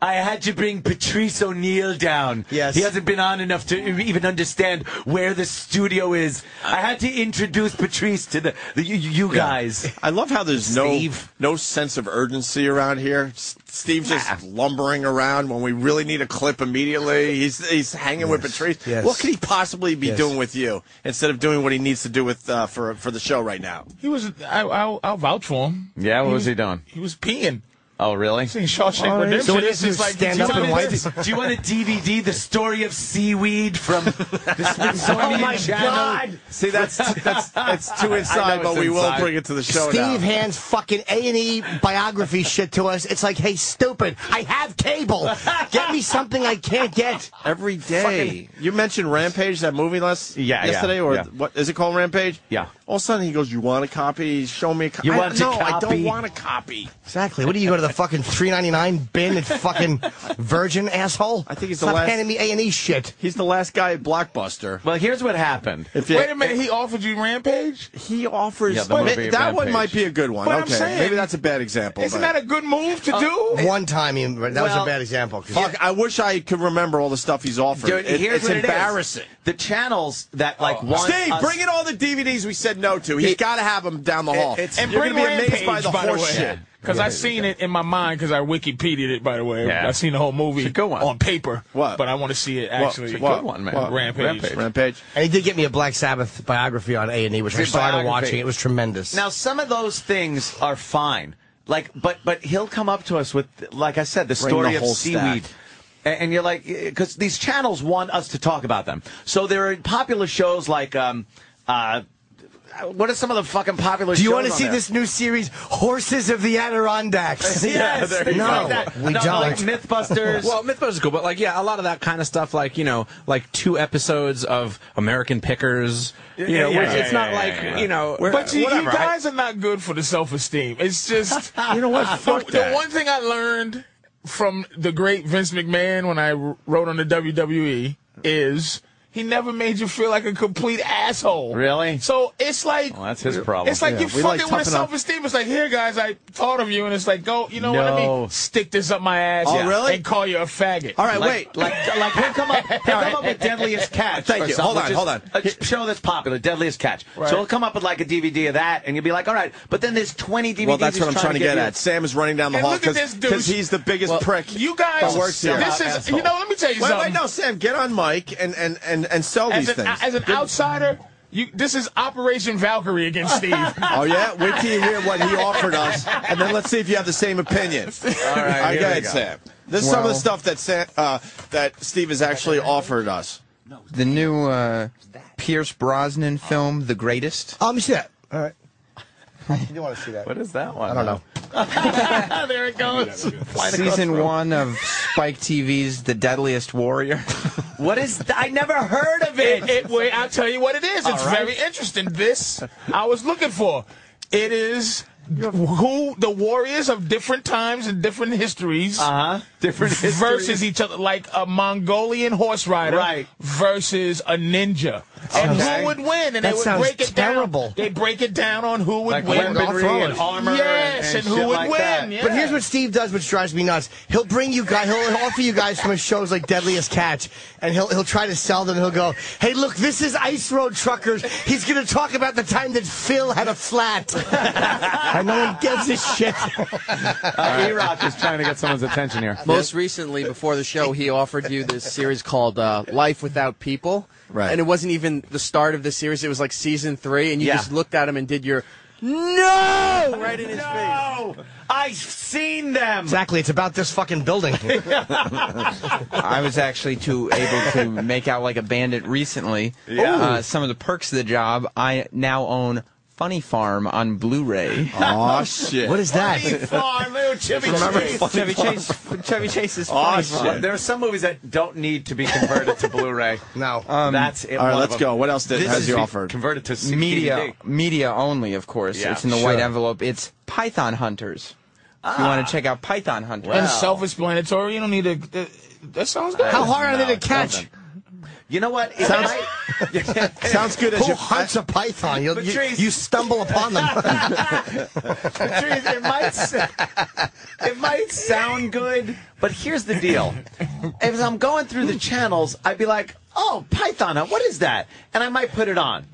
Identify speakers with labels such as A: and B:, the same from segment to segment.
A: I had to bring Patrice O'Neill down.
B: Yes.
A: He hasn't been on enough to e- even understand where the studio is. I had to introduce Patrice to the, the you, you guys.
B: I love how there's no
A: Steve.
B: no sense of urgency around here. S- Steve's just lumbering around when we really need a clip immediately. He's he's hanging with Patrice.
C: yes.
B: What could he possibly be
C: Yes.
B: doing with you instead of doing what he needs to do with uh, for for the show right now?
C: He was. I, I'll, I'll vouch for him.
A: Yeah, what was he
C: was-
A: doing?
C: He was peeing.
A: Oh, really?
C: Seeing Shawshank
A: Oh,
C: Redemption.
A: so it
C: it's
A: is
C: just
A: you
C: like
A: stand
C: it's
A: up and
C: not
A: wipe.
C: this.
A: Do you want a DVD, The Story of Seaweed from the Smithsonian
D: Oh, my
A: Channel?
D: God.
B: See, that's that's it's too
A: I
B: inside,
A: know
B: but
A: it's
B: we will
A: inside.
B: bring it to the show.
D: Steve
B: now.
D: hands fucking A and E biography shit to us. It's like, hey, stupid, I have cable. Get me something I can't get.
B: Every day. you mentioned Rampage, that movie last
A: Yeah, yeah,
B: yesterday, or
A: yeah.
B: what is it called, Rampage?
A: Yeah.
B: All of a sudden, he goes, "You want a copy? Show me a copy."
A: You want a
B: no, I
A: copy?
B: don't want a copy.
D: Exactly. What do you go to the fucking three ninety nine bin at fucking Virgin asshole?
B: I think he's the
D: Stop
B: last-
D: handing me A and E shit.
B: He's the last guy at Blockbuster.
A: Well, here's what happened.
B: If you-
C: Wait a minute. He offered you Rampage.
B: he offers.
A: Yeah, the
B: But
A: movie
B: ma- that one
A: Rampage.
B: might be a good one.
C: But I'm
B: okay,
C: saying-
B: maybe that's a bad example.
C: Isn't
B: but- Uh,
C: that a good move to do?
D: One time, he, that was a
A: Well-
D: bad example. 'cause-
B: Fuck, I wish I could remember all the stuff he's offered.
A: Dude,
B: It-
A: here's
B: it's
A: what it is.
B: embarrassing.
A: The channels that like one.
B: Oh. Steve, bring in all the DVDs we said no to. He's got to have them down the hall.
A: it's-
C: And
B: You're
C: bring
B: gonna be
C: Rampage,
B: amazed by the horse shit.
C: Because I seen it in my mind because I Wikipedia'd it, by the way.
A: Yeah.
C: I seen the whole movie
A: It's a good one.
C: on paper.
B: What?
C: But I want to see it
B: What-
C: actually.
B: what-
A: good one, man.
B: what-
C: Rampage.
B: Rampage.
D: And he did get me a Black Sabbath biography on A and E, which I
A: Good
D: started
A: biography.
D: watching. It was tremendous.
A: Now some of those things are fine. Like, but but he'll come up to us with, like I said, the
B: Bring
A: story
B: the
A: of
B: whole
A: seaweed.
B: stack.
A: And and you're like, because these channels want us to talk about them. So there are popular shows like, um, uh, what are some of the fucking popular?
D: do you
A: shows
D: want to
A: on
D: see
A: there?
D: this new series, Horses of the Adirondacks?
A: Yes,
D: no,
A: things like that.
D: we
A: No,
D: don't.
A: Like MythBusters.
E: Well, Mythbusters is cool, but like, yeah, a lot of that kind of stuff, like you know, like two episodes of American Pickers. You know,
C: yeah,
E: which
C: yeah,
E: it's not like you know, uh,
C: But you, you
E: whatever, I-
C: guys are not good for the self esteem. It's just
B: You know what?
C: the,
B: Fuck
C: the
B: that.
C: one thing I learned from the great Vince McMahon when I w- wrote on the WWE is he never made you feel like a complete asshole.
A: Really?
C: So it's like
A: Well, that's his problem.
C: It's like
A: Yeah,
C: you
B: we
C: fucking
B: like
C: with
B: toughen up.
C: self esteem. It's like here, guys, I thought of you, and it's like go, you know what? Let
A: No.
C: me stick this up my ass.
B: Oh, really?
C: And call you a faggot.
B: All right,
A: Like-
B: wait.
A: Like, like he'll come up, he'll come up with Deadliest Catch. or
B: Thank you.
A: something,
B: Hold on,
A: which is
B: hold on.
A: A ch- show that's popular, Deadliest Catch.
C: Right.
A: So he'll come up with like a DVD of that, and you'll be like, all right, but then there's 20 DVDs.
B: Well, that's what I'm
A: he's
B: trying to get
A: you.
B: at. Sam is running down the
C: And
B: hall
C: look at this douche.
B: because he's the biggest prick.
C: You guys,
B: that works here.
C: this is you know. Let me tell you
B: Wait,
C: something.
B: wait, no, Sam, get on mic and and and, and sell
C: as
B: these
C: an,
B: things.
C: as an outsider, you this is Operation Valkyrie against Steve.
B: oh yeah, wait till you hear what he offered us, and then let's see if you have the same opinion. All
A: right, here
B: go
A: we
B: ahead,
A: go.
B: Sam. This is some of the stuff that Sam, uh, that Steve has actually offered us.
F: The new uh, Pierce Brosnan film, The Greatest.
D: Oh, let me see that. All right. I do want to see that.
A: What is that one?
D: I don't know.
C: there it goes.
F: Season one of Spike TV's The Deadliest Warrior.
A: What is? Th- I never heard of
C: It,
A: it.
C: it, wait, I'll tell you what it is. It's very interesting. This I was looking for. It is who the warriors of different times and different histories
B: Uh-huh.
A: Uh huh. Different history.
C: versus each other, like a Mongolian horse rider
A: Right.
C: versus a ninja. And
A: Okay.
C: who would win? And
D: That
C: they would
D: sounds
C: break it
D: terrible.
C: down. They break it down on who would
A: Like
C: win.
A: weaponry and armor and-
C: Yes,
A: and
C: and, who
A: shit
C: would
A: like
C: win.
A: that.
C: Yeah.
D: But here's what Steve does, which drives me nuts. He'll bring you guys, he'll offer you guys from his shows like Deadliest Catch, and he'll he'll try to sell them. He'll go, "Hey, look, this is Ice Road Truckers. He's going to talk about the time that Phil had a flat." and no one gives a shit.
A: Uh, E-Rock is trying to get someone's attention here.
G: Most recently, before the show, he offered you this series called uh, Life Without People.
B: Right.
G: And it wasn't even the start of the series, it was like season three, and you
A: Yeah.
G: just looked at him and did your no right in his face.
A: No, I've seen them.
D: exactly. It's about this fucking building.
F: I was actually too able to make out like a bandit recently.
A: Yeah.
F: Uh, some of the perks of the job. I now own Funny Farm on Blu-ray.
B: Oh shit!
D: what is that?
A: Farm, little Chevy Chase.
F: Chevy Chase. Chevy Chase is
B: Oh
F: Funny
B: shit!
A: There are some movies that don't need to be converted to Blu-ray. Um,
D: No.
F: Um,
A: That's it.
B: All right,
A: one
B: let's
A: of them.
B: go. What else did,
F: This
B: has
F: is
B: he
F: the-
B: offered?
A: Converted to CD.
F: media media only of course
A: Yeah,
F: it's in the white envelope it's python hunters if you
A: Ah.
F: want to check out python hunters
C: and self-explanatory. You don't need to. That, that sounds good.
D: How hard are they to catch?
A: You know what? It might-
B: Sounds good as
D: Who
B: your
D: hunts a python? You, you,
C: Patrice.
D: you stumble upon them.
C: Patrice, it might, s- it might sound good.
A: But here's the deal. if I'm going through the channels, I'd be like, oh, Python, huh? what is that? And I might put it on.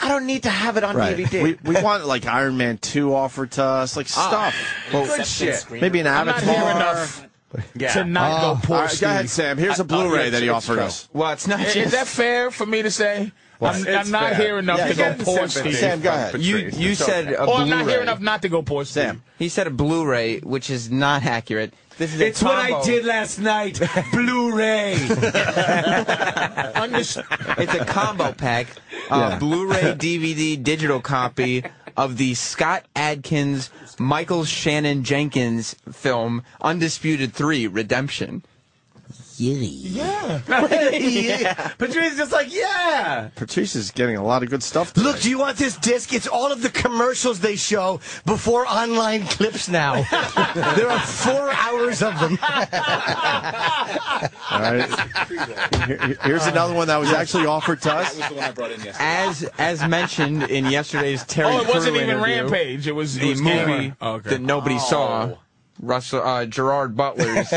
A: I don't need to have it on DVD.
B: We, we want like Iron Man 2 offered to us, like stuff.
A: Ah, Good shit.
B: Maybe an
C: I'm not
B: Avatar.
C: here enough
A: Yeah.
C: to not go
B: All
C: poor.
B: right, go ahead,
C: Steve.
B: Sam. Here's a Blu-ray that he offered us.
F: Well, it's not
C: I- Is
F: just
C: that fair for me to say? I'm,
B: it's
C: I'm not
B: fair.
C: here enough
B: Yeah,
C: to
B: you
C: go
B: got the
C: poor,
B: sympathy.
C: Steve.
B: Sam, go ahead.
F: you. You said a
C: Or
F: Blu-ray.
C: I'm not here enough not to go poor, Steve.
B: Sam.
F: He said a Blu-ray, which is not accurate. This is a
A: It's what I
F: combo.
A: did last night. Blu-ray.
F: It's a combo pack, uh, Blu-ray, DVD, digital copy of the Scott Adkins, Michael Shannon Jenkins film Undisputed Three: Redemption.
A: Patrice is just like, yeah.
B: Patrice is getting a lot of good stuff.
D: Look, do you want this disc? It's all of the commercials they show before online clips now. there are four hours of them.
B: All right. Here- Here's another one that was actually offered to us.
F: As as mentioned in yesterday's Terry.
C: Oh, it wasn't
F: Crew
C: even
F: interview,
C: Rampage. It was it
F: The
C: was
F: movie
C: Gamer. Oh, okay. Oh.
F: that nobody saw. Russell uh, Gerard Butler's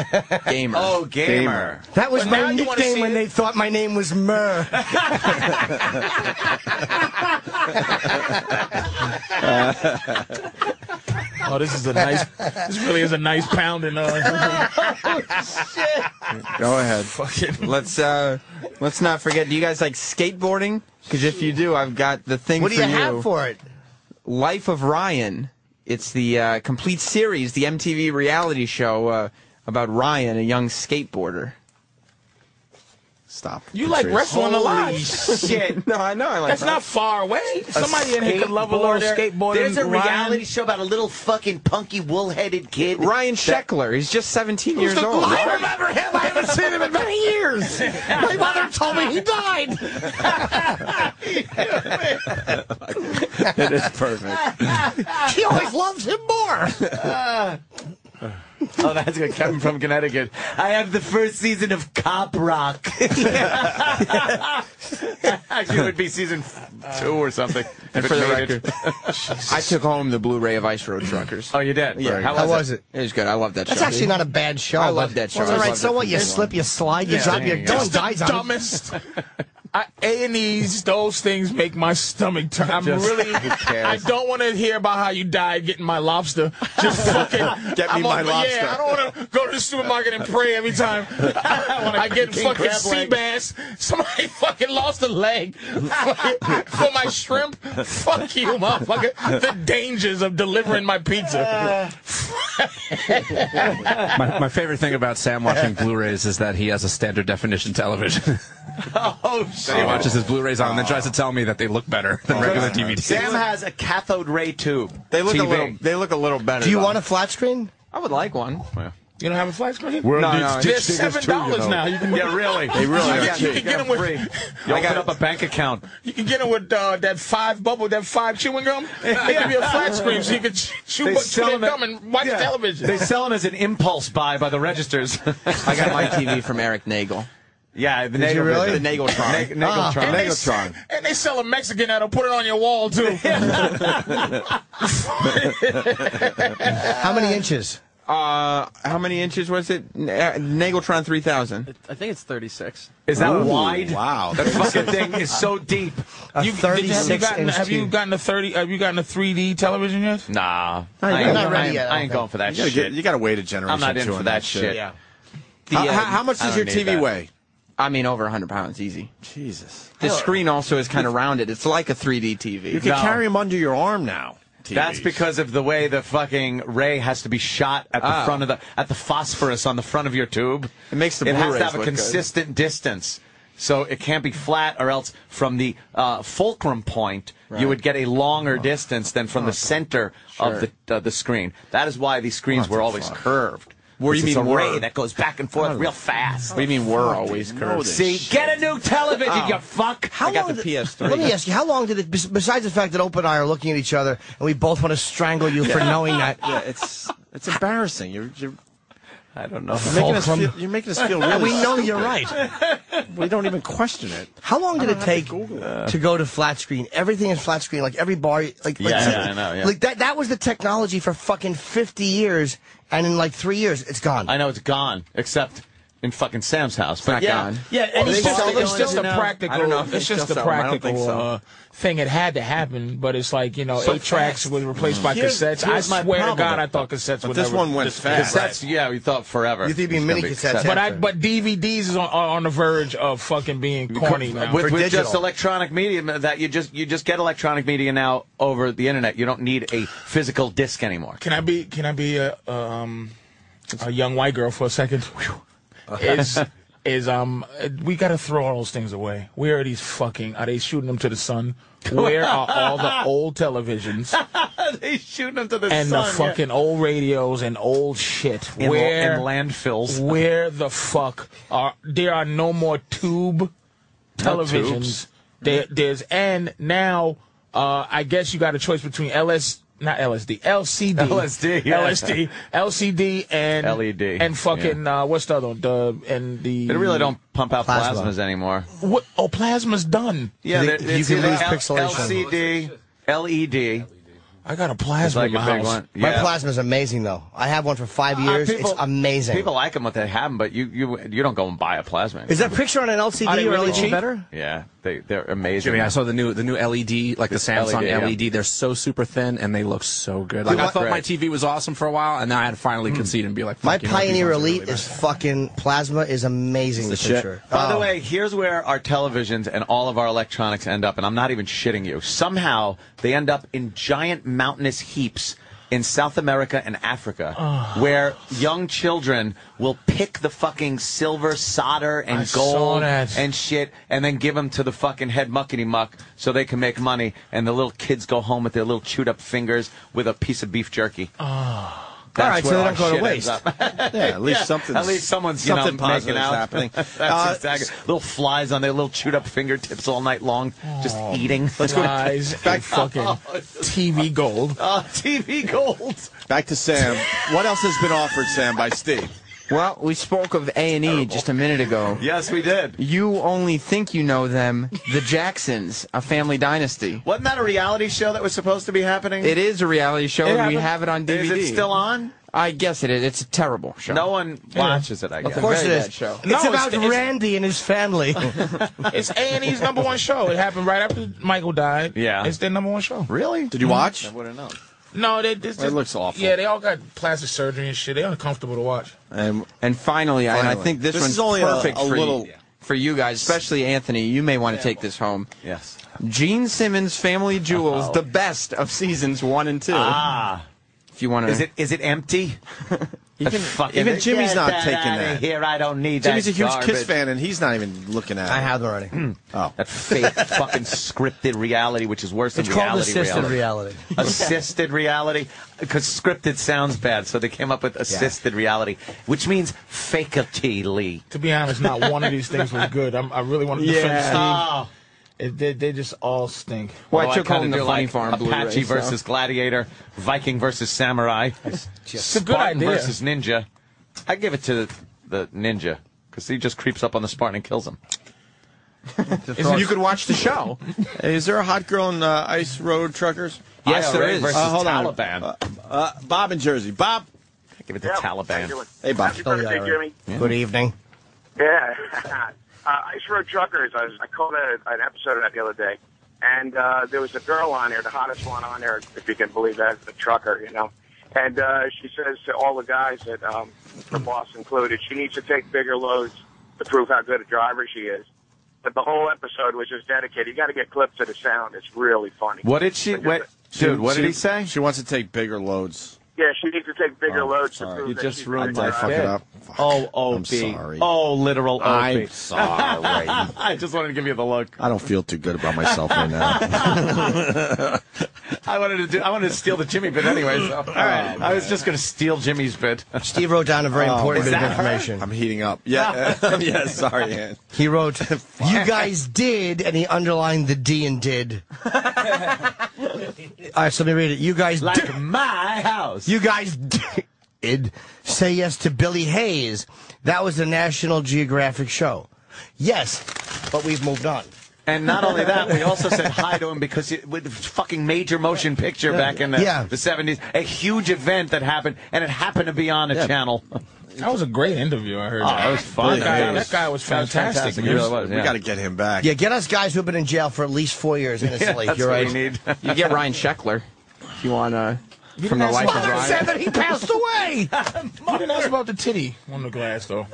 F: Gamer.
A: Oh, gamer.
D: That was
C: But now
D: my
C: you wanna
D: nickname
C: see
D: when
C: it?
D: they thought my name was Myrrh.
C: Oh, this is a nice. This really is a nice pounding. Uh,
D: Oh,
B: Go ahead.
C: fucking.
F: Let's uh, let's not forget. Do you guys like skateboarding? Because if you do, I've got the thing
D: What do
F: for
D: you have for it?
F: Life of Ryan. It's the uh, complete series, the MTV reality show uh, about Ryan, a young skateboarder.
B: Stop.
C: You like
B: Patrice.
C: wrestling a lot. Shit.
F: No, I know. I like
C: That's not far away. Somebody in here could love a little skateboarder.
A: There's a
C: Ryan.
A: reality show about a little fucking punky wool-headed kid.
F: Ryan Scheckler. He's just 17 years
C: the
F: old.
C: liar?
D: remember him. I haven't seen him in many years. My mother told me he died.
B: It is perfect.
D: She always loved him more.
A: Oh, that's good. Kevin from Connecticut. I have the first season of Cop Rock. Actually, it would be season f- two or something.
F: And for the record, I took home the Blu-ray of Ice Road Truckers.
A: Oh, you did?
F: Yeah.
A: How
D: How
A: was
D: was it?
F: It was good. I love that
D: That's
F: show.
D: actually not a bad show.
F: I
D: but-
F: love that show.
D: Well, all
F: I
D: right,
F: love
D: so
F: that
D: what? You
F: first
D: slip, you slide, you drop, you
C: That's the
D: don't die on it.
C: dumbest. A and E's, those things make my stomach turn. I'm really. I don't want to hear about how you died getting my lobster. Just fucking
B: Get me
C: I'm
B: my
C: on-
B: lobster.
C: Yeah, I don't want to go to the supermarket and pray every time I get fucking
A: crab
C: sea
A: leg.
C: bass. Somebody fucking lost a leg for my shrimp. Fuck you, motherfucker. The dangers of delivering my pizza.
A: Uh.
E: My, my favorite thing about Sam watching Blu-rays is that he has a standard definition television.
A: Oh, shit.
E: he watches his Blu-rays on and then tries to tell me that they look better than regular DVDs.
A: Sam has a cathode ray tube.
F: They look a
A: TV.
F: little. They look a little better.
D: Do you
F: though.
D: want a flat screen?
F: I would like one.
C: You don't have a flat screen?
F: No, no,
C: They're seven dollars now. You can,
A: Yeah, really.
B: They really
C: you
B: got
C: can, you can get them with.
A: You
F: I
A: open
F: got-
A: up a bank account.
C: You can get it with uh, that five bubble, that five chewing gum. They give you a flat screen so you can chew, chew
A: They
C: chew
A: sell
C: that
A: them at-
C: gum and watch
A: Yeah.
C: television.
A: They sell them as an impulse buy by the registers.
F: I got my TV from Eric Nagel.
A: yeah, the
D: you
A: Nagel
D: really?
F: The Nagel
A: Nag-
F: Tron. Ah.
C: Ah.
A: Nageltron.
C: and, they sell,
B: Megatron.
C: and they sell a Mexican that'll put it on your wall too.
D: How many inches?
F: Uh, how many inches was it? N- uh, Nageltron 3000.
G: I think it's 36.
A: Is that wide?
B: Wow.
A: That fucking thing is so deep.
D: A
C: You- did you- have you
D: 36
C: gotten,
D: inch
C: have you
D: tube.
C: gotten a thirty? Have you gotten a three D television yet?
A: Nah, I
D: you're
A: ain't,
D: not ready
A: I ain't,
D: yet, I
A: I
D: don't
A: ain't
D: think.
A: going for that
B: You gotta,
A: shit.
B: get, you gotta wait a generation.
A: I'm not in
B: two
A: for
B: on
A: that shit.
C: Yeah.
B: How,
F: The, uh,
B: how- how much
A: I
B: does
A: don't
B: your
A: need
B: TV
A: that.
B: weigh?
F: I mean, over 100 pounds, easy.
B: Jesus.
F: The screen also is kind of rounded. It's like a 3D TV.
B: You can
A: No.
B: carry them under your arm now.
A: That's
B: TVs.
A: because of the way the fucking ray has to be shot at the
F: Ah.
A: front of the at the phosphorus on the front of your tube.
F: It makes the
A: it has
F: Blu-rays
A: to have a
F: look good.
A: consistent distance, so it can't be flat, or else from the uh, fulcrum point you would get a longer distance than from the center of the uh, the screen. That is why these screens were always curved.
F: Where you
A: It's
F: mean
A: a ray
F: were?
A: that goes back and forth
H: Oh,
A: real fast.
F: What do you mean we're always curved?
A: See, get a new television,
H: Oh.
A: you fuck.
D: How
F: I got
D: long
F: the
D: did-
F: PS3.
D: Let me ask you, how long did it, bes- besides the fact that Ope and I are looking at each other and we both want to strangle you for knowing that,
B: Yeah, it's it's embarrassing. You're, you're
A: I don't know.
B: You're making, us feel, you're making us feel really.
D: We know you're right.
B: We don't even question it.
D: How long did it take to, go to flat screen? Everything is flat screen. Like every bar, like, like
A: Yeah, yeah, I know, yeah.
D: like that. That was the technology for fucking fifty years, and in like three years, it's gone.
A: I know it's gone, except in fucking Sam's house. but
F: not
A: yeah,
F: gone.
A: yeah, and
C: It's
A: he's
C: just,
A: just-
C: it's
A: it's
C: just a
A: now-
C: practical.
F: I don't know if they
C: it's just
F: still
C: a
F: sell 'em. I don't think
C: practical
F: so.
C: uh, thing. It had to happen, but it's like you know, eight tracks were replaced by
B: Here's-
C: cassettes.
B: here's
C: I
B: my
C: swear to
B: problem
C: God,
B: with
C: I thought cassettes.
B: But
C: would
B: this
C: never-
B: one went fast.
A: Cassettes, yeah, we thought forever.
D: You think it'd be
A: It's
D: mini
A: gonna be
D: cassettes,
A: cassette.
D: yeah.
C: But I but DVDs is on, are on the verge of fucking being corny now.
A: with,
D: For
A: with just
D: digital.
A: electronic media that you just you just get electronic media now over the internet. You don't need a physical disc anymore.
C: Can I be? Can I be a um, a young white girl for a second? is is um we got to throw all those things away? Where are these fucking? Are they shooting them to the sun? Where are all the old televisions
A: they shooting them to the
C: and the fucking old radios and old shit?
A: in,
C: where
A: landfills.
C: where the fuck are there are no more tube televisions. there, there's and now uh, I guess you got a choice between LS not LSD LCD
A: LSD, yeah.
C: LSD LCD and
A: LED,
C: and fucking uh, what's the other one? the and the
A: They really don't pump out
D: Mm. Plasma.
A: plasmas anymore.
C: what oh plasma's done
A: Yeah,
D: You
A: they're-
D: can
A: it's
D: lose
A: either
D: pixelation.
A: LCD, LED.
C: I got a
A: E It's
C: plasma
A: like
C: in
A: a
C: my
A: big
C: house.
A: one.
D: My
A: Yeah.
D: plasma's amazing though. I have one for five
A: Uh,
D: years.
A: people-
D: it's amazing.
A: People like them what they have 'em, but you you you don't go and buy a plasma.
D: is that picture on an
C: Are
D: LCD
C: they
D: or
C: really
D: LED
C: cheap?
D: better?
A: Yeah, they they're amazing.
E: Jimmy, I saw the new the new LED, like the Samsung
A: LED,
E: LED.
A: yeah.
E: They're so super thin and E they look Hmm. so good. Like I
A: what-
E: thought my TV was awesome for a while, and now I had to finally concede and be like,
D: My
E: fuck, you know what, these
D: Pioneer
E: ones are
D: Elite
E: really
D: is fucking plasma is amazing. The, picture.
A: By the
D: Oh.
A: way, here's where our televisions and all of our electronics end up, and I'm not even shitting you. Somehow they end up in giant mountainous heaps in South America and Africa,
C: Oh.
A: where young children will pick the fucking silver, solder, and
C: I saw
A: gold
C: that.
A: and shit, and then give them to the fucking head muckety muck so they can make money, and the little kids go home with their little chewed up fingers with a piece of beef jerky. That's
D: All right, so
A: where
D: they
A: our
D: don't go to
A: shit ends
D: waste.
A: up.
B: Yeah, at least something.
A: At least someone's you know,
B: something positive
A: making out.
B: is happening.
A: That's
B: Uh,
A: exactly. Little flies on their little chewed up fingertips all night long, just eating.
C: Guys, and fucking TV gold.
A: Uh, TV gold.
B: Back to Sam. What else has been offered, Sam, by Steve?
F: Well, we spoke of A and E just a minute ago.
A: Yes, we did.
F: You only think you know them, the Jacksons, a family dynasty.
A: Wasn't that a reality show that was supposed to be happening?
F: It is a reality show, and we
A: happened-
F: have it on DVD.
A: Is it still on?
F: I guess it is. It's a terrible show.
A: No one watches it, I guess.
D: Of course it
F: Very
D: is.
F: bad show.
D: It's
C: No, it's-
D: about
C: it's-
D: Randy and his family.
C: It's A and E's number one show. It happened right after Michael died.
A: Yeah.
C: it's their number one show. Mm-hmm.
A: Really?
B: Did you watch?
C: No, they, this,
B: It looks awful.
C: Yeah, they all got plastic surgery and shit. They're uncomfortable to watch.
B: Um,
F: And finally, I- and I
B: Finally.
F: think this,
B: This
F: one's
B: is only a-
F: perfect
B: a
F: for,
B: little-
F: you, for you guys, especially Anthony. You may want to take this home.
A: Yes.
F: Gene Simmons' Family Jewels, the best of seasons one and two.
A: Ah.
F: if you want to,
A: Is it is it empty? even fucking,
B: even Jimmy's
A: Get
B: not
A: that
B: taking
A: outta
B: that.
A: Here, I don't need
B: Jimmy's
A: that
B: a huge Kiss
A: garbage.
B: fan, and he's not even looking at it.
D: I have them already.
B: Oh.
A: That fake fucking scripted reality, which is worse than
D: It's called
A: reality.
D: assisted
A: reality.
D: reality.
A: assisted reality because scripted sounds bad so they came up with assisted reality which means faculty
C: To be honest, not one of these things was good. I'm, I really want to defend Steve.
A: oh,
C: It, they, they just all stink.
F: Well, I
A: Although
F: took
A: kinda
F: home the
A: do
F: Funny
A: like
F: Farm Blu-ray.
A: apache
F: so-
A: versus gladiator viking versus samurai
C: It's a good
A: spartan
C: idea.
A: versus ninja i give it to the ninja because he just creeps up on the spartan and kills him
F: you could watch the show.
B: Is there a hot girl in uh, Ice Road Truckers?
F: Yes, there
A: IRA
F: is.
A: versus
B: Uh, hold on.
A: taliban
B: Uh, uh, Bob in Jersey. Bob.
A: I give it to
I: Yeah, how you
A: taliban
I: doing?
B: Hey, Bob.
I: Happy
H: Oh,
I: birthday, Jimmy.
D: Good evening.
I: Yeah. uh, Ice Road Truckers. I, was, I called a, an episode of that the other day, and uh, there was a girl on there, the hottest one on there, if you can believe that, a trucker, you know. And uh, she says to all the guys, that um, her boss included, she needs to take bigger loads to prove how good a driver she is. But the whole episode was just dedicated. You got to get clips of the sound. It's really funny.
A: what did she what dude what did he say
B: She wants to take bigger loads.
I: Yeah, she needs to take bigger loads to
B: sorry.
I: prove
A: Oh, you
I: that
A: just
I: she's
A: ruined
I: a
A: my
I: good
B: fuck
A: fucking
B: it
I: driver.
B: up. Fuck.
A: Oh, OB.
B: I'm sorry.
A: Oh, literal OB.
B: I'm sorry.
A: I just wanted to give you the look.
B: I don't feel too good about myself right now.
A: I wanted to do. I wanted to steal the Jimmy bit anyway. So.
B: Oh,
A: All right, I was just going to steal Jimmy's bit. Oh,
D: Steve wrote down a very important bit of information.
B: I'm heating up. Yeah. yeah, sorry, Ann.
D: He wrote, "You guys did," and he underlined the D and did. All right, so let me read it. You guys, did,
A: my house.
D: you guys, did, did Say Yes to Billy Hayes. That was a National Geographic show. Yes, but we've moved on.
A: And not only that, we also said hi to him because it, with the fucking major motion picture back in the,
D: Yeah.
A: the 70s, a huge event that happened, and it happened to be on a channel. Oh,
C: That was a great interview. I heard.
A: that was fun.
C: That guy, that guy was fantastic.
A: It really was.
B: We got to get him back.
D: Yeah, get us guys who've been in jail for at least four years innocently.
A: That's
D: You're
A: what
D: right.
A: we need.
F: You get Ryan Scheckler if you want to. From the
C: didn't
F: life
C: ask
F: of
C: why I
F: Ryan.
D: that he passed away.
C: You didn't ask about the titty on the glass though.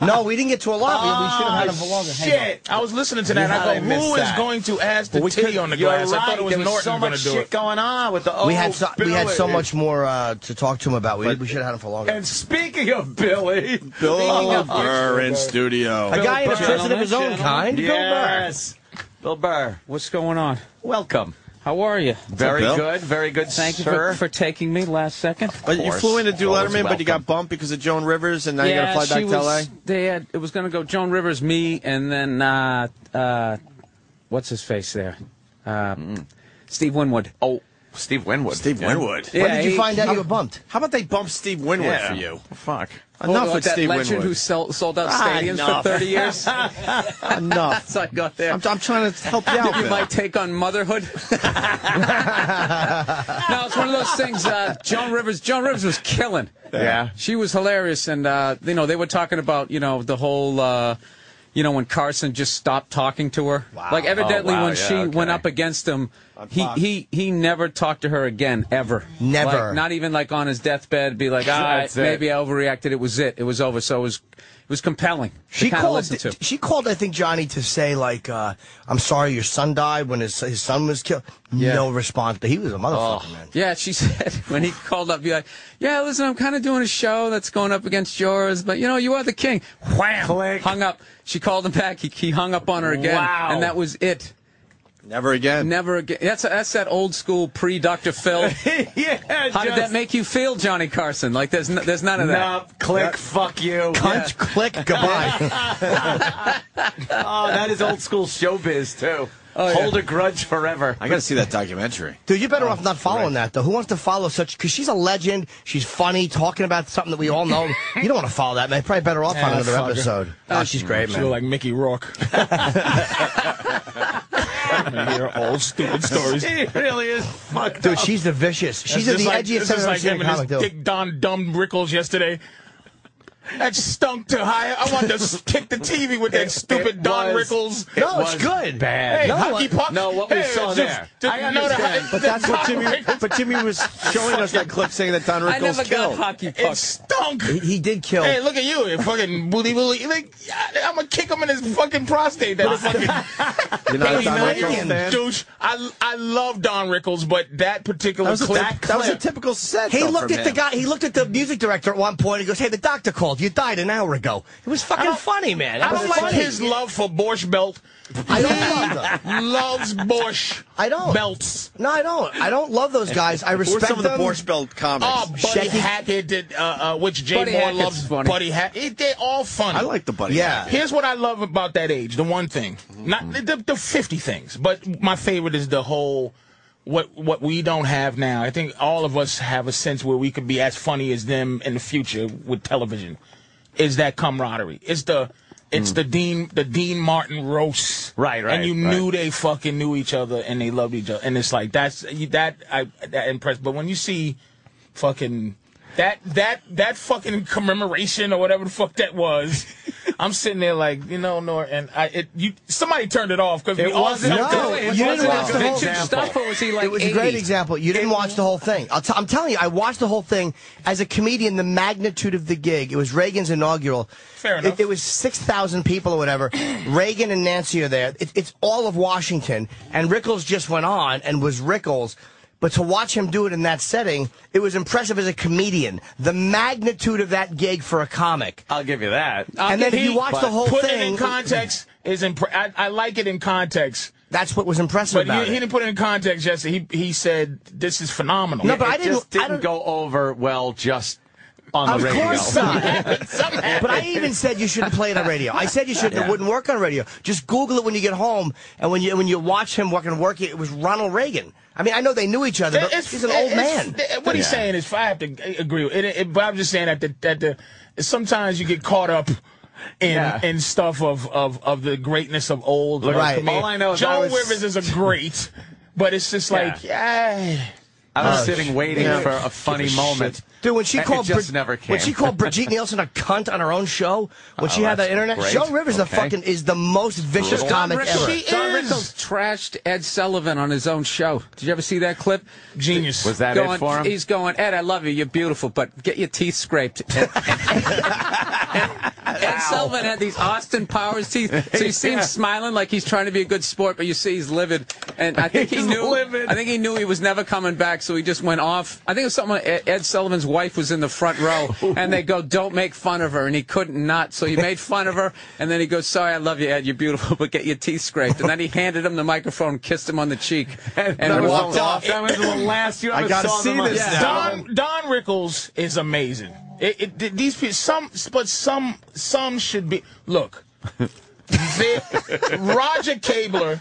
D: no, we didn't get to a lot. We, we should have had a vlog.
A: Shit.
C: Oh, I was listening to that. and
A: How
C: I
A: did
C: go,
A: I miss
C: who is
A: that?
C: going to ask the
A: We
C: titty
A: could-
C: on the
A: you're
C: glass? I
A: right.
C: thought it was
A: there was
C: Norton
A: so
C: going
A: much
C: to do
A: shit
C: it.
A: going on with the oh,
D: We had so, we had so
A: Billy.
D: much more uh, to talk to him about. We, we should have had him for longer.
A: And speaking of Billy, speaking
B: Bill
A: of
B: Burr in studio.
D: a guy in a
A: Burr.
D: prison of his own kind. Bill Burr.
A: yes, Bill Burr,
J: What's going on?
A: welcome.
J: How are you?
A: Very
B: Bill?
A: good, very good,
J: Thank you
A: sir.
J: for, for taking me last second.
B: But you
A: course.
B: flew in to do
A: Always
B: Letterman, but you got
A: welcome.
B: bumped because of Joan Rivers, and now you got to fly
J: she
B: back to
J: was, They had it was going to go Joan Rivers, me, and then uh, uh, what's his face there, uh, Steve Winwood.
A: Mm. oh, Steve Winwood.
B: Steve Winwood.
J: Yeah,
D: When did you
J: he-
D: find out you were bumped?
B: How about they bump Steve Winwood
A: Yeah.
B: for you?
A: Fuck.
B: Enough
J: Well,
B: with
J: that
B: Steve
J: legend
B: Winwood.
J: who sell, sold
A: Ah,
J: out stadiums
B: enough.
J: for 30 years.
B: Enough.
J: That's how I got there.
B: I'm, I'm trying to help you out.
J: you
B: Bill.
J: my take on motherhood. no, it's one of those things. Uh, Joan Rivers. Joan Rivers was killing.
A: Yeah.
J: She was hilarious, and uh, you know they were talking about you know the whole. Uh, you know when Carson just stopped talking to her, wow. like evidently
A: Oh, wow,
J: when
A: yeah,
J: she went
A: okay.
J: up against him, he, he he never talked to her again ever.
D: Never.
J: Like, not even like on his deathbed. Be like, ah,
A: That's it.
J: maybe I overreacted. It was it. It was over. So it was it was compelling.
D: She
J: to kinda
D: called.
J: listen to.
D: She called. I think Johnny to say like, uh, "I'm sorry, your son died when his his son was killed." No response. He was a motherfucker, man.
J: Yeah, she said when he called up, be like, "Yeah, listen, I'm kind of doing a show that's going up against yours, but you know, you are the king." Wham!
A: Click.
J: Hung up. She called him back. He, he hung up on her again,
A: Wow.
J: and that was it.
B: Never again.
J: Never again. That's that's that old school pre Dr. Phil.
A: yeah.
J: How did that make you feel, Johnny Carson? Like there's no, there's none of that.
A: No, click, fuck you.
D: Punch, click, goodbye.
A: Oh, that is old school showbiz, too.
D: Oh,
J: yeah.
A: Hold a grudge forever.
B: I got to see that documentary.
D: Dude, you're
J: Oh,
D: better off not following that though. Who wants to follow such? Because she's a legend. She's funny, talking about something that we all know. you don't want to follow that, man. Probably better off on another
C: fuck her.
D: episode. oh, she's great,
C: She
D: man.
C: looked like Mickey Rourke. I hear old stupid stories.
A: He really is fucked
D: Dude, she's the vicious. She's
C: That's
D: the
C: just
D: edgiest
C: this
D: I've
C: is
D: ever
C: like
D: seen
C: him
D: a
C: and
D: comic,
C: his
D: dude.
C: Dick Don Dumb Rickles yesterday. That stunk to high. I wanted to kick the TV with that stupid Don
A: was-
C: Rickles.
D: No, it's
A: was
D: good.
A: bad.
C: Hey,
A: No,
C: hockey puck.
A: no, what we
C: Hey,
A: saw
C: just-
A: there.
C: just
A: I
C: know the-
A: understand.
B: But
C: the
B: that's
C: Don
B: what Jimmy.
C: Rickles-
B: But Jimmy was showing us that clip saying that Don
J: I never
B: Rickles
J: got
B: killed.
J: hockey
C: It
J: pucks.
C: stunk.
D: He, he did kill.
C: Hey, look at you, you fucking booty booty. Like, I'm gonna kick him in his fucking prostate. That fucking
B: You're not a
D: Hey, man.
B: Don Rickles fan.
C: douche. I I love Don Rickles, but that particular
B: That was, a,
C: clip.
B: that was a typical set.
D: He
B: though,
D: looked
B: from
D: at the
B: him.
D: guy. He looked at the music director at one point. He goes, "Hey, the doctor called. You died an hour ago." It was fucking funny, man. That
C: I
D: was
C: don't like
D: funny.
C: his love for Borscht Belt.
D: I don't love them.
C: Loves Borscht.
D: I don't.
C: belts.
D: No, I don't. I don't love those guys. I
B: Who were
D: respect
B: some of the
D: them.
B: Borscht Belt comics?
C: Oh, Buddy
D: Shaky-
C: Hackett did, uh, uh, which Jay
J: Buddy
C: Moore
J: Hackett's
C: loves.
J: funny.
C: Buddy Hackett. They're all funny.
B: I like the Buddy. Mm-hmm.
D: Yeah.
C: Here's what I love about that age. The one thing, not the, the 50 things, but my favorite is the whole what what we don't have now. I think all of us have a sense where we could be as funny as them in the future with television. Is that camaraderie? It's the it's
B: Mm.
C: the Dean the Dean Martin roast.
A: Right, right,
C: And you
A: right.
C: knew they fucking knew each other and they loved each other. And it's like that's you- that I that impressed. But when you see fucking that that that fucking commemoration or whatever the fuck that was. I'm sitting there like, you know, Norton. I it you somebody turned it off because we
A: It
C: all
A: wasn't-
C: felt
D: No,
C: that-
D: you didn't watch the whole
J: Did you
D: example.
J: stop or was he like
D: It was
J: 80?
D: a great example. You didn't watch the whole thing. I'll t- I'm telling you, I watched the whole thing as a comedian. The magnitude of the gig. It was Reagan's inaugural.
C: Fair enough.
D: It, it was six thousand people or whatever. Reagan and Nancy are there. It, it's all of Washington, and Rickles just went on and was Rickles. But to watch him do it in that setting, it was impressive as a comedian. The magnitude of that gig for a comic.
A: I'll give you that.
D: and then if you watch the whole
C: Put it
D: thing,
C: in context is impre- I, I like it in context.
D: that's what was impressive
C: But
D: about
C: he, he
D: it.
C: didn't put it in context yesterday. He he said this is phenomenal.
D: No, but I
A: it
D: didn't-
A: just
D: I
A: didn't
D: don't-
A: go over well just on the
D: Of
A: radio.
D: course not.
C: Something happened.
D: But I even said you shouldn't play it on radio. I said you shouldn't. It wouldn't work on radio. Just Google it when you get home, and when you when you watch him working work, it was Ronald Reagan. I mean, I know they knew each other, but
C: It's-
D: he's an old
C: it's-
D: man.
C: th- What he's saying is, I have to g- agree. With it, it, but I'm just saying that the, that the sometimes you get caught up. In, in stuff of, of, of the greatness of old. Like,
D: Right.
C: I mean,
A: All I know is I
C: Joan
A: was-
C: Rivers is a great, but it's just like, yeah.
A: I
D: Uh, Oh,
A: was sitting waiting for a funny moment.
D: Dude, when she
A: And it
D: called
A: just
D: Brid-
A: never came. Oh,
D: when she called Brigitte Nielsen a cunt on her own show when she had
A: that's
D: that internet,
A: great.
D: Joan Rivers the
A: Okay.
D: fucking is the most vicious
A: Brutal.
D: comic
J: Rick-
D: ever.
J: she Don Rickles trashed Ed Sullivan on his own show. Did you ever see that clip?
C: Genius.
A: Was that
J: going,
A: it for him?
J: He's going, Ed, I love you. You're beautiful, but get your teeth scraped. And, Ed Sullivan had these Austin Powers teeth, so you see him smiling like he's trying to be a good sport, but you see he's livid. And I think he knew. I think he knew he was never coming back, so he just went off. I think it was something. Ed, Ed Sullivan's wife was in the front row, and they go, "Don't make fun of her," and he couldn't not, so he made fun of her, and then he goes, "Sorry, I love you, Ed. You're beautiful, but get your teeth scraped." And then he handed him the microphone, kissed him on the cheek, and, walked off.
A: That was the last you ever
B: gotta
A: saw
B: see
A: them on
B: this
A: stage.
B: now.
C: Don Don Rickles is amazing. It, it, th- these people, some, but some, some should be. Look, they- Roger Cabler.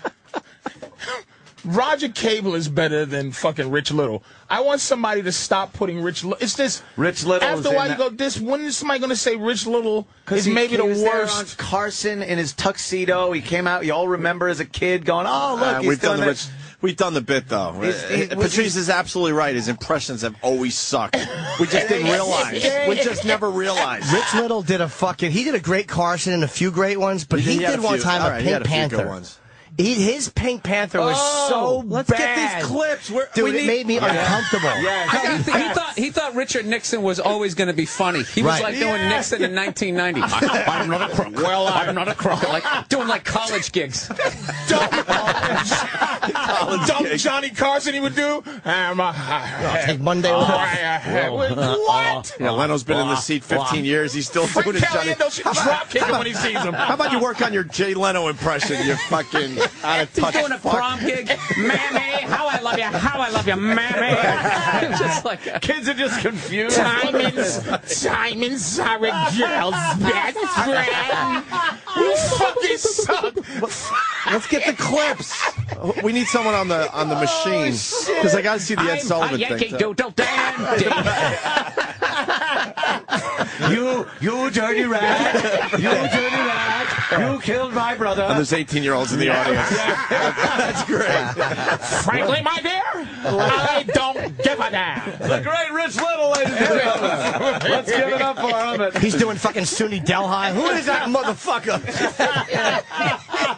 C: Roger Cable is better than fucking Rich Little. I want somebody to stop putting Rich Little. It's this.
A: Rich Little is
C: After a while,
A: in
C: you
A: that-
C: go. This. When is somebody going to say Rich Little
A: Because
C: is maybe the
A: he was there
C: worst?
A: on Carson in his tuxedo. He came out. You all remember as a kid going, "Oh, look,
B: Uh,
A: he's
B: we've done
A: doing
B: the
A: that."
B: rich- We've done the bit though.
A: He's- he-
B: Uh, Patrice is absolutely right. His impressions have always sucked. We just didn't realize. We just never realized.
D: Rich Little did a fucking. He did a great Carson and a few great ones, but
B: He
D: he,
B: did- he had
D: did
B: a
D: one
B: few.
D: time
B: All
D: a
B: right,
D: Pink
B: he had a few good
D: Panther.
B: ones.
D: He, his Pink Panther was so
F: Oh, let's
D: bad.
F: get these clips. We're-
D: Dude,
F: we
D: it
F: need-
D: made me uncomfortable.
J: I got- he, thought, he thought Richard Nixon was always going to be funny. He was
D: Right.
J: like doing Nixon in 1990. I'm not a crook. Well, I'm not a crook. Like doing like college gigs.
C: dumb, dumb Johnny Carson he would do. I'm a- I-
D: Take Monday
C: I-
D: off.
C: I- What?
B: Yeah, Leno's been in the seat 15 years. He's still
C: Frank
B: doing his Johnny.
C: Caliendo should drop kick him when he sees him.
B: How about you work on your Jay Leno impression? You fucking out of
J: He's
B: touch.
J: doing a prom gig. Mammy, how I love you. How I love you, mammy. Just like a-
A: Kids are just confused.
C: Diamonds, diamonds are a girl's best friend. You fucking suck.
B: Let's get the clips. We need someone on the on the machine because I got to see the Ed
J: Oh, I'm a
B: Sullivan thing.
J: Yankee
B: too.
J: Doodle dandy.
A: you, you dirty rat! You dirty rat! You killed my
B: And
A: brother.
B: there's 18 year olds in the audience. That's great.
C: Frankly, my dear, I don't give a damn.
A: The great Rich Little, ladies and gentlemen. Let's give it up for him.
D: He's doing fucking SUNY Delhi. Who is that motherfucker?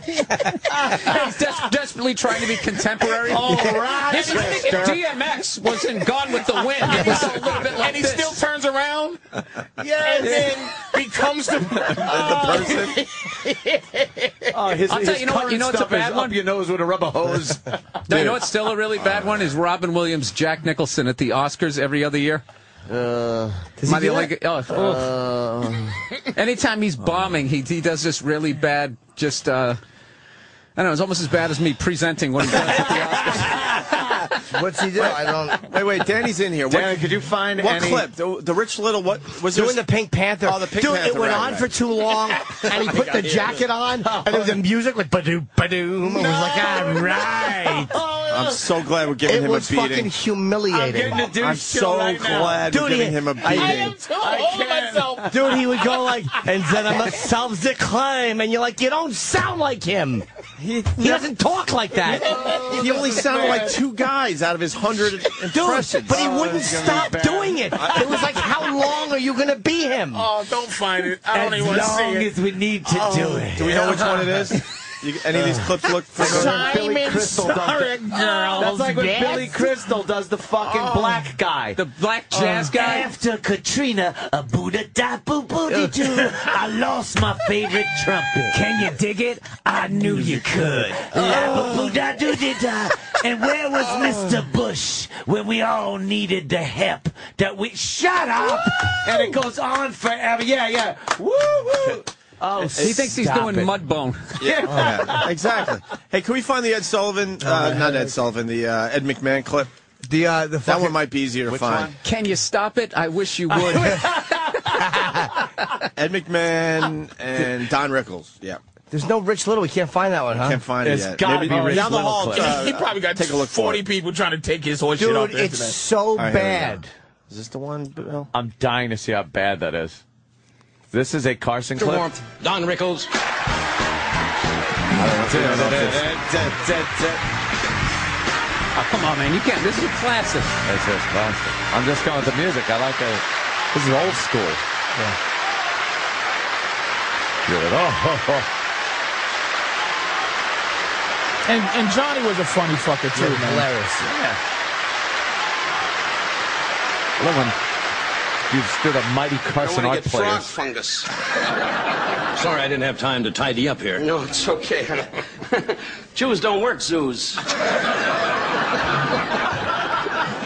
J: He's des- desperately trying to be contemporary. All right. If, if DMX was in Gone with the Wind, it was a little bit like
C: And he
J: this.
C: still turns around and then becomes the.
B: The person.
A: Oh, his,
J: I'll tell
A: his
J: you, you know what-
A: current
J: you know what's a
A: stuff is
J: bad one?
A: Up your nose with a rubber hose.
J: No, you know what's still a really bad one is Robin Williams, Jack Nicholson at the Oscars every other year. Uh, Might be like, oh, oh. Anytime he's bombing, he he does this really bad. Just uh, I don't know. It's almost as bad as me presenting when he does at the Oscars.
D: What's he doing? I don't.
B: Wait, wait. Danny's in here. What,
A: Darren, could you find
B: what
A: any?
B: clip? The, the Rich Little. What was
D: Doing
B: there-
D: the Pink Panther.
B: Oh, the Pink
D: Dude, it
B: Panther, Oh
D: went
B: right,
D: on
B: right.
D: for too long, and he put the jacket on, and there was the music with ba-doom, ba-doom. It was like, all right.
B: I'm so glad we're giving
D: It
B: him a
D: was fucking
B: beating.
D: humiliating.
A: Getting a douche
B: I'm
A: chill
B: so
A: right now.
B: glad we're
D: Dude, he-
B: giving him a beating.
D: I-
C: I am too old of myself.
D: Dude, he would go like, and then I myself to climb, and you're like, you don't sound like him. He doesn't talk like that.
B: He only sounded like two guys out of his hundred
D: Dude,
B: impressions. Oh,
D: but he wouldn't stop doing it. It was like, how long are you going to be him?
C: Oh, don't find it. I don't even want to see it.
A: we need to
D: Oh,
A: do it.
B: Do we know which one it is? You, any of these clips look familiar?
A: Billy Crystal does the-
C: girl.
A: That's like when Billy Crystal does the fucking Oh. black guy.
J: The black jazz guy.
A: After Katrina, a Buddha da boo booty too. I lost my favorite trumpet. Oh. Can you dig it? I knew you could. Buddha do da. And where was Mr. Bush when we all needed the help that we shut up? And it goes on forever. Yeah, yeah. Woo woo. Oh,
J: he thinks he's doing Mudbone.
D: Oh,
B: Yeah, exactly. Hey, can we find the Ed Sullivan? Uh, not Ed Sullivan. The uh, Ed McMahon clip.
D: The, uh, the
B: That one might be easier to find.
J: Can you stop it? I wish you would.
B: Ed McMahon and Don Rickles. Yeah.
D: There's no Rich Little. We can't find that one, huh?
B: Can't find
A: It's
B: it yet.
A: gotta be Rich
B: down the
A: Little
B: hall.
A: Clip.
B: uh,
C: he probably got
B: take a look for
C: 40
B: it.
C: people trying to take his horse shit off
D: Dude,
C: the
D: it's
C: internet.
D: so
B: All right, here we go.
D: bad.
B: Is this the one, Bill?
A: I'm dying to see how bad that is. This is a Carson clip.
K: Don Rickles.
B: I don't know if you know this.
A: That's
J: Oh, come on, man. You can't. This is a classic.
A: just classic. I'm just going with the music. I like it. This is old school. Yeah. Feel it. Oh, ho, ho.
C: And, and Johnny was a funny fucker, too, man.
D: Hilarious.
A: I love when you've stood a mighty Carson art player.
K: fungus. Sorry, I didn't have time to tidy up here. No, it's okay. Jews don't work zoos.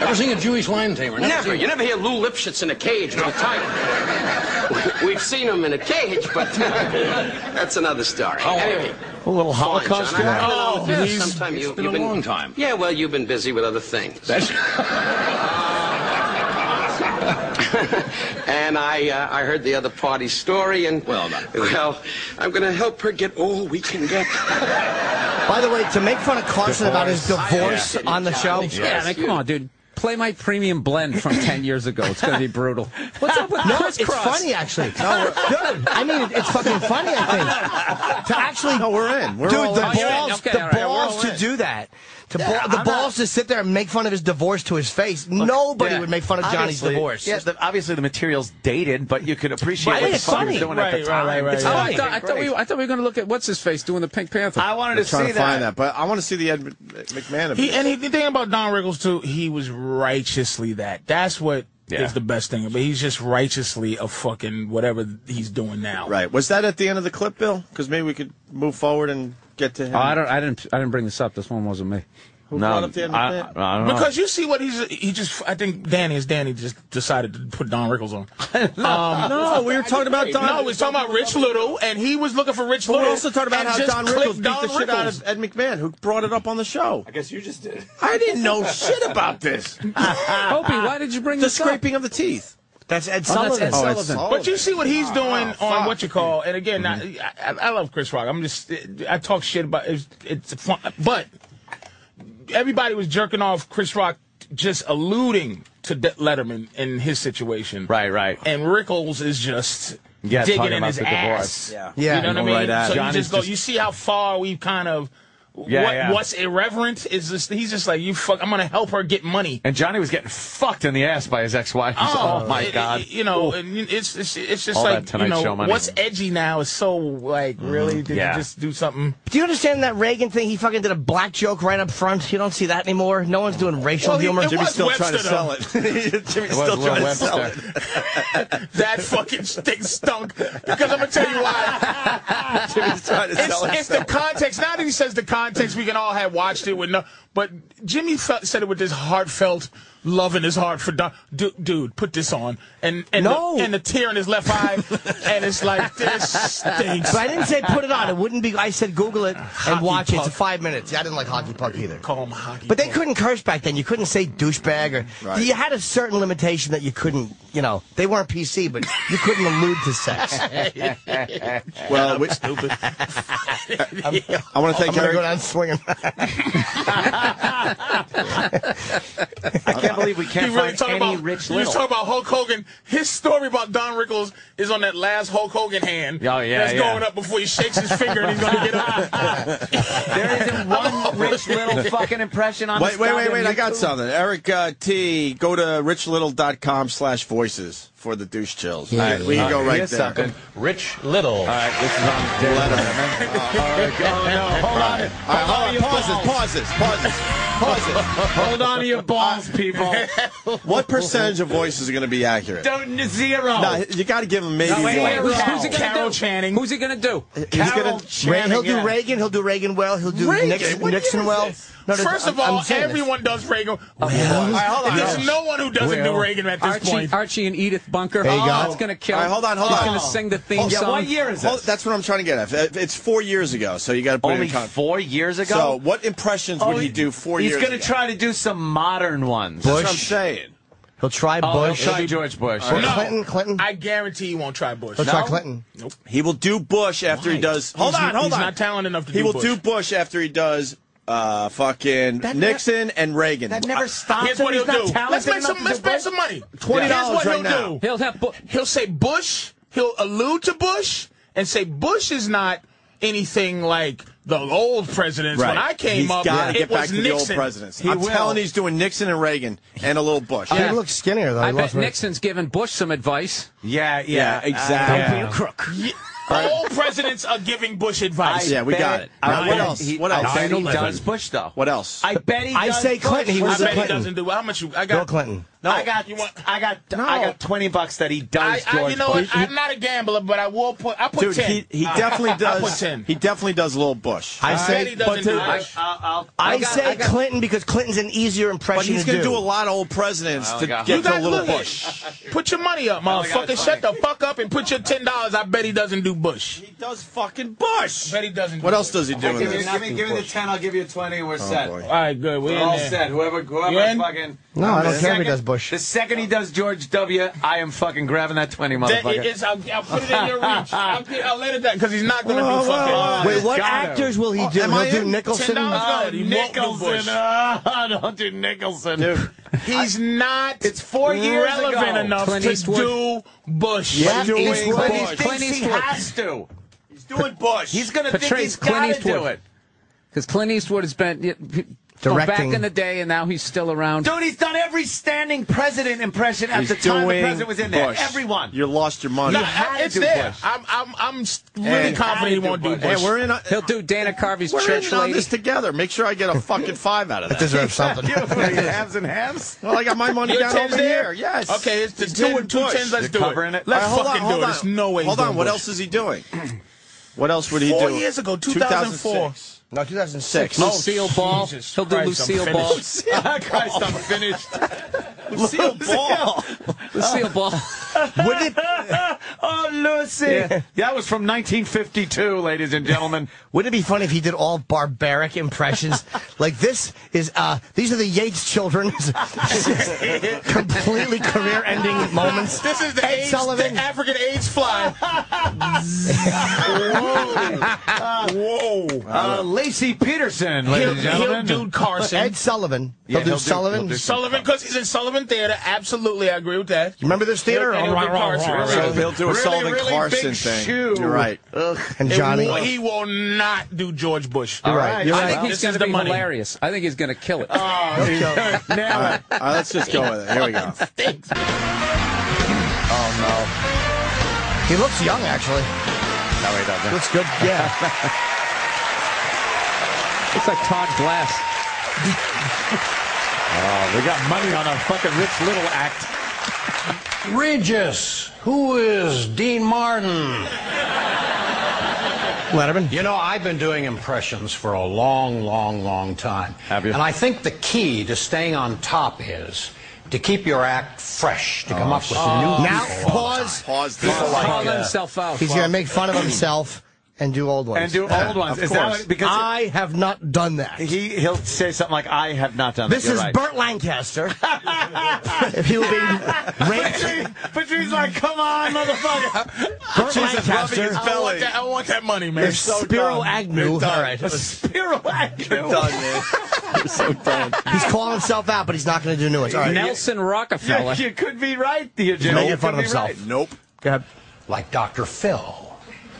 K: Ever seen a Jewish lion tamer? Never. You never hear Lou Lipschitz in a cage with a tiger. We've seen him in a cage, but uh, that's another story. Oh, anyway,
A: A little
K: fine, John.
A: Holocaust.
K: I- I
A: guy.
K: don't know if
C: Oh,
K: this-
C: he's-
K: sometime
C: it's
K: you,
C: been a
K: you've been
C: long
K: time. Yeah, well, you've been busy with other things. and I, uh, I heard the other party's story, and well, well, I'm going to help her get all we can get.
D: By the way, to make fun of Carson about his divorce
K: Yeah.
D: on the show,
J: Yeah, man, come on, dude. Play my premium blend from 10 years ago. It's going to be brutal. What's up with
D: No,
J: Chris
D: it's
J: Cross?
D: funny actually. No, dude, I mean it- it's fucking funny. I think to actually.
B: No, we're in. We're
D: dude,
B: all
D: the
B: in.
J: you're in.
D: balls,
J: Okay,
D: the
J: all right,
D: balls
B: we're all
D: to
B: in.
D: do that. To ball, the balls to sit there and make fun of his divorce to his face. Nobody
A: Yeah.
D: would make fun of Johnny's
A: Obviously-
D: divorce.
A: Yeah, the, obviously the material's dated, but you could appreciate
D: Right,
A: what the
D: it's
A: fuck he was
D: funny.
A: doing
C: Right,
A: at the
C: right,
A: time.
C: right, right,
A: It's
C: right.
J: Oh, I
A: funny.
J: thought, I thought we, I thought we were going to look at what's his face doing the Pink Panther.
A: I wanted
B: I'm
A: to see
B: trying to
A: that.
B: find that, but I want to see the Ed Mc- McMahon.
C: He,
B: He,
C: and he, the thing about Don Rickles too, he was righteously that. That's what is
A: Yeah.
C: the best thing. But he's just righteously a fucking whatever he's doing now.
B: right. Was that at the end of the clip, Bill? Because maybe we could move forward and get to him.
J: Oh, I don't. I didn't. I didn't bring this up. This one wasn't me.
B: Who brought
A: No,
B: up the Ed
A: I,
B: McMahon?
A: I don't know.
C: Because you see what he's he just I think Danny is Danny just decided to put Don Rickles on.
B: no, we were talking about Don.
C: no, we're talking about Rich Little and he was looking for Rich Little.
B: We're also talking about
C: and
B: how
C: just
B: Don
C: clicked
B: Rickles beat
C: Don
B: the shit out
C: Rickles.
B: of Ed McMahon, who brought it up on the show. I guess you just did. I didn't know shit about this.
J: Opie, why did you bring
B: the
J: this up?
B: scraping of the teeth.
D: That's Ed
J: Oh, that's
D: Sullivan.
J: Ed Sullivan.
C: But you see what he's doing on
A: Ah,
B: fuck.
C: what you call, and again,
A: Mm-hmm.
C: I, I, I love Chris Rock. I'm just, I talk shit about it's, it's fun, but everybody was jerking off Chris Rock, just alluding to De- Letterman in his situation,
A: Right, right.
C: And Rickles is just
A: Yeah,
C: digging
A: talking
C: in
A: about
C: his
A: the
C: ass.
A: divorce.
B: Yeah.
D: Yeah.
C: you know what I
A: Going
C: mean.
A: right at
C: so
A: it.
C: you just
A: Johnny's
C: go,
A: just-
C: you see how far we've kind of.
A: Yeah,
C: what,
A: yeah.
C: What's irreverent is this? He's just like you. Fuck! I'm gonna help her get money.
A: And Johnny was getting fucked in the ass by his ex-wife. Oh, my
C: it- it-
A: God.
C: you know, and it's it's it's just
A: All that
C: like you
A: Tonight
C: know
A: Show money.
C: what's edgy now is so like really did
A: Yeah.
C: you just do something?
D: Mm-hmm. Do you understand that Reagan thing? He fucking did a black joke right up front. You don't see that anymore. No one's doing racial humor.
C: it
B: Jimmy's
C: was
B: still trying to
C: Webster,
B: sell it. Jimmy's
A: was
B: still
A: Will
B: trying to
A: Webster.
B: sell it.
C: That fucking thing stunk because I'm gonna tell you why.
B: Jimmy's trying to
C: It's,
B: sell it.
C: it's the context. Now that he says the context, we can all have watched it with no. But Jimmy felt, said it with this heartfelt love in his heart for Don. Du- dude, put this on, and and
D: No.
C: the, and the tear in his left eye, and it's like this stinks.
D: But I didn't say put it on. It wouldn't be. I said Google it and
C: Hockey
D: watch it. It's
C: puck.
D: five minutes. Yeah, I didn't like hockey puck either.
C: Call him hockey.
D: But they
C: puck.
D: couldn't curse back then. You couldn't say douchebag or
B: Right.
D: you had a certain limitation that you couldn't. You know, they weren't PC, but you couldn't allude to sex.
B: Well, we,
C: Stupid.
B: I want to
D: I'm gonna
B: thank
D: go
B: Eric.
D: down swinging.
A: I can't believe we can't
C: You really
A: find
C: talking
A: any
C: about?
A: Rich
C: you was talking
A: Little.
C: about Hulk Hogan. His story about Don Rickles is on that last Hulk Hogan hand.
A: Oh, yeah,
C: that's
A: yeah.
C: going up before he shakes his finger and he's gonna get up.
A: There isn't one Rich Little fucking impression on
B: Wait,
A: this
B: wait, wait,
A: goddamn
B: wait. I got
A: YouTube.
B: something. Eric uh, T, go to richlittle.com slash voices for the douche chills. All right, we can go right
A: Here's
B: there.
A: something.
K: Rich Little.
A: All right, this is on Letterman.
B: All right, all right, hold on. Pause this, pause this, pause this, pause this.
A: Hold on to your balls, people.
B: What percentage of voices are going to be accurate?
A: Don't zero.
B: No, you got to give him maybe
A: wait, wait,
B: one.
A: wait.
J: Who's, who's he gonna
C: Carol
J: do?
C: Channing.
J: Who's he gonna do?
B: He's
A: Carol
B: gonna-
D: Ray, he'll
A: Channing,
D: do Reagan. He'll do Reagan well. He'll do
B: Reagan?
D: Nixon,
B: What year
D: Nixon
B: is
D: well.
B: this?
D: No, no,
C: First of
D: I'm- I'm
C: all,
D: saying this.
C: everyone does Reagan.
B: All right, hold on.
C: There's no one who doesn't do
A: Well,
C: Reagan at this
J: Oh, Archie,
C: point.
J: Archie and Edith Bunker.
D: There you
J: oh,
D: go.
J: it's gonna kill.
B: All right, hold on, hold
J: He's
B: on.
J: gonna sing the theme
B: Hold- yeah,
J: song.
A: what year is
B: Hold-
A: this?
B: that's what I'm trying to get at. It's four years ago, so you got to put
A: Only
B: it in context.
A: four years ago.
B: So,
J: Oh,
B: Oh, what impressions would he do four
A: he's
B: years
A: gonna
B: ago?
A: try to do some modern ones.
B: That's what I'm saying.
D: He'll try
C: Oh,
D: Bush.
C: he'll try George
B: Bush.
D: Or
C: Uh, No.
D: Clinton. Clinton.
C: I guarantee he won't try Bush.
D: He'll try Clinton.
C: Nope.
B: He will do Bush after he
C: Why?
B: does.
C: He's
B: Hold on,
C: not-
B: hold
C: he's
B: on.
C: not talented enough to
B: He
C: do
B: will
C: Bush.
B: do Bush after he does uh, fucking Nixon and Reagan.
F: that never
B: I-
F: stops
C: Here's
F: him.
C: what
F: He's
C: he'll
F: not
C: do.
F: talented
C: Let's make
F: enough
C: some.
F: to
C: Let's
F: do
C: spend
F: both.
C: some money.
B: $20
C: Here's what
B: right
C: he'll
B: now.
C: do.
J: He'll have. Bu-
C: He'll say Bush. He'll allude to Bush and say Bush is not anything like the old presidents. When I came
B: He's
C: up,
B: gotta
C: it
B: get
C: was
B: back to
C: Nixon.
B: the old presidents.
J: He
B: I'm
J: will.
B: telling you, he's doing Nixon and Reagan and a little Bush.
D: He looks skinnier though. He
J: I
D: lost
J: bet
D: weight.
J: Nixon's given Bush some advice.
A: Yeah,
B: Yeah,
A: yeah,
B: exactly.
A: Uh,
B: Don't be a
A: crook.
C: Old presidents are giving Bush advice.
B: Yeah, we got it. Now, what
A: bet
B: else?
A: He,
B: What else?
A: I bet he
C: 9/11.
A: does Bush though.
B: What else?
A: I bet he.
D: I
A: does
D: say
A: Bush.
D: clinton he
C: I
D: was
C: bet
D: a
C: he
D: clinton
C: doesn't do. How much? You, I got
D: bill clinton
A: I got.
C: You want-
A: I got. I got twenty bucks that he does.
C: I, I,
A: George
C: you know
A: Bush.
C: what? I'm not a gambler, but I will put. I put
B: Dude,
C: ten.
B: he, he
C: I-
B: definitely
C: I put
B: does.
C: ten.
B: He definitely does a little Bush.
D: i
C: bet he
D: say
C: doesn't do
A: I,
C: Bush.
A: I'll, I'll,
D: i
A: got-
D: say
A: I got-
D: clinton because clinton's an easier
B: But
D: impression
B: he's
D: to
B: going
D: do
B: to do a lot of old presidents to
A: God.
B: get to a
C: guys
B: little
C: look at-
B: Bush.
C: Put your money up,
A: my God,
C: motherfucker.
A: it's
C: Shut the fuck up and put your ten dollars. I bet he doesn't do Bush.
B: He does fucking Bush.
C: bet he doesn't.
B: What
C: do
B: else
C: Bush.
B: does he do in
A: Give me,
B: this? Oh,
A: give me, give me the ten. I'll give you a twenty, and we're set.
B: boy.
C: All right, good. We're
A: Oh, We're
C: in
A: all
C: there.
A: set. Whoever,
C: You
A: whoever,
C: in?
A: fucking.
D: No, I don't care
A: The
D: if he
A: second-
D: does Bush.
A: The second he does George W, I am fucking grabbing that twenty,
C: That
A: motherfucker.
C: is, I'll, I'll put it in your reach. I'll, get- I'll let it down because he's not going to do fucking.
D: wait what
A: Got him.
D: actors
C: Uh,
D: will he
C: Oh,
D: do
B: am
D: he'll
B: I
D: do
B: in?
D: nicholson
C: $10?
A: Oh,
C: He won't do Bush.
A: Oh, don't do Nicholson.
C: he's not.
A: It's four years
C: relevant
A: ago.
C: enough
J: Clint
C: to
J: Eastwood.
C: do Bush.
D: Yeah,
C: Doing
D: Eastwood.
A: But
C: Bush.
A: he
J: Bush.
A: thinks he
J: Clint Eastwood.
A: has to.
B: He's doing Bush.
A: He's gonna think
J: Patrice,
A: he's
J: Clint
A: gotta
J: Eastwood.
A: do it.
J: Because Clint Eastwood has been y- p- from
D: Directing.
J: back in the day, and now he's still around.
A: Dude, he's done every standing president impression at the time the president was in there.
B: Bush.
A: Everyone.
B: You lost your money.
C: No,
A: had to
C: it's
A: do
C: there.
A: Bush.
C: I'm, I'm, I'm s- really
B: you
C: confident he won't do
B: Hey,
C: Bush.
B: we're in. A,
J: He'll do Dana Carvey's
B: we're
J: church
B: in on
J: lady.
B: this together. Make sure I get a fucking five out of that.
D: deserves something
A: Give him hams and hams.
B: Well, I got my money
C: Your
B: down
C: ten's
B: over
C: there?
B: here. Yes.
C: Okay, it's the
B: He's
C: ten,
B: doing
C: two
B: Bush.
C: tens. Let's
A: You're
C: do
A: covering it?
C: it. Let's
B: All right, hold
C: fucking
B: on, hold
C: do it.
B: on.
C: There's no way. he's
B: Hold on.
C: doing
B: What
C: Bush.
B: else is he doing? What else would he
C: Four
B: do?
C: years ago, 2004.
D: no 2006
B: Oh,
J: Lucille Ball.
C: Jesus
J: He'll do
C: Christ, I'm
J: Lucille Ball.
A: Christ, I'm finished.
B: Lucille Ball.
J: Lucille Ball.
A: Would it? oh, Lucy. That was from 1952, ladies and gentlemen.
D: Wouldn't it be funny if he did all barbaric impressions? like this is uh these are the Yates children. Completely career ending moments.
C: This is the
D: Ed
C: AIDS,
D: Sullivan.
C: the African AIDS fly. Whoa. Whoa.
A: Uh, Lacey Peterson, ladies
C: He'll,
A: and
C: he'll
A: gentlemen.
C: do Carson.
D: Ed Sullivan. he'll
A: Yeah,
D: do
A: he'll do-
D: Sullivan.
A: he'll do-
C: Sullivan, because he's in Sullivan Theater. Absolutely, I agree with that.
D: Remember this theater?
C: He'll- he'll
D: Oh,
C: do
D: rah, rah,
C: Carson.
D: rah, rah.
B: So he'll do a
A: Really,
B: Sullivan
A: really
B: Carson
A: big
B: thing.
A: shoe.
B: You're right.
D: And
C: It
D: Johnny.
C: will- he will not do George Bush.
D: You're right. You're
J: I
D: right.
J: think he's
C: This is
J: going to
C: the
J: be
C: money.
J: hilarious. I think he's going to kill it.
A: Oh,
B: All right. All right, let's just go with it. Here we go.
A: Oh,
D: He looks young, actually.
B: No, he doesn't.
D: Looks good. Yeah.
J: It's like Todd Glass.
A: We Oh, got money on a fucking Rich Little act.
K: Regis, who is Dean Martin?
D: Letterman.
K: You know, I've been doing impressions for a long, long, long time.
A: Have you?
K: And I think the key to staying on top is to keep your act fresh, to come up with new
D: Now
K: people all the
D: pause.
B: Pause.
J: He's
B: This.
J: calling himself out.
D: He's gonna make fun of himself and do old ones.
A: And do old ones.
B: Of
A: Is that
B: course.
A: what- because
D: I have not done that.
A: he, he'll say something like, I have not done
D: This
A: that. You're
D: is
A: right.
D: Burt Lancaster. if he will be raped,
A: Patrice's like, come on, motherfucker.
D: Burt
B: Jesus, rubbing his
D: Lancaster.
C: I want,
B: belly.
C: that, I want that money, man.
D: If Spiro Agnew, all right,
A: Spiro Agnew.
B: Done, man. You're so done.
D: he's calling himself out, but he's not going to do new ones. All right,
J: Nelson
A: Yeah,
J: Rockefeller.
A: you could be right, the agenda.
D: making fun of himself.
B: Nope.
D: Go ahead.
K: like Dr. Phil.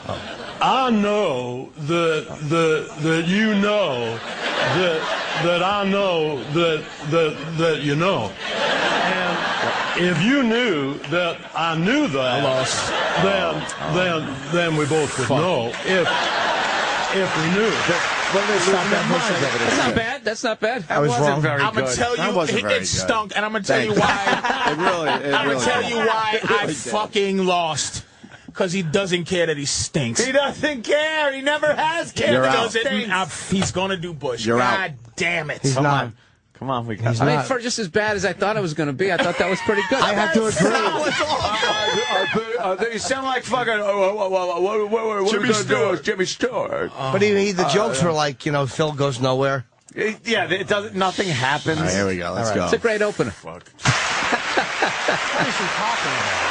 L: Oh. I know that that that you know that that I know that that that you know. And if you knew that I knew that, then then then we both would know if if we knew.
J: That's not bad. That's not bad.
D: I was
A: Wasn't
D: wrong.
A: very
C: I'm
A: good.
C: gonna tell
B: That
C: you
B: wasn't
C: it,
B: very
C: it
B: good.
C: stunk, and I'm gonna tell
B: Thank
C: you why.
B: It really. It
C: I'm gonna
B: really
C: tell
B: did.
C: you why I fucking lost. Cause he doesn't care that he stinks.
A: He doesn't care. He never has cared.
B: You're
A: He
B: out.
A: does it.
C: doesn't. I- he's gonna do Bush.
B: You're out.
C: God damn it.
D: He's not.
A: Come on, we got
J: I mean, for just as bad as I thought it was going to be, I thought that was pretty good.
D: I have to agree.
A: You Uh, sound like fucking. Oh, oh, oh, oh, oh, what- what- what- what
B: Jimmy
A: we gonna do
B: Stewart.
A: with Jimmy Stewart.
D: But he,
A: Uh,
D: he, the jokes were like, you know, Phil goes nowhere.
A: It- yeah, it doesn't. Nothing happens.
B: All right, here we go. Let's
J: It's a
B: go.
J: great opener.
M: What is he talking about?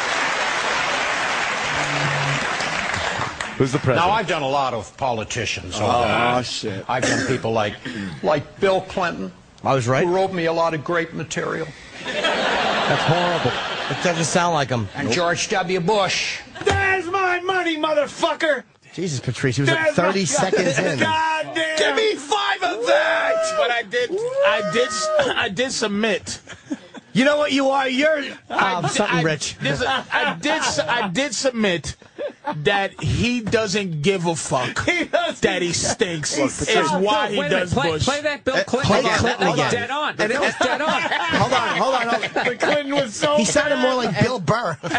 A: Who's the president?
M: Now I've done a lot of politicians.
A: Oh,
M: over-
A: shit.
M: I've done people like, like Bill Clinton. I was right. Who wrote me a lot of great material. That's horrible. It doesn't sound like him. And George W. Bush.
D: There's my money, motherfucker. Jesus, Patrice, he was like 30 seconds in.
C: God damn. Give me
B: five
C: of that. But I did. I did. I did submit.
D: You know what you are? You're
J: Um,
C: I,
D: something
C: I-
D: rich.
C: this- I did. su- I did submit that he doesn't give a fuck that he stinks.
J: Look,
C: is
J: Patricia-
C: why
J: No,
C: he
J: wait a minute.
C: does
J: play,
C: Bush. Eh,
J: play that Bill Clinton
C: play
J: again.
C: Clinton
J: That was
C: again.
J: dead on. And it was dead on.
D: hold on, hold on, hold on.
C: Clinton was so
D: He sounded more like Bill Burr.
B: and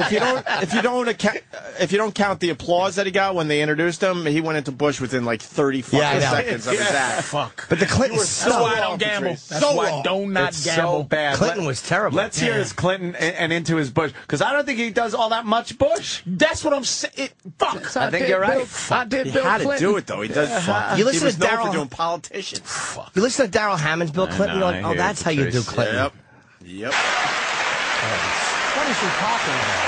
B: if you don't, if you don't account, if you don't count the applause that he got when they introduced him, he went into Bush within like thirty fucking
D: Yeah, I know.
B: seconds of his
D: Yeah.
B: act.
C: Fuck.
D: But the
B: You were
D: Clintons
B: so
D: suck.
B: wrong, Patrice.
A: so
C: why I
A: wrong.
C: do not
A: it's
C: gamble.
A: So bad.
D: Clinton was terrible.
A: Let's hear
D: Yeah.
A: his Clinton and, and into his Bush because I don't think he does all that much Bush.
C: That's what I'm saying. Fuck.
A: I think you're right.
J: I did
B: He
J: Bill
B: had to
J: Clinton.
B: do it though. He does.
H: Uh-huh.
B: Fuck.
D: You listen
B: he was
D: to
B: known
D: Daryl-
B: for doing politicians. Fuck.
D: You listen to Daryl Hammond's Bill
A: I
D: Clinton,
A: know,
D: you're
A: I
D: like, oh,
A: hear
D: that's
A: you,
D: how you do
A: Patrice.
D: Clinton.
B: Yep. Yep.
M: What is he talking about?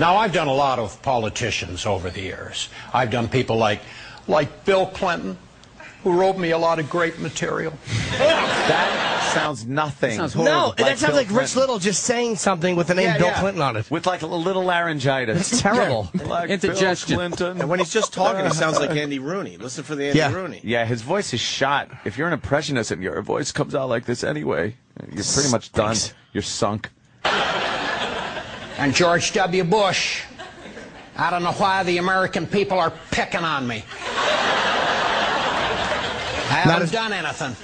M: Now I've done a lot of politicians over the years. I've done people like, like Bill Clinton, who wrote me a lot of great material.
A: That sounds nothing.
J: That sounds horrible.
D: No, that sounds
A: Bill
D: like Rich
A: Clinton.
D: Little just saying something with the name
A: Yeah,
D: Bill
A: yeah.
D: Clinton on it.
A: With like a little laryngitis.
D: It's terrible.
A: Like
J: Indigestion.
A: Bill Clinton.
B: And when he's just talking, he sounds like Andy Rooney. Listen for the Andy
D: Yeah.
B: Rooney.
A: Yeah, his voice is shot. If you're an impressionist and your voice comes out like this anyway, you're pretty much done. You're sunk.
M: And George W. Bush. I don't know why the American people are picking on me. I
D: Not
M: haven't
D: as-
M: done anything.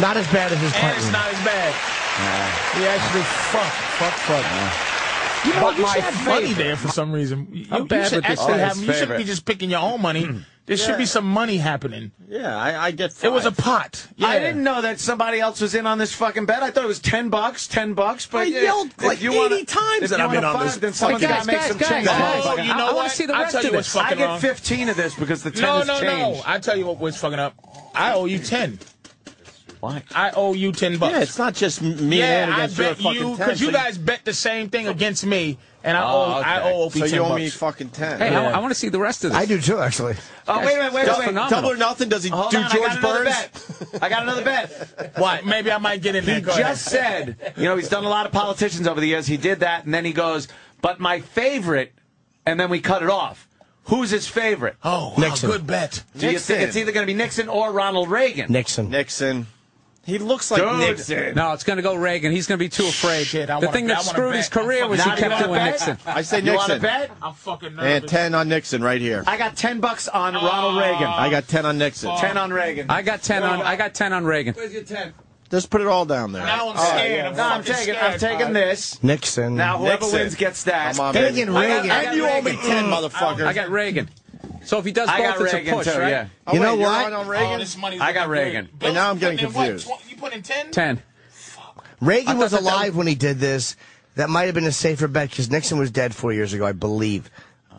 D: Not as bad as his
C: And it's
D: Clinton.
C: not as bad. He actually fuck, fuck, fuck. You know,
M: But
C: you
M: my
C: should have money
M: favorite-
C: there for some reason. You,
J: I'm
C: you
J: bad
C: should
J: with this
C: actually
A: guy.
C: have. You shouldn't
A: Favorite.
C: be just picking your own money. There should be some money happening.
B: Yeah, I, I get.
C: It was a
B: five.
C: pot. Yeah.
A: I didn't know that somebody else was in on this fucking bet. I thought it was ten bucks, ten bucks. But
B: I
A: yeah,
B: yelled
A: if
B: like
A: you wanna-
B: 80 times
A: if
B: that
A: you
B: I've been
A: wanna
B: on
A: five,
B: this
A: Then someone's
J: Hey,
A: got to
J: guys,
A: make
J: guys,
A: some
J: guys,
A: change.
J: guys.
C: Oh, you
J: I- I
C: know
J: wanna
C: what?
J: see the
C: I'll
J: rest
C: tell
J: of
C: you what's
J: this.
A: I
C: fucking
A: get
C: wrong.
A: fifteen of this because the ten
C: No,
A: is
C: no, no.
A: changed.
C: I tell you what was fucking up. I owe you ten.
A: Why?
C: I owe you ten bucks.
B: Yeah, it's not just m- me and Ann
C: Yeah, I
B: against your
C: bet
B: fucking
C: you
B: ten,
C: because
B: so Oh,
C: you guys bet the same thing against me, and I owe I
A: okay.
C: owe OP
B: So
C: ten
B: you owe
C: bucks.
B: me fucking ten.
J: Hey, I,
C: Yeah.
J: I want to see the rest of this.
D: I do too, actually.
A: Oh wait a minute, wait
J: That's
A: a minute.
J: phenomenal.
B: Double or nothing? Does he
A: Hold
B: do
A: on, I
B: George
A: got another
B: Burns?
A: bet. I got another bet.
C: What? Maybe I might get in there.
A: He
C: Go ahead.
A: just said, you know, he's done a lot of politicians over the years. He did that, and then he goes, but my favorite, and then we cut it off. Who's his favorite?
C: "Oh, wow,
D: Nixon.
C: good bet."
A: Do you
B: Nixon.
A: think it's either going to be Nixon or Ronald Reagan?
D: Nixon.
B: Nixon. He looks like
A: Dude.
B: Nixon.
J: No, it's going to go Reagan. He's going to be too afraid.
C: Shit, I
J: the
C: wanna
J: thing
C: bet,
J: that
C: I wanna
J: screwed his
C: bet. I'm
J: career was he
C: fucking-
A: you
J: kept
A: wanna
J: doing
A: bet?
J: Nixon.
B: I say
A: You want to
B: Nixon.
A: bet?
C: I'm fucking nervous. Oh.
B: And ten on Nixon right here.
A: I got ten bucks on Ronald Reagan.
B: I got ten on Nixon.
A: ten on Reagan.
J: I got ten on. I got ten on Reagan.
A: Where's your ten?
B: Just put it all down there.
C: Now I'm
B: All right.
C: scared. I'm,
A: No, I'm
C: fucking
A: taking.
C: Scared.
A: I'm taking this.
D: Nixon.
A: Now whoever
B: Nixon.
A: wins gets that.
B: Come on,
D: Reagan,
B: baby.
A: I got-
D: Reagan.
A: I got
B: And you owe me
A: Reagan.
B: ten, motherfucker.
J: I got Reagan. So if he does
A: I got
J: both, it's a
A: Reagan
J: push,
A: too.
J: right?
A: Yeah.
B: Oh,
D: You know
B: wait, you're
D: what?
B: on on
C: Oh,
B: Reagan.
C: this money's
A: I got
C: looking good.
A: Reagan.
C: Bill's
B: now I'm getting
C: putting in what,
B: confused.
C: twen- You put in ten?
J: Ten.
D: Reagan
J: I
D: was
J: thought that that-
D: alive when he did this. That might have been a safer bet because Nixon was dead four years ago, I believe.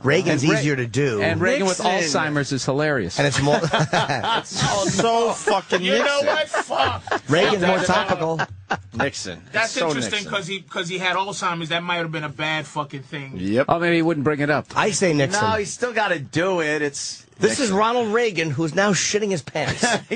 D: Reagan's
J: And Re-
D: easier to do.
J: And Reagan with
B: Nixon.
J: Alzheimer's is hilarious.
D: and it's more
B: so fucking
C: You
B: Nixon.
C: know what? Fuck.
D: Reagan's more topical.
B: Nixon.
C: That's
B: so
C: interesting
B: Nixon.
C: because he because he had Alzheimer's. That might have been a bad fucking thing.
B: Yep.
J: oh, maybe he wouldn't bring it up.
D: I say Nixon.
A: No, he's still got to do it. It's
D: this is Ronald Reagan, who's now shitting his pants.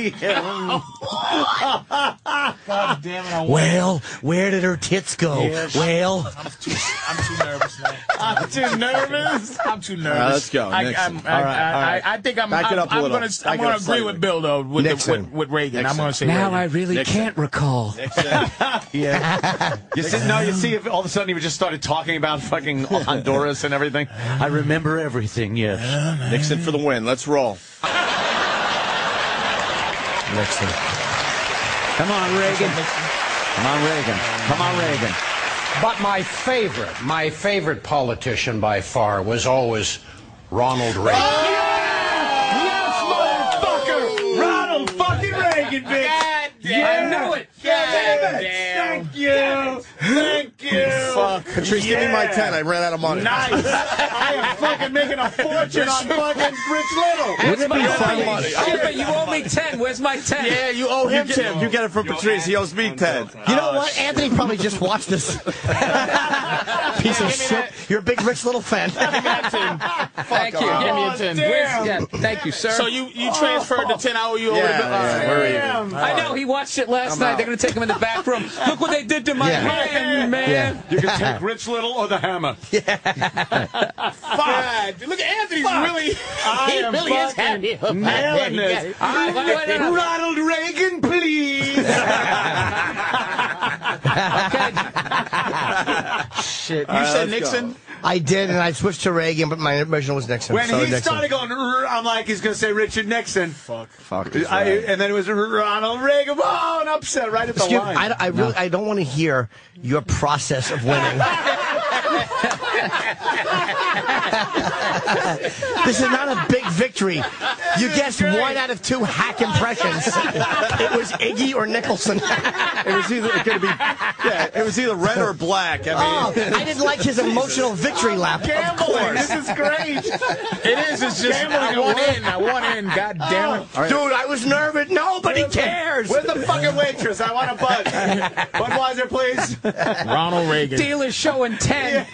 C: God damn it! I want-
D: well, where did her tits go?
C: Yes.
D: Well,
C: I'm too I'm too nervous now.
A: I'm too nervous.
C: I'm too nervous.
B: right, let's go.
C: I,
B: Nixon.
C: I'm- I,
B: All right,
C: I-
B: all right.
C: I- I think I'm.
B: Back it
C: I'm,
B: up a
C: I'm
B: little.
C: gonna.
B: Back
C: I'm
B: it
C: gonna
B: up
C: agree
B: slightly.
C: with Bill though. With, the,
D: Nixon.
C: with, with Reagan, I'm
B: Nixon.
C: gonna say
J: Now
C: Reagan.
J: I really
B: Nixon.
J: can't recall.
A: You see, no, you see, if all of a sudden he just started talking about fucking Honduras and everything. I remember everything. Yes.
B: Nixon for the win. Let's roll.
D: Nixon.
J: Come on, Reagan.
A: Come on, Reagan. Come on, Reagan.
M: But my favorite, my favorite politician by far was always Ronald Reagan.
A: Motherfucker, Ronald fucking Reagan, bitch.
C: God damn.
J: I knew it.
C: God
A: Damn it.
C: damn.
A: Thank you. Thank you.
B: Fuck. Patrice, give me my
H: Yeah.
B: 10. I ran out of money.
H: Nice. I am fucking making a fortune on fucking Rich Little.
B: Wouldn't it be
H: Holy
B: funny?
H: shit.
J: Shit, but you owe me 10. Where's my 10?
B: Yeah, you owe him 10. You get it from Patrice. He owes me 10.
D: You know what? Anthony probably just watched this. Piece of shit. You're a big Rich Little fan.
J: Thank you.
D: off.
J: Give me a 10.
D: Damn.
J: Where's- yeah, thank you, sir.
C: So you- you transferred the 10 I owe you over to Bill- Yeah, we're even.
J: I know. He watched it last
C: I'm
J: night.
C: out.
J: They're going to take him in the back room. Look what they did to my
H: Yeah.
J: hand, man.
H: You can take Rich Little or the hammer.
C: God, look at Anthony's really.
H: I
C: he
H: am
C: really is happy.
H: fucking nailing this.
C: I,
H: Ronald Reagan, please.
D: Shit.
H: You All right, said let's Nixon? go.
D: I did, and I switched to Reagan, but my original was Nixon.
H: When
D: so
H: he
D: Nixon.
H: started going, "Rrr," I'm like, he's going to say Richard Nixon. Fuck.
D: Fuck.
H: I, and then it was Ronald Reagan. Oh, an upset right at the
D: Excuse me,
H: line.
D: I, I really, I don't want to hear your process of winning. this is not a big victory. You guessed one out of two hack impressions. it was Iggy or Nicholson.
B: It was either going to be, yeah, it was either red or black. I
D: oh,
B: mean,
D: I didn't like his emotional victory lap. Of
H: Gambling.
D: course.
H: This is great.
C: It is. It's just I want in. I want in. God damn it.
D: Dude, I was nervous. Nobody cares.
H: Where's the fucking waitress? I want a bud. Budweiser, please.
C: Ronald Reagan.
J: Dealer's showing 10.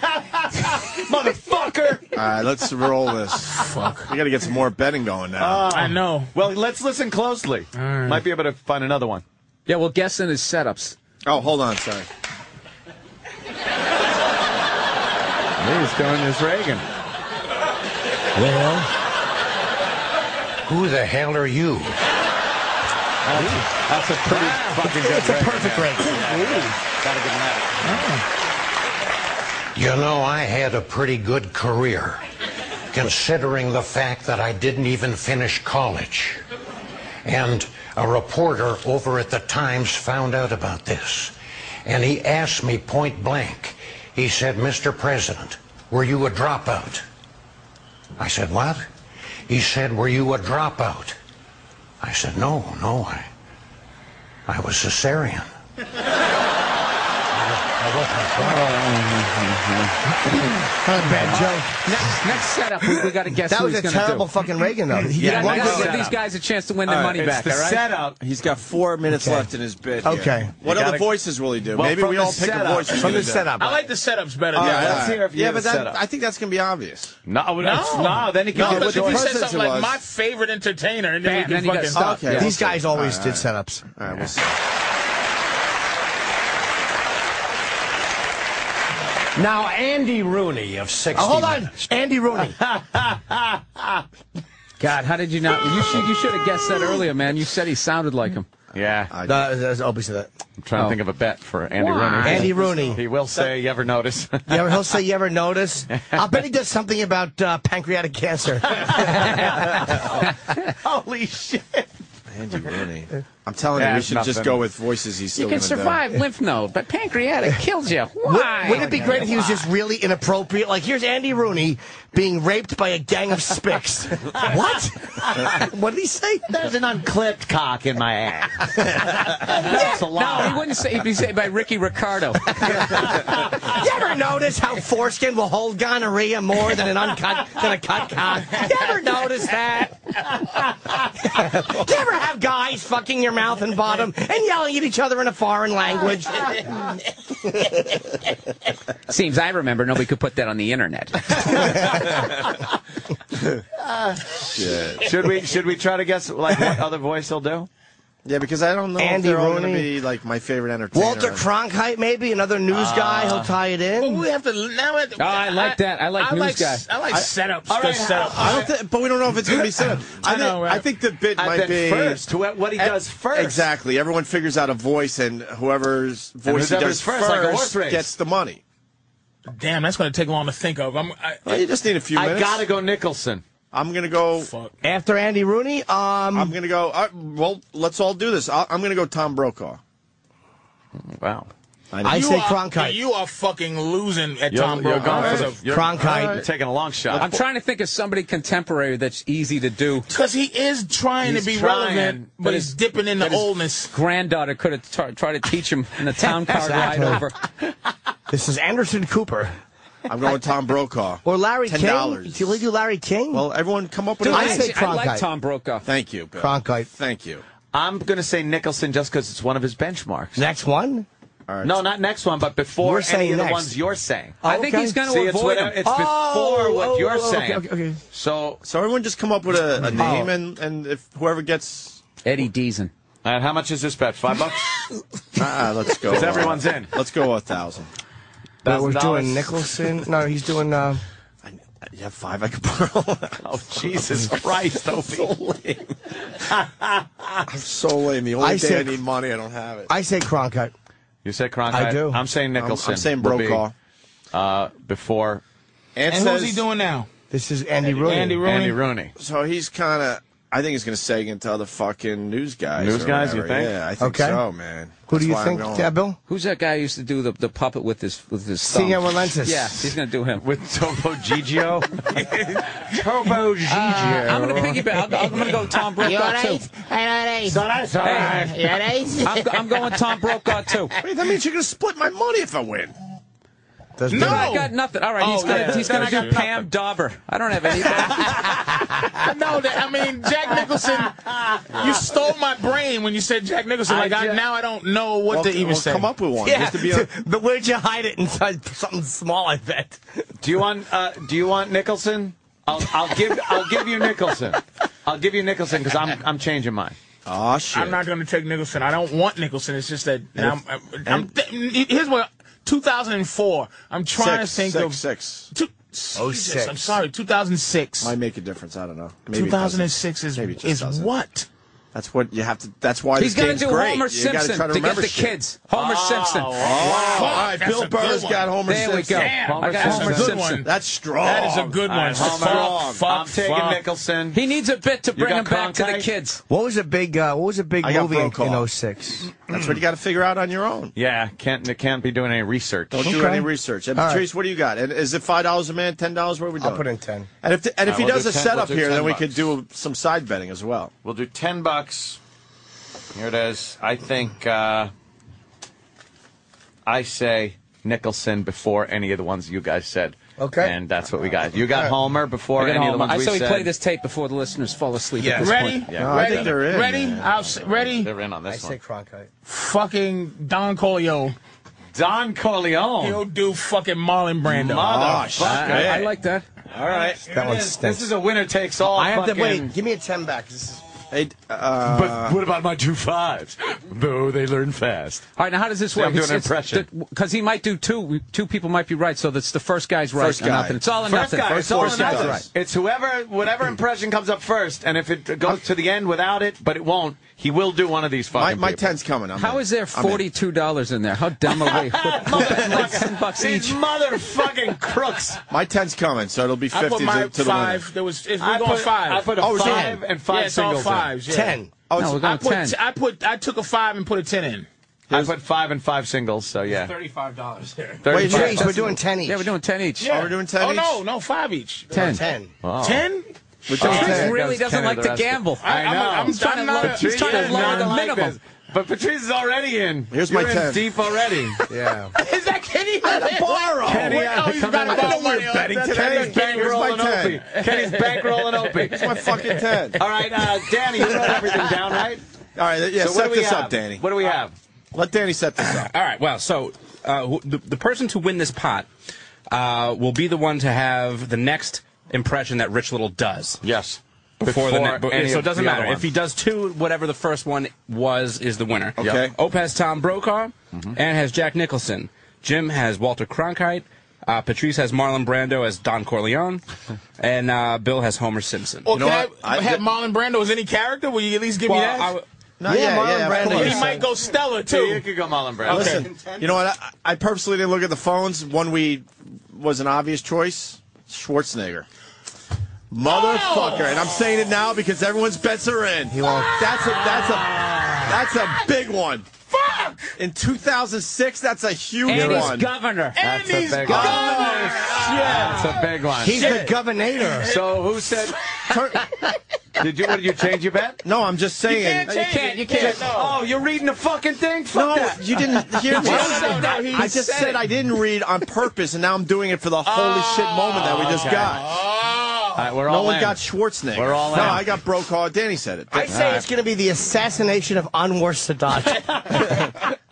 H: Motherfucker.
B: All right, let's roll this. Fuck. We got to get some more betting going now.
A: Oh,
C: I know.
H: Well, let's listen closely. Might be able to find another one.
J: Yeah, well, guessing his setups.
B: Oh, hold on, sorry.
H: He's doing this Reagan.
M: Well, who the hell are you?
H: That's a pretty fucking good
M: It's a perfect
H: man.
M: ranking.
H: Yeah. Gotta give him
B: Oh.
H: that.
M: You know, I had a pretty good career, considering the fact that I didn't even finish college. And a reporter over at the Times found out about this. And he asked me point blank, he said, Mr. President, were you a dropout? I said, What? He said, Were you a dropout? I said, No, no, I, I was cesarean.
D: Not a bad joke.
J: Next, next setup, we, got to guess
D: That
J: who
D: was
J: he's
D: a
J: going to do.
D: terrible fucking Reagan, though. He
J: Yeah,
D: did one
J: I
D: good
J: gotta give
D: setup.
J: these guys a chance to win their
B: All right,
J: money
B: it's
J: back.
B: the
J: all right?
B: setup. He's got four minutes
D: Okay.
B: left in his bid.
D: Okay.
B: here. What
H: You
B: other
H: gotta-
B: voices will he do?
H: Well,
B: Maybe
H: from
B: we
H: the
B: all pick a
H: setup.
B: voice. he's
D: From
B: gonna
D: the
B: do.
D: setup.
C: I like the setups better.
B: All
C: than
B: right,
C: that.
B: let's hear if you
H: Yeah,
B: have
H: but
B: a
H: that-
B: setup. I think that's going to be obvious.
H: No, no. no, then he
C: No, but
H: can do what
C: if he
H: choice.
C: said something like my favorite entertainer, and then
J: Bam,
C: we
J: then
C: can
J: he got
C: fucking
J: stuck.
B: Okay.
D: These
B: let's
D: guys
B: see.
D: always
B: All
D: did
B: right.
D: setups.
B: All right, we'll see.
M: Now, Andy Rooney of 60.
D: Oh, hold on, Andy Rooney.
J: God, how did you not? You should you should have guessed that earlier, man. You said he sounded like him.
A: Yeah,
D: Uh, that's obviously that.
A: I'm trying to think of a bet for Andy
J: Why?
A: Rooney.
D: Andy Rooney.
A: He will say, "You ever notice?"
D: You ever, he'll say, "You ever notice?" I'll bet he does something about uh, pancreatic cancer.
H: Holy shit.
B: Andy Rooney. I'm telling
A: Yeah,
B: you, we
A: it's
B: should just
A: nothing.
B: go with voices he's still
J: You can
B: gonna do.
J: survive lymph node, but pancreatic kills you. Why?
D: Wouldn't it be great if he was just really inappropriate? Like, here's Andy Rooney being raped by a gang of spics. what? what did he say?
A: There's an unclipped cock in my ass. That's a
J: No, he wouldn't say. He'd be said by Ricky Ricardo.
D: You ever notice how foreskin will hold gonorrhea more than an uncut than a cut cock? You ever notice that? you ever have guys fucking your mouth and bottom and yelling at each other in a foreign language?
J: Seems I remember nobody could put that on the internet.
A: should we should we try to guess like what other voice he'll do?
B: Yeah, because I don't know
D: Andy
B: if they're all going
D: Rooney.
B: to be like my favorite entertainer.
D: Walter Cronkite, maybe another news guy. He'll tie it in.
C: We have to. Now we have to-
J: Oh, I like that. I like news guy.
C: I like setups.
H: all
C: the
H: right,
C: setup.
B: I don't thi- but we don't know if it's going to be set up. I,
C: I know,
B: think,
C: right.
B: I think the bit
A: I
B: might
A: bet
B: be Eh,
A: first, who- what he does first.
B: Exactly. Everyone figures out a voice, and whoever's voice he
A: whoever's
B: does
A: first, like a horse race.
B: gets the money.
C: Damn, that's gonna take long to think of. I'm. I,
B: Well, you just need a few
A: I
B: minutes.
A: gotta go Nicholson.
B: I'm going to go.
C: fuck.
D: After Andy Rooney, um,
B: I'm going to go. Uh, well, let's all do this. I, I'm going to go Tom Brokaw.
A: Wow.
D: I
C: You
D: say
C: are-
D: Cronkite.
C: You are fucking losing at
A: You're,
C: Tom
A: you're
C: Brokaw.
A: going
C: That's
A: for
C: a-
A: the, you're,
D: Cronkite.
A: you're taking a long shot.
J: I'm trying to think of somebody contemporary that's easy to do.
C: Because he is trying
A: He's
C: to be
A: trying,
C: relevant,
A: but
C: but he's
A: his-
C: dipping into
J: his
C: oldness.
J: Granddaughter could have t- tried to teach him in the town car ride
D: Exactly.
J: over.
D: This is Anderson Cooper.
B: I'm going with Tom Brokaw.
D: Or Larry
B: $10.
D: King. Do we do Larry King?
B: Well, everyone come up with
D: Dude,
B: a
D: I
B: name.
D: say Cronkite.
A: Brokaw.
B: Thank you, Bill.
D: Cronkite.
B: Thank you.
A: I'm going to say Nicholson just because it's one of his benchmarks.
D: Next one?
A: No, not next one, but before
D: We're
A: any
D: saying
A: of the
D: next.
A: ones you're saying.
D: I think he's gonna
A: See, it's,
D: avoid
A: what-
D: him.
A: it's before
D: Oh,
A: what
D: oh,
A: you're
D: oh, okay,
A: saying.
D: okay, okay.
A: So,
B: so everyone just come up with a, a name,
A: Oh.
B: and, and if whoever gets
A: Eddie Deason. And how much is this bet? Five bucks?
B: uh, let's go.
A: Because everyone's in.
B: Let's go a thousand.
D: That was
B: $1,000.
D: doing Nicholson. No, he's doing. Uh,
B: You have five I could borrow. oh
A: Jesus Christ, Opie.
B: I'm so lame. The only
D: I
B: day
D: said-
B: I need money, I don't have it.
D: I say Cronkite.
A: You said Cronkite.
D: I do.
A: I'm saying Nicholson.
B: I'm saying
A: will be,
B: Brokaw.
A: uh, before
B: Ant
C: and
B: says,
C: who's he doing now?
D: This is Andy Rooney.
C: Andy Rooney.
A: Andy Rooney.
B: So he's kind of. I think he's going to seg into the fucking news guys.
A: News
B: or
A: guys, you
B: whatever.
A: think?
B: Yeah, I think
D: Okay.
B: so, man.
D: Who do
B: That's
D: you
B: why I'm
D: think,
B: going-
D: uh, Bill?
J: Who's that guy who used to do the, the puppet with his with his thumb?
D: Senior Lenses.
J: Yeah, he's gonna do him.
A: With Topo Gigio?
J: Topo Gigio. Uh, I'm gonna piggyback. I'll, I'm gonna go Tom Brokaw too. I'm, I'm going Tom Brokaw too.
B: Wait, that means you're going to split my money if I win.
D: Does
J: No,
D: Bill-
J: I got nothing. All right, he's
C: Oh,
J: gonna
C: yeah,
J: he's gonna
C: that's
J: do
C: true.
J: Pam Dauber. I don't have anything.
C: no, that, I mean Jack Nicholson. You stole my brain when you said Jack Nicholson. Like I, now, I don't know what
B: Well,
C: to even
B: well,
C: say.
B: come up with one.
D: Yeah,
B: Just to be a,
D: but where'd you hide it inside something small? I bet.
A: Do you want uh, Do you want Nicholson? I'll, I'll give I'll give you Nicholson. I'll give you Nicholson because I'm I'm changing mine.
B: oh, shit.
C: I'm not going to take Nicholson. I don't want Nicholson. It's just that I'm, I'm, I'm th- here's what 2004. I'm trying
B: Six,
C: to think of
B: six, six.
C: Two,
D: Oh,
C: Jesus,
D: six.
C: I'm sorry, 2006.
B: Might make a difference. I don't know. Maybe it doesn't.
C: 2006 is
B: Maybe it just
C: is
B: doesn't.
C: what?
B: That's what you have to. That's why
J: He's
B: this
J: gonna
B: game's
J: do
B: great.
J: Homer
B: You gotta
J: Simpson
B: try to
J: to, get
B: remember
J: the
B: shit.
J: kids. Homer Simpson.
B: Oh, all right.
C: That's
B: Bill
C: a good
B: Burr's
C: one.
B: got Homer
J: There we
B: Simpson.
J: go. I got
C: That's
J: Homer
C: a good
J: Simpson.
C: one.
B: That's strong.
C: That is a good one.
A: I'm,
C: Fuck, fuck,
A: I'm taking
C: fuck.
A: Nicholson.
J: He needs a bit to bring
A: got
J: him back to the
A: Cronkite?
J: kids.
D: What was a big uh, What was a big
B: I got
D: movie in,
B: Brokaw.
D: in 06?
B: That's what you got to figure out on your own.
A: Yeah, can't can't be doing any research.
B: Don't do
D: Okay.
B: any research. And
D: All right.
B: Trace, what do you got? And is it five dollars a man, ten dollars? What are we doing?
D: I'll put in ten.
B: And if and if
A: All right,
B: he
A: we'll
B: does
A: do
B: a
A: 10
B: setup
A: we'll do
B: here, then
A: 10
B: we could
A: bucks.
B: do some side betting as well.
A: We'll do ten bucks. Here it is. I think uh, I say Nicholson before any of the ones you guys said.
D: Okay.
A: And that's what we got. You got Homer before
J: I got
A: any of the ones
J: Homer. I
A: we
J: say we
A: said.
J: play this tape before the listeners fall asleep.
B: Yeah.
J: At this
C: Ready?
J: Point.
A: Yeah,
B: I
C: ready?
B: think they're in,
C: Ready? I'll s- ready?
A: They're in on
D: I
A: this
D: say
A: one.
D: Cronkite.
C: Fucking Don Corleone.
A: Don
C: He'll
A: Corleone.
C: do fucking Marlon Brando.
B: Oh,
A: Motherfucker.
J: I, I like that.
A: All right. That
D: one stinks.
A: This is a winner takes all.
D: I have to
A: fucking-
D: wait. Give me a ten back. This is
B: Hey, uh,
A: But what about my two fives? Though they learn fast.
J: All right, now how does this
A: See,
J: work?
A: I'm doing an impression.
J: Because he might do two. Two people might be right, so that's the first guy's right.
B: First
J: or
B: guy.
J: Nothing. It's all or
A: First
J: nothing.
A: guy, it's all or
B: guy.
A: nothing.
B: Right. Hmm.
A: It's whoever, whatever impression comes up first, and if it goes to the end without it, but it won't, he will do one of these
B: my,
A: fucking.
B: my
A: people.
B: ten's coming. I'm
J: How
B: in.
J: is there
B: I'm in.
J: forty-two dollars in there? How dumb are we? like ten bucks
A: These
J: each.
A: motherfucking crooks.
B: My ten's coming, so it'll be
C: I
B: fifty
C: put my
B: to, to the winner.
C: five. There was if we're
A: I
C: going
A: put,
C: five.
A: I put a
B: Oh, it's
A: five
B: ten.
A: and five
C: yeah, it's all
A: singles. in.
C: fives. yeah.
D: ten.
B: Oh,
J: No,
B: it's-
J: we're
C: I
J: going
C: put
J: ten.
C: t- I put I took a five and put a ten in.
A: I put five and five singles. So yeah,
H: Thirty-five dollars there.
D: Wait,
A: Thirty five.
D: Jeez, we're doing ten each.
J: yeah, we're doing ten each.
B: we're doing 10
C: Oh
B: each?
C: no, no, five each.
J: Ten.
D: ten.
C: Ten?
B: We're doing
J: Chris
B: ten.
J: really
A: Goes
J: doesn't
A: ten
J: like
A: of the
J: to
A: rest of it.
J: gamble.
C: I- I'm-
A: know.
C: I'm-
A: He's
C: I'm
A: trying to
C: not-
A: lower- he's
C: Patrice
A: trying to
C: is
A: lower
J: not
A: the
J: like
A: minimum.
J: this.
A: But Patrice is already in.
B: Here's
A: You're
B: my
A: in
B: 10.
A: deep already.
D: Yeah.
C: Is that Kenny?
B: borrow.
C: Kenny,
B: Wait,
C: oh, he's
A: uh, come
C: about
A: in.
C: to borrow
A: I know we were
C: money. Oh,
B: betting
C: that's-
B: today.
C: that's-
A: Kenny's bankrolling Opie. Kenny's bankrolling
B: Here's my
A: Opie.
B: fucking ten.
A: All right, uh, Danny, you wrote everything down, right?
B: All right, yeah.
A: So what
B: set
A: do we
B: this
A: have?
B: up, Danny.
A: What do we have?
B: Let Danny set this up.
E: All right. Well, so uh, wh- the, the person to win this pot uh, will be the one to have the next impression that Rich Little does.
A: Yes.
E: Before, the next,
A: any
E: so
A: of
E: it doesn't
A: the
E: matter
A: other
E: if he
A: ones.
E: does two, whatever the first one was is the winner.
B: Okay.
E: Ope has Tom Brokaw, and has Jack Nicholson. Jim has Walter Cronkite. Uh, Patrice has Marlon Brando as Don Corleone, and uh, Bill has Homer Simpson.
C: Well,
B: know
C: can
B: what?
C: I
B: I-
C: have Marlon Brando as any character? Will you at least give me
E: Well,
C: that?
E: I w-
B: No,
D: Yeah, Marlon
B: of
D: Brando,
B: course.
D: you
C: he might go Stella
A: Two. You
C: too.
A: could go Marlon Brando.
B: Listen, you know what? I, I purposely didn't look at the phones. One we was an obvious choice. Schwarzenegger. Motherfucker, and I'm saying it now because everyone's bets are in. He won't. That's a that's a that's a big one. In 2006, that's a huge
H: And he's
B: one.
H: governor. And
B: That's a
H: he's
B: big
H: governor.
A: That's a big one.
B: Oh, He's the
A: governor. So who said? did you? What did you change your bet?
B: No, I'm just saying.
A: Oh, you're reading the fucking thing.
B: No,
A: Fuck that.
B: you didn't hear me.
A: You said that. He
B: I just
A: said
B: said
A: it.
B: I didn't read on purpose, and now I'm doing it for the holy shit moment that we just
A: okay.
B: got.
H: Oh.
A: All right, we're
B: no
A: all
B: one
A: in.
B: got Schwarzenegger.
A: We're all
B: no,
A: in.
B: I got Brokaw. Danny said it.
D: I say it's going to be the assassination of Anwar Sadat.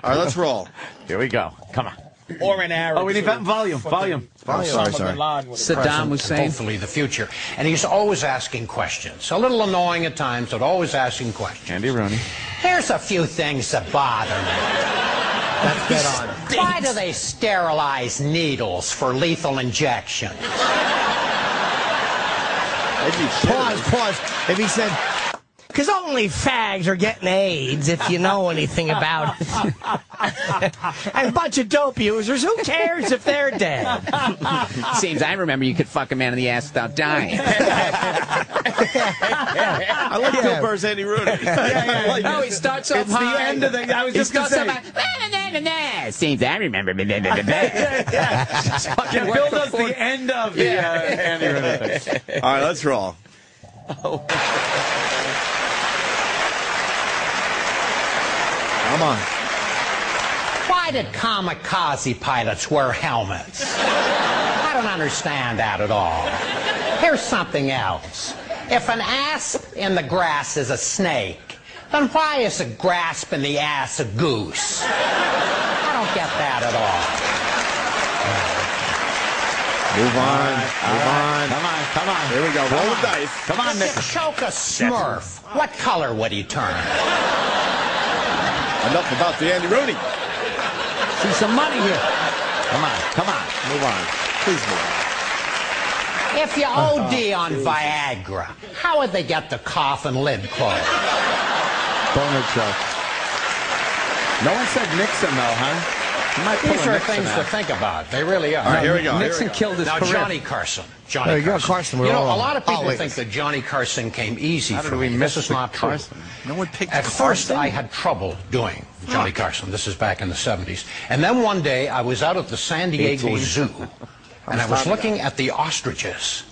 B: All right, let's roll.
A: Here we go. Come on.
C: Or an arrow.
A: Oh, we need
C: too.
A: volume, volume,
C: Fucking Osama
A: volume. Oh, sorry, sorry.
C: bin Laden would've-
M: present, Hopefully the future. And he's always asking questions. A little annoying at times, but always asking questions.
A: Andy Rooney.
M: Here's a few things that bother me. That's bet on. Why do they sterilize needles for lethal injection?
D: pause, pause. If he said, because only fags are getting AIDS if you know anything about it. and a bunch of dope users, who cares if they're dead?
G: Seems I remember you could fuck a man in the ass without dying.
B: I like Bill Burr's Andy Rooney.
G: No, he starts off
H: It's the
G: high.
H: end of the- I was
G: He
H: just gonna
G: starts
H: say.
G: off high, "It Seems I remember. Blah, blah, blah, blah."
A: Yeah, Bill does the end of the uh, Andy Rooney. thing.
B: All right, let's roll. Come on.
M: Why did kamikaze pilots wear helmets? I don't understand that at all. Here's something else. If an asp in the grass is a snake, then why is a grasp in the ass a goose? I don't get that at all.
B: Move on. Move on.
A: Come on, come on.
B: Here we go. Roll the
M: on.
B: dice.
A: Come on,
M: If you
A: Nick.
M: choke a smurf, what color would he turn?
B: Enough about the Andy Rooney.
M: See some money here.
A: Come on, come on.
B: Move on. Please move on.
M: If you OD on Viagra, how would they get the coffin lid closed?
B: Boner Chuck.
A: No one said Nixon though, huh? You might pull
M: These
A: a
M: are
A: Nixon
M: things
A: out.
M: to think about. They really are.
B: All right, here we go. Here we go.
E: killed his
M: now,
E: career.
M: Johnny Carson. Johnny
D: There you go,
M: Carson.
D: Carson, we're
M: you know,
D: all
M: a lot
D: on.
M: of people
D: Oh, wait.
M: think that Johnny Carson came easy
A: How did
M: for
A: we
M: me.
A: miss
M: this is
A: the
M: not
A: Carson?
M: true.
B: No one picked
M: At
B: Carson.
M: first, I had trouble doing Johnny Carson. This is back in the 70s. And then one day, I was out at the San Diego
A: 18.
M: Zoo, and I was
B: sorry.
M: looking at the ostriches.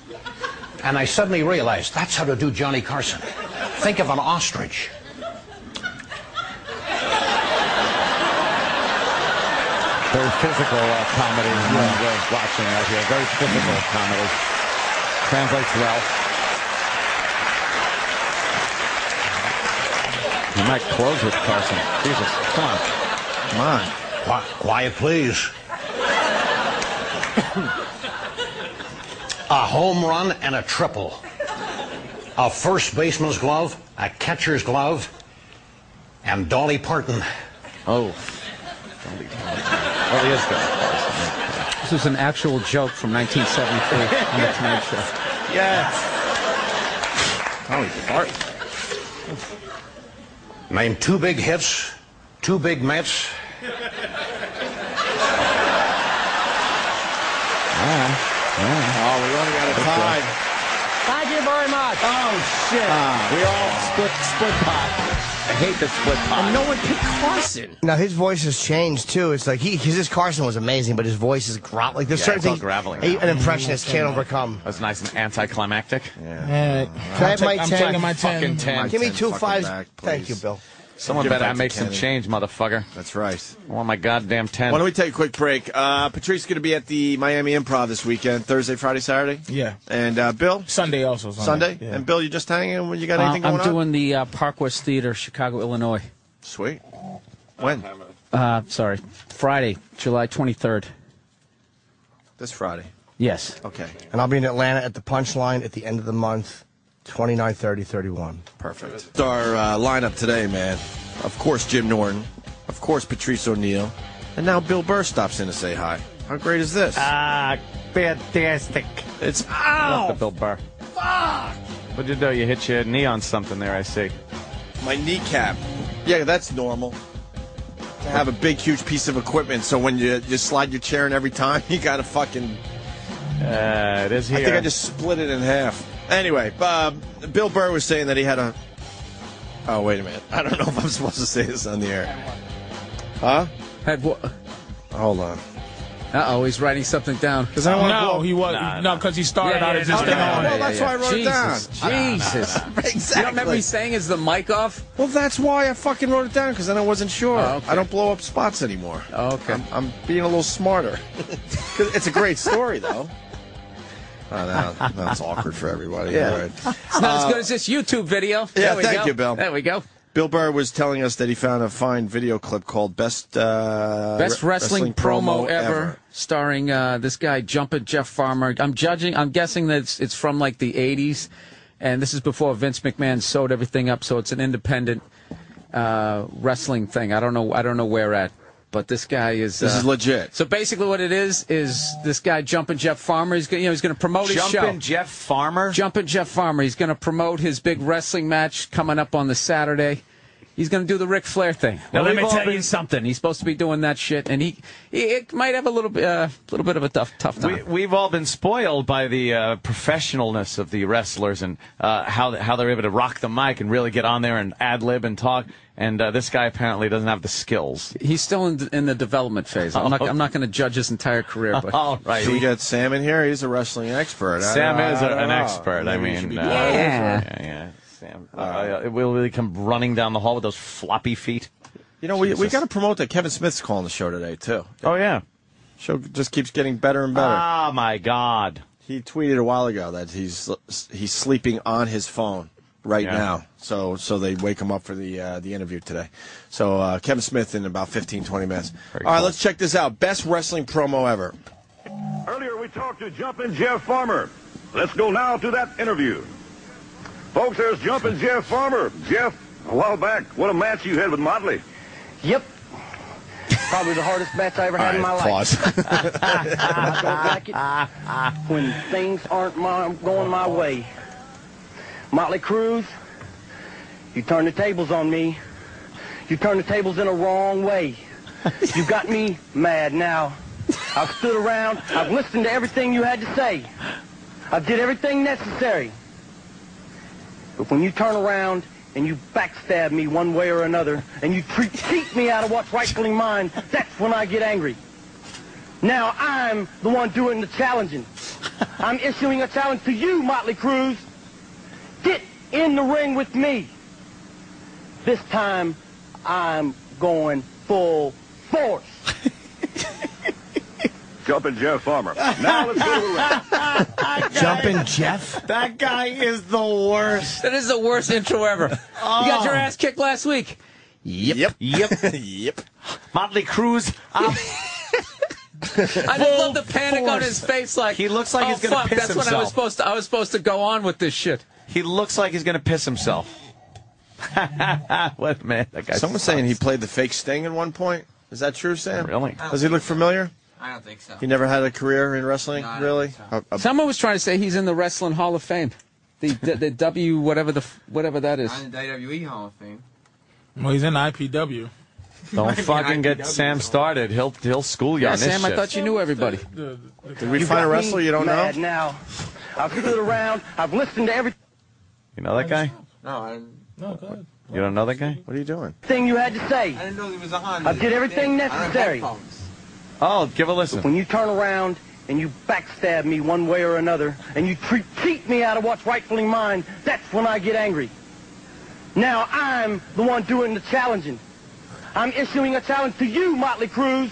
M: And I suddenly realized that's how to do Johnny Carson. Think of an ostrich.
A: Very physical uh, comedy. Yeah. Watching out here. Very physical comedy. Translates well. You might close with Carson. Jesus, come on.
B: Come on.
M: Qui- quiet, please. a home run and a triple. A first baseman's glove, a catcher's glove, and Dolly Parton.
A: Oh. Well, he is good.
G: This was an actual joke from 1973 on the Tonight Show.
A: Oh,
B: Dolly Parton.
M: Name two big hits, two big Mets.
B: Oh, we only got a tie.
D: Thank you very much.
A: Oh, shit. we all split, split pot. I hate the split pot.
B: No one picked Carson.
D: Now his voice has changed too. It's like he, because his Carson was amazing, but his voice is grovel. Like there's
A: Yeah,
D: certain
A: it's all
D: things
A: gravelly
D: a-
A: now.
D: an impressionist can't overcome. Uh,
A: That was nice and anticlimactic.
C: All right.
D: Can I have my
C: I'm
D: 10?
C: taking my 10.
A: Fucking ten.
D: Give me
B: Ten
D: two
B: fucking
D: fives.
B: back, please.
D: Thank you, Bill.
A: Someone
B: Give it
A: better
B: back to
A: make some
B: Kennedy.
A: change, motherfucker.
B: That's right.
A: I want my goddamn ten.
B: Why don't we take a quick break? Uh, Patrice going to be at the Miami Improv this weekend, Thursday, Friday, Saturday.
C: Yeah.
B: And uh, Bill,
C: Sunday also. Sunday.
B: Sunday.
C: Yeah.
B: And Bill, you just hanging when you got
J: Uh,
B: anything
J: I'm
B: going on?
J: doing the uh, Park West Theater, Chicago, Illinois.
B: Sweet. When?
J: Uh, sorry, Friday, July 23rd.
B: This Friday.
J: Yes.
B: Okay.
D: And I'll be in Atlanta at the Punchline at the end of the month, 29, 30, 31.
B: Perfect. It's Our uh, lineup today, man. Of course, Jim Norton. Of course, Patrice O'Neill. And now Bill Burr stops in to say hi. How great is this?
A: Ah, fantastic.
B: it's
A: Love the
B: ow!
A: Bill Burr. Fuck! What'd you do? You hit your knee on something there, I see.
B: My kneecap. Yeah, that's normal. To have a big, huge piece of equipment, so when you you slide your chair in every time, you got to fucking
A: Uh, it is here.
B: I think I just split it in half. Anyway, um, Bill Burr was saying that he had a. Oh wait a minute! I don't know if I'm supposed to say this on the air. Huh?
J: Had what?
B: Hold on.
J: Uh oh, he's writing something down.
B: Because I don't wanna
C: no,
B: blow-
C: he was no, because he started
J: Yeah,
C: out
J: yeah,
C: as just
J: okay.
C: that.
J: Well, that's why I wrote it
B: Jesus,
J: down.
B: Jesus.
J: You don't remember me saying is the mic off?
B: Well, that's why I fucking wrote it down because then I wasn't sure.
J: Oh, okay.
B: I don't blow up spots anymore.
J: okay.
B: I'm, I'm being a little smarter. 'Cause it's a great story, though. Oh, no, that's awkward for everybody.
J: Yeah.
B: All right.
J: It's not
B: Uh,
J: as good as this YouTube video.
B: Yeah,
J: There we
B: thank
J: go.
B: you, Bill.
J: There we go.
B: Bill Burr was telling us that he found a fine video clip called "Best uh,
J: Best
B: Re-
J: wrestling, promo, ever, starring uh, this guy Jumper Jeff Farmer. I'm judging. I'm guessing that it's, it's from like the '80s, and this is before Vince McMahon sewed everything up. So it's an independent uh, wrestling thing. I don't know. I don't know where at, but this guy is.
B: This
J: uh,
B: is legit.
J: So basically, what it is is this guy Jumpin' Jeff Farmer. He's gonna, you know he's going to promote his show.
A: Jumpin' Jeff Farmer.
J: Jumpin' Jeff Farmer. He's going to promote his big wrestling match coming up on the Saturday. He's going to do the Ric Flair thing.
N: Now, let
J: We've
N: me
J: all
N: tell
J: been-
N: you
J: something. He's supposed to be doing that shit, and he, he it might have a little bit, uh, little bit of a tough, tough time.
A: We, we've all been spoiled by the uh, professionalness of the wrestlers and uh, how th- how they're able to rock the mic and really get on there and ad lib and talk. And uh, this guy apparently doesn't have the skills.
J: He's still in, in the development phase. I'm not, I'm not going to judge his entire career, but
A: All right.
B: So we got Sam in here. He's a wrestling expert. I-
A: Sam
B: I
A: is a,
B: don't
A: an
B: know.
A: expert. I
B: oh, Maybe we should
A: mean,
B: be
A: uh,
B: doing this,
A: yeah,
B: or-
A: yeah. Sam, uh, uh, will really come running down the hall with those floppy feet.
B: You know, we, we got to promote that Kevin Smith's calling the show today too.
A: Oh yeah,
B: show just keeps getting better and better.
A: Ah, my God!
B: He tweeted a while ago that he's he's sleeping on his phone right
A: Yeah.
B: now. So so they wake him up for the uh, the interview today. So uh, Kevin Smith in about 15, 20 minutes. All right, let's check this out. Best wrestling promo ever.
O: Earlier we talked to Jumpin' Jeff Farmer. Let's go now to that interview. Folks, there's Jumpin' Jeff Farmer. Jeff, a while back, what a match you had with Motley. Yep.
P: Probably the hardest match I ever had in my life. I don't like it when things aren't my, going my way. Motley Cruz, you turned the tables on me. You turned the tables in a wrong way. You got me mad now. I've stood around. I've listened to everything you had to say. I did everything necessary. But when you turn around and you backstab me one way or another, and you treat, cheat me out of what's rightfully mine, that's when I get angry. Now I'm the one doing the challenging. I'm issuing a challenge to you, Motley Cruz. Get in the ring with me. This time, I'm going full force.
O: Jumpin' Jeff Farmer. Now let's go to the ring.
D: Jumping Jeff?
A: That guy is the worst.
J: That is the worst intro ever. You got your ass kicked last week.
B: Yep.
A: Yep. Yep.
B: yep.
A: Motley Cruz. I'm
J: I just love the panic on his face. Like
A: He looks like
J: oh,
A: he's gonna
J: fuck,
A: piss
J: That's what I
A: himself.
J: was supposed to. I was supposed to go on with this shit.
A: He looks like he's going to piss himself. what man? That guy.
B: Someone's saying he played the fake Sting at one point. Is that true, Sam?
A: Really?
B: Does he look familiar?
F: I don't think so.
B: He never had a career in wrestling, really? A- a-
J: Someone was trying to say he's in the Wrestling Hall of Fame. The, the, the W whatever the f- whatever that is.
F: the WWE E Hall of Fame.
C: Well, he's in the IPW.
A: Don't fucking get Sam started. He'll he'll school you
J: Yeah,
A: on this
J: Sam, I
A: shit.
J: thought you knew everybody.
A: Did we
P: You
A: find a
P: got me
A: wrestler you don't know?
P: mad Now, I've stood around. I've listened to everything.
A: You know that guy?
F: No, I didn't. No, go ahead.
A: You don't know that guy?
B: What are you doing?
P: Thing you had to say. I
F: didn't know there was a Honda.
P: I did everything
F: I don't have
P: necessary.
F: headphones.
A: Oh, give a listen.
P: When you turn around and you backstab me one way or another, and you treat, cheat me out of what's rightfully mine, that's when I get angry. Now I'm the one doing the challenging. I'm issuing a challenge to you, Motley Cruz.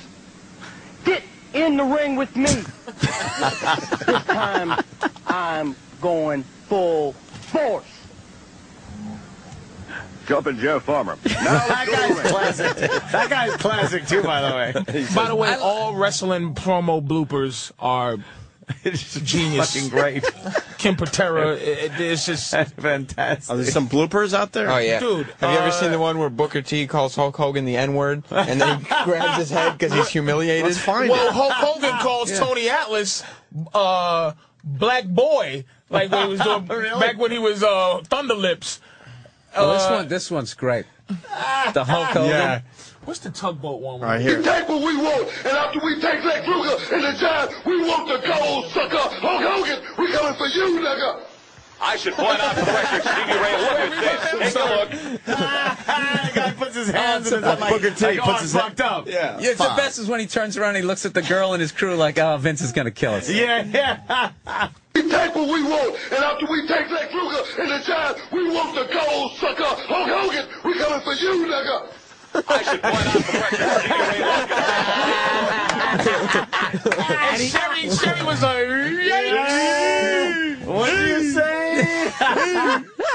P: Get in the ring with me. this time, I'm going full force.
O: Jumpin' Jeff Farmer. Now let's go to the ring.
A: that guy's classic too, by the way.
C: By the way, all wrestling promo bloopers are genius.
A: fucking great.
C: Kim Patera, it, it- it's just
A: fantastic.
B: Are there some bloopers out there?
F: Oh yeah,
C: Dude,
F: Have you
C: uh,
F: ever seen the one where Booker T calls Hulk Hogan the N word and then he grabs his head because he's humiliated?
B: Let's find
C: Well, Hulk Hogan calls Tony Atlas uh, black boy, like when he was doing back when he was uh, Thunder Lips.
J: Well, this
C: Uh,
J: one, this one's great. The Hulk Hogan.
B: Yeah.
C: What's the tugboat one?
B: All right, here.
Q: Take what we want, and after we take that Kruger and the giant, we want the gold, sucker. Hulk Hogan, we coming for you, nigga. I should point out for the record, Stevie Ray, look at this. Take a look.
H: the guy puts his hands in his
J: Like-
H: like, like,
J: like, oh,
H: oh,
J: I'm
H: it's
J: fucked
H: up.
J: Yeah, it's the best is when he turns around and he looks at the girl and his crew like, oh, Vince is going to kill us.
H: Yeah, yeah.
Q: We take what we want, and after we take that Kruger and the giant, we want the gold, sucker. Hulk Hogan, we coming for you, nigga. I should point out for the record, Stevie Ray, look at this.
C: And Sherry, Sherry was like,
H: What do you say?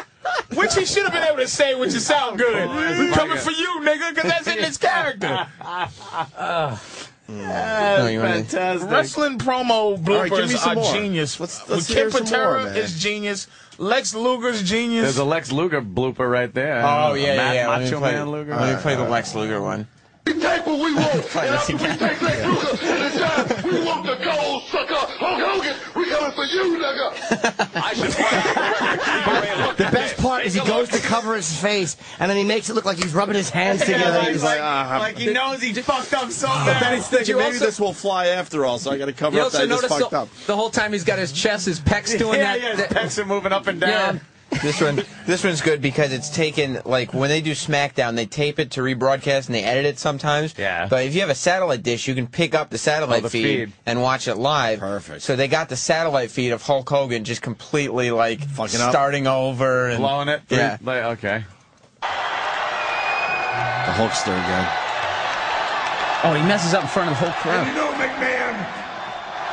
C: which he should have been able to say, which is sound good. We're coming for you, nigga, because that's in his character.
H: That's
C: you wanna-
H: fantastic.
C: Wrestling promo
H: All right,
C: bloopers
H: give me some
C: are
H: more.
C: genius.
H: Let's- let's
C: Kid
H: hear some more,
C: Patera
H: man.
C: is genius. Lex Luger's genius.
A: There's a Lex Luger blooper right there.
F: Oh yeah, yeah,
A: Matt
F: yeah. Let me
A: Macho
F: play-
A: Man Luger. Uh,
F: Let me play the Lex Luger one.
Q: We take what we want,
F: Play
Q: and
F: this
Q: after we
F: again.
Q: take that Kruger and the giant, we want the gold, sucker. Hulk Hogan, we coming for you, nigga. I should point out for the record, Stevie Ray, look
D: The
Q: at
D: best
Q: this.
D: part is he
Q: Take a look.
D: goes to cover his face, and then he makes it look like he's rubbing his hands
H: Yeah,
D: together.
H: like-
D: he's
H: like-
D: like, "Uh-huh."
H: Like he knows he fucked up so
B: But Oh, then
H: bad.
B: he's thinking
J: you
B: maybe
J: also-
B: this will fly after all, so I got to cover
J: You
B: up that
J: also
B: I just
J: notice
B: fucked
J: the,
B: up.
J: the whole time he's got his chest, his pecs doing
H: Yeah,
J: that.
H: yeah, his
J: that-
H: pecs are moving up and down.
F: This one, this one's good because it's taken like when they do SmackDown, they tape it to rebroadcast and they edit it sometimes. Yeah. But if you have a satellite dish, you can pick up the satellite
A: Oh, the
F: feed,
A: feed.
F: and watch it live. Perfect. So they got the satellite feed of Hulk Hogan just completely like
B: Fucking up.
F: starting over and
A: Blowing it.
F: Yeah.
A: Like, okay.
B: The Hulkster again.
J: Oh, he messes up in front of the whole
N: And
J: crowd.
N: you know, McMahon,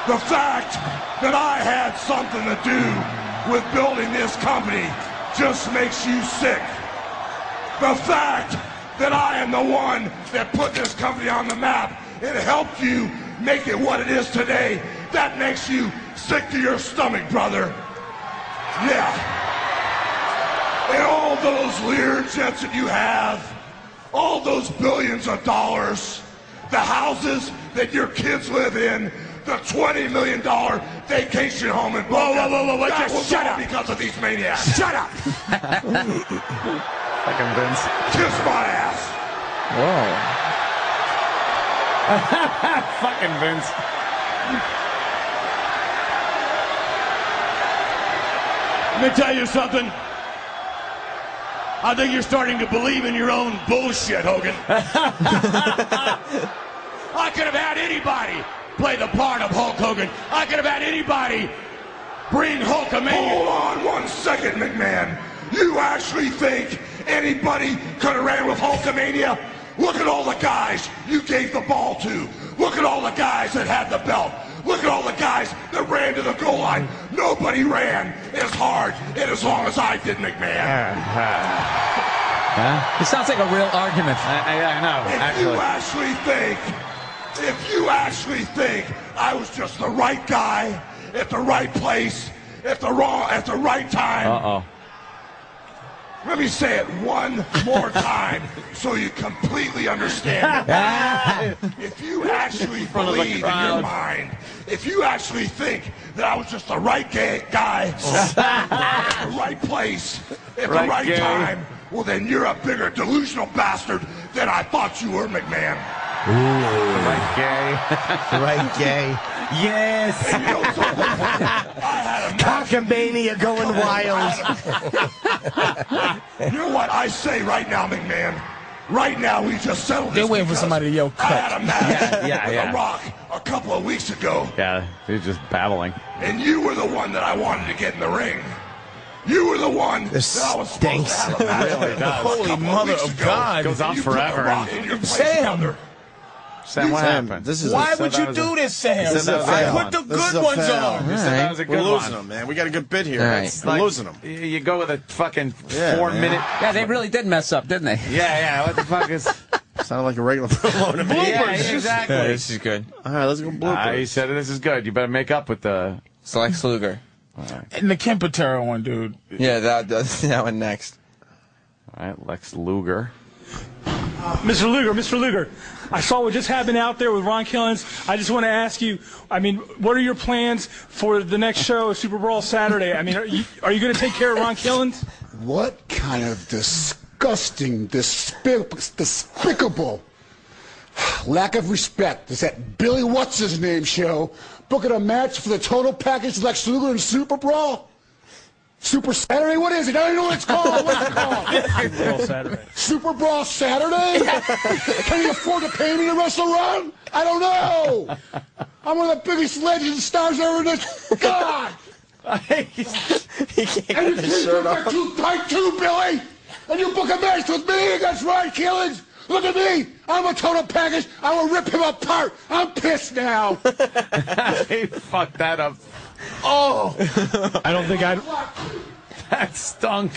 N: the fact that I had something to do with building this company just makes you sick. The fact that I am the one that put this company on the map and helped you make it what it is today, that makes you sick to your stomach, brother. Yeah. And all those Learjets that you have, all those billions of dollars, the houses that your kids live in, the $20 million vacation home in
Q: Whoa,
N: Boca,
Q: whoa, whoa, whoa, whoa,
N: that
Q: just
N: was
Q: shut
N: all
Q: up.
N: because of these maniacs. Shut up!
A: Fucking Vince.
N: Kiss my ass!
F: Whoa.
H: Fucking Vince.
N: Let me tell you something. I think you're starting to believe in your own bullshit, Hogan. I could have had anybody play the part of Hulk Hogan. I could have had anybody bring Hulkamania.
Q: Hold on one second, McMahon. You actually think anybody could have ran with Hulkamania? Look at all the guys you gave the ball to. Look at all the guys that had the belt. Look at all the guys that ran to the goal line. Nobody ran as hard and as long as I did, McMahon.
J: It sounds like a real argument.
A: I, I, I know,
Q: If you actually think, if you actually think I was just the right guy at the right place at the wrong at the right time,
A: Uh oh.
Q: Let me say it one more time so you completely understand. it. if you actually
H: of the
Q: believe in your
H: crowd.
Q: mind, if you actually think that I was just the right gay guy at the right place at
H: Right
Q: the right
H: gay.
Q: time, well, then you're a bigger delusional bastard than I thought you were, McMahon.
A: Right gay.
D: right gay.
Q: And you know something? I had a
D: Cockamania going wild.
Q: You know what I say right now, McMahon? Right now, we just settled this.
C: They're waiting for
Q: because
C: somebody to yell,
Q: I had a match
A: Yeah, yeah,
Q: with
A: yeah.
Q: The Rock a couple of weeks ago,
A: Yeah, he's just babbling.
Q: and you were the one that I wanted to get in the ring. You were the one
D: This
Q: that I was supposed
D: stinks.
Q: to have a match
A: Really
Q: with
A: does.
Q: a
C: Holy
Q: couple
C: mother
Q: weeks
C: of
Q: ago,
C: God.
A: Goes
Q: and
A: on
Q: you put The
A: forever.
Q: Rock in your place,
C: Sam.
Q: brother.
A: Sam, what
B: Sam,
A: happened?
B: this is
C: Why
B: a-
C: would you do this, Sam?
B: This is a
C: I
B: fail.
C: put the
B: This is
C: good
B: a
C: ones
B: fail.
C: on.
A: You said that was a
B: We're
A: good
B: losing
A: one.
B: them, man. We got a good bit here.
F: All right.
B: It's
A: It's like,
B: We're losing them.
A: y- You go with a fucking
B: Yeah,
A: four
B: man.
A: minute.
J: Yeah, they really did mess up, didn't they?
A: Yeah, yeah. What the fuck is?
B: Sounded like a regular promo to me.
A: yeah, exactly.
F: Yeah, this is good.
B: All right, let's go bloopers.
A: Ah, he said this is good. You better make up with the.
F: It's Lex Luger.
C: And the Kim Patera one, dude.
F: Yeah, that that one next.
A: All right, Lex Luger.
R: Mr. Luger, Mr. Luger, I saw what just happened out there with Ron Killens. I just want to ask you, I mean, what are your plans for the next show, Super Brawl Saturday? I mean, are you, are you going to take care of Ron Killens?
S: What kind of disgusting, despic- despicable lack of respect is that Billy What's His Name show booking a match for the total package Lex Luger and Super Brawl? Super Saturday? What is it? I don't even know what it's called. What's it called?
R: Super Brawl Saturday.
S: Super Brawl Saturday? Can you afford to pay me to wrestle around? I don't know. I'm one of the biggest legends and stars ever in this. God! and you
Q: his
S: keep
Q: shirt
S: your
Q: off.
S: too tight too, Billy! And you book a match with me against Ryan Keelan's! Look at me! I'm a total package! I will rip him apart! I'm pissed now!
A: they fucked that up. Oh,
R: I don't think I.
A: That stunk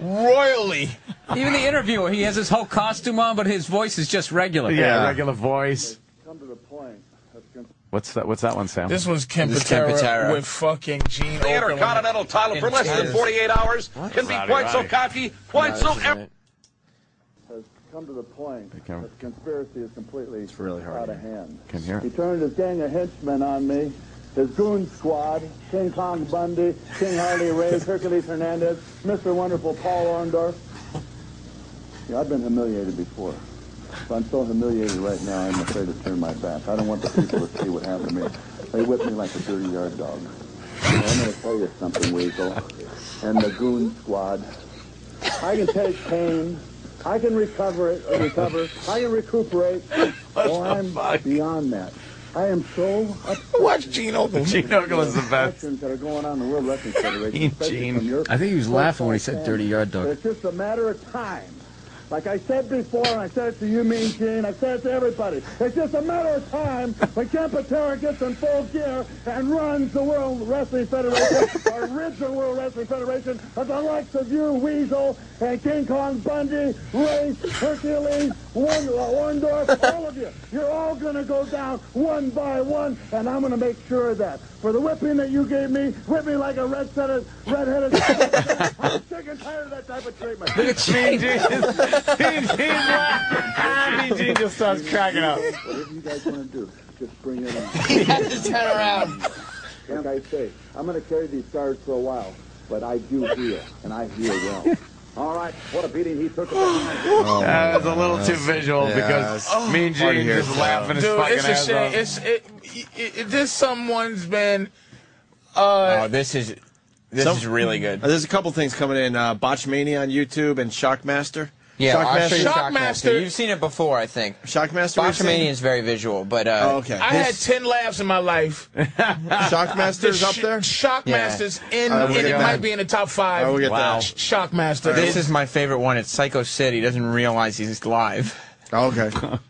A: royally.
J: Even the interviewer, he has his whole costume on, but his voice is just regular.
A: Yeah, regular voice. What's that? What's that one, Sam?
C: This one's Kim
A: This is
C: Patera,
A: Kempatera.
C: with fucking Gene
A: The
C: Okerlund.
A: Intercontinental
O: title for less than 48 hours can be
C: Rowdy,
O: quite so
C: rowdy.
O: cocky, quite so.
T: has come to the point
A: Kim.
T: that conspiracy is completely
B: really hard
T: out of hand.
A: Can hear
T: He
A: it.
T: turned his gang of henchmen on me, his goon squad, King Kong Bundy, King Harley Ray, Hercules Hernandez, Mr. Wonderful Paul Orndorff. Yeah, I've been humiliated before. If I'm so humiliated right now, I'm afraid to turn my back. I don't want the people to see what happened to me. They whipped me like a dirty yard dog. Now, I'm going to tell you something, Weasel, and the goon squad. I can take pain. I can recover it. uh, Recover. I can recuperate. oh, I'm beyond that. I am so upset.
A: Watch Gene Okerlund. Gene Okerlund's the best.
T: That are going on in the World Wrestling Federation.
G: Gene,
T: especially
G: Gene.
T: from your
G: I think he was laughing when he said
T: fans.
G: dirty yard dog.
T: It's just a matter of time. Like I said before, and I said it to you, Mean Gene, I've said it to everybody. It's just a matter of time when Campatera gets in full gear and runs the World Wrestling Federation, or rids the World Wrestling Federation of the likes of you, Weasel, and King Kong Bundy, Ray, Hercules, Warn- Orndorff, all of you. You're all going to go down one by one, and I'm going to make sure of that. For the whipping that you gave me, whip me like a red-headed... red-headed I'm sick and tired of that type of treatment.
A: Look at Mean Gene. Mean Gene laugh. Mean Gene just starts cracking up.
T: Whatever you guys want to do, just bring it on.
Q: He had to turn around.
T: Like I say, I'm going to carry these stars for a while, but I do heal, and I heal well. All right, what a beating he took.
U: Oh,
A: that was a little too visual
B: Yeah,
A: because
B: it's
A: Mean
B: hard to
A: Gene
B: hear
A: just
B: it,
A: laughing his
C: Dude,
A: fucking
C: it's a
A: ass
C: shame.
A: off.
C: It's it, it, it. This someone's been.
B: oh,
C: Uh,
B: this is
F: this is really good.
B: Mm-hmm. There's a couple things coming in: uh, Botchmania on YouTube and Shockmaster.
F: Yeah, I'll show you
B: Shockmaster.
F: Shockmaster. You've seen it before, I think.
B: Shockmaster. we've seen?
F: Botchamania is very visual, but uh,
B: Oh, okay.
C: I had ten laughs in my life.
B: Shockmaster's
C: The
B: up there?
C: Shockmaster's in.
F: All right, we'll
C: in
F: get
C: it
F: that.
C: might be in the top five.
F: All
B: Oh,
F: right, we'll get
C: wow.
F: that.
C: Shockmaster.
F: This is my favorite one. It's Psycho City. Doesn't realize he's live.
B: Oh, Okay.
A: Oh.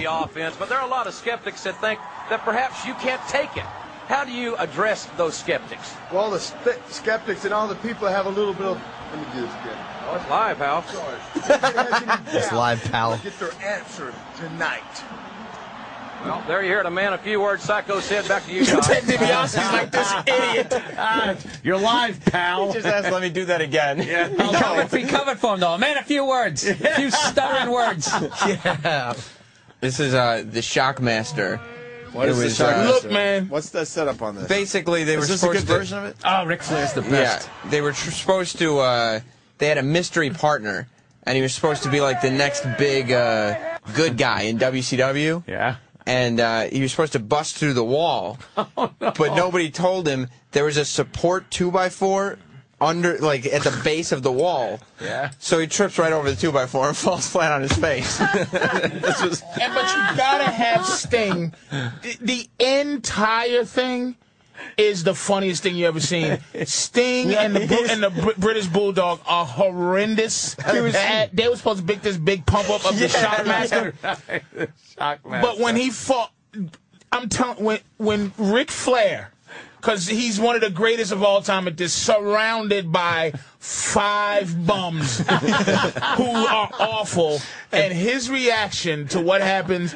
K: the offense, but there are a lot of skeptics that think that perhaps you can't take it. How do you address those skeptics?
U: Well, the spe- skeptics and all the people have a little bit of. Let me do this again.
K: Oh, it's live, Hal.
U: It's
D: live, pal.
U: Get their answer tonight.
K: Well, there you hear it. A man, a few words. Psycho said, back to you, John.
C: Ted DiBiase's like this idiot.
A: You're live, pal.
F: He just asked, let me do that again.
J: He covered, he covered for him, though. Man, a few words. A few stuttering words.
F: yeah. This is uh, the Shockmaster.
B: What
F: It
B: is
F: was,
B: the
F: uh,
B: Shockmaster?
F: Look,
C: man.
B: What's the setup on this?
F: Basically, they
B: is
F: were
B: this a
F: supposed
B: good
F: to-
B: version of it?
J: Oh, Ric Flair's the
F: Yeah, they were tr- supposed to. Uh, they had a mystery partner, and he was supposed to be like the next big uh, good guy in WCW.
A: Yeah.
F: And uh, he was supposed to bust through the wall, but nobody told him there was a support two by four under, like at the base of the wall.
C: Yeah.
F: So he trips right over the two by four and falls flat on his face. this was
C: And but you gotta have Sting. The, the entire thing is the funniest thing you ever seen. Sting and the Bru- and the Br- British Bulldog are horrendous. Uh, they were supposed to make this big pump up of the Shockmaster,
A: Shockmaster.
C: but when he fought, I'm telling when when Ric Flair, because he's one of the greatest of all time at this, surrounded by five bums who are awful, and his reaction to what happens,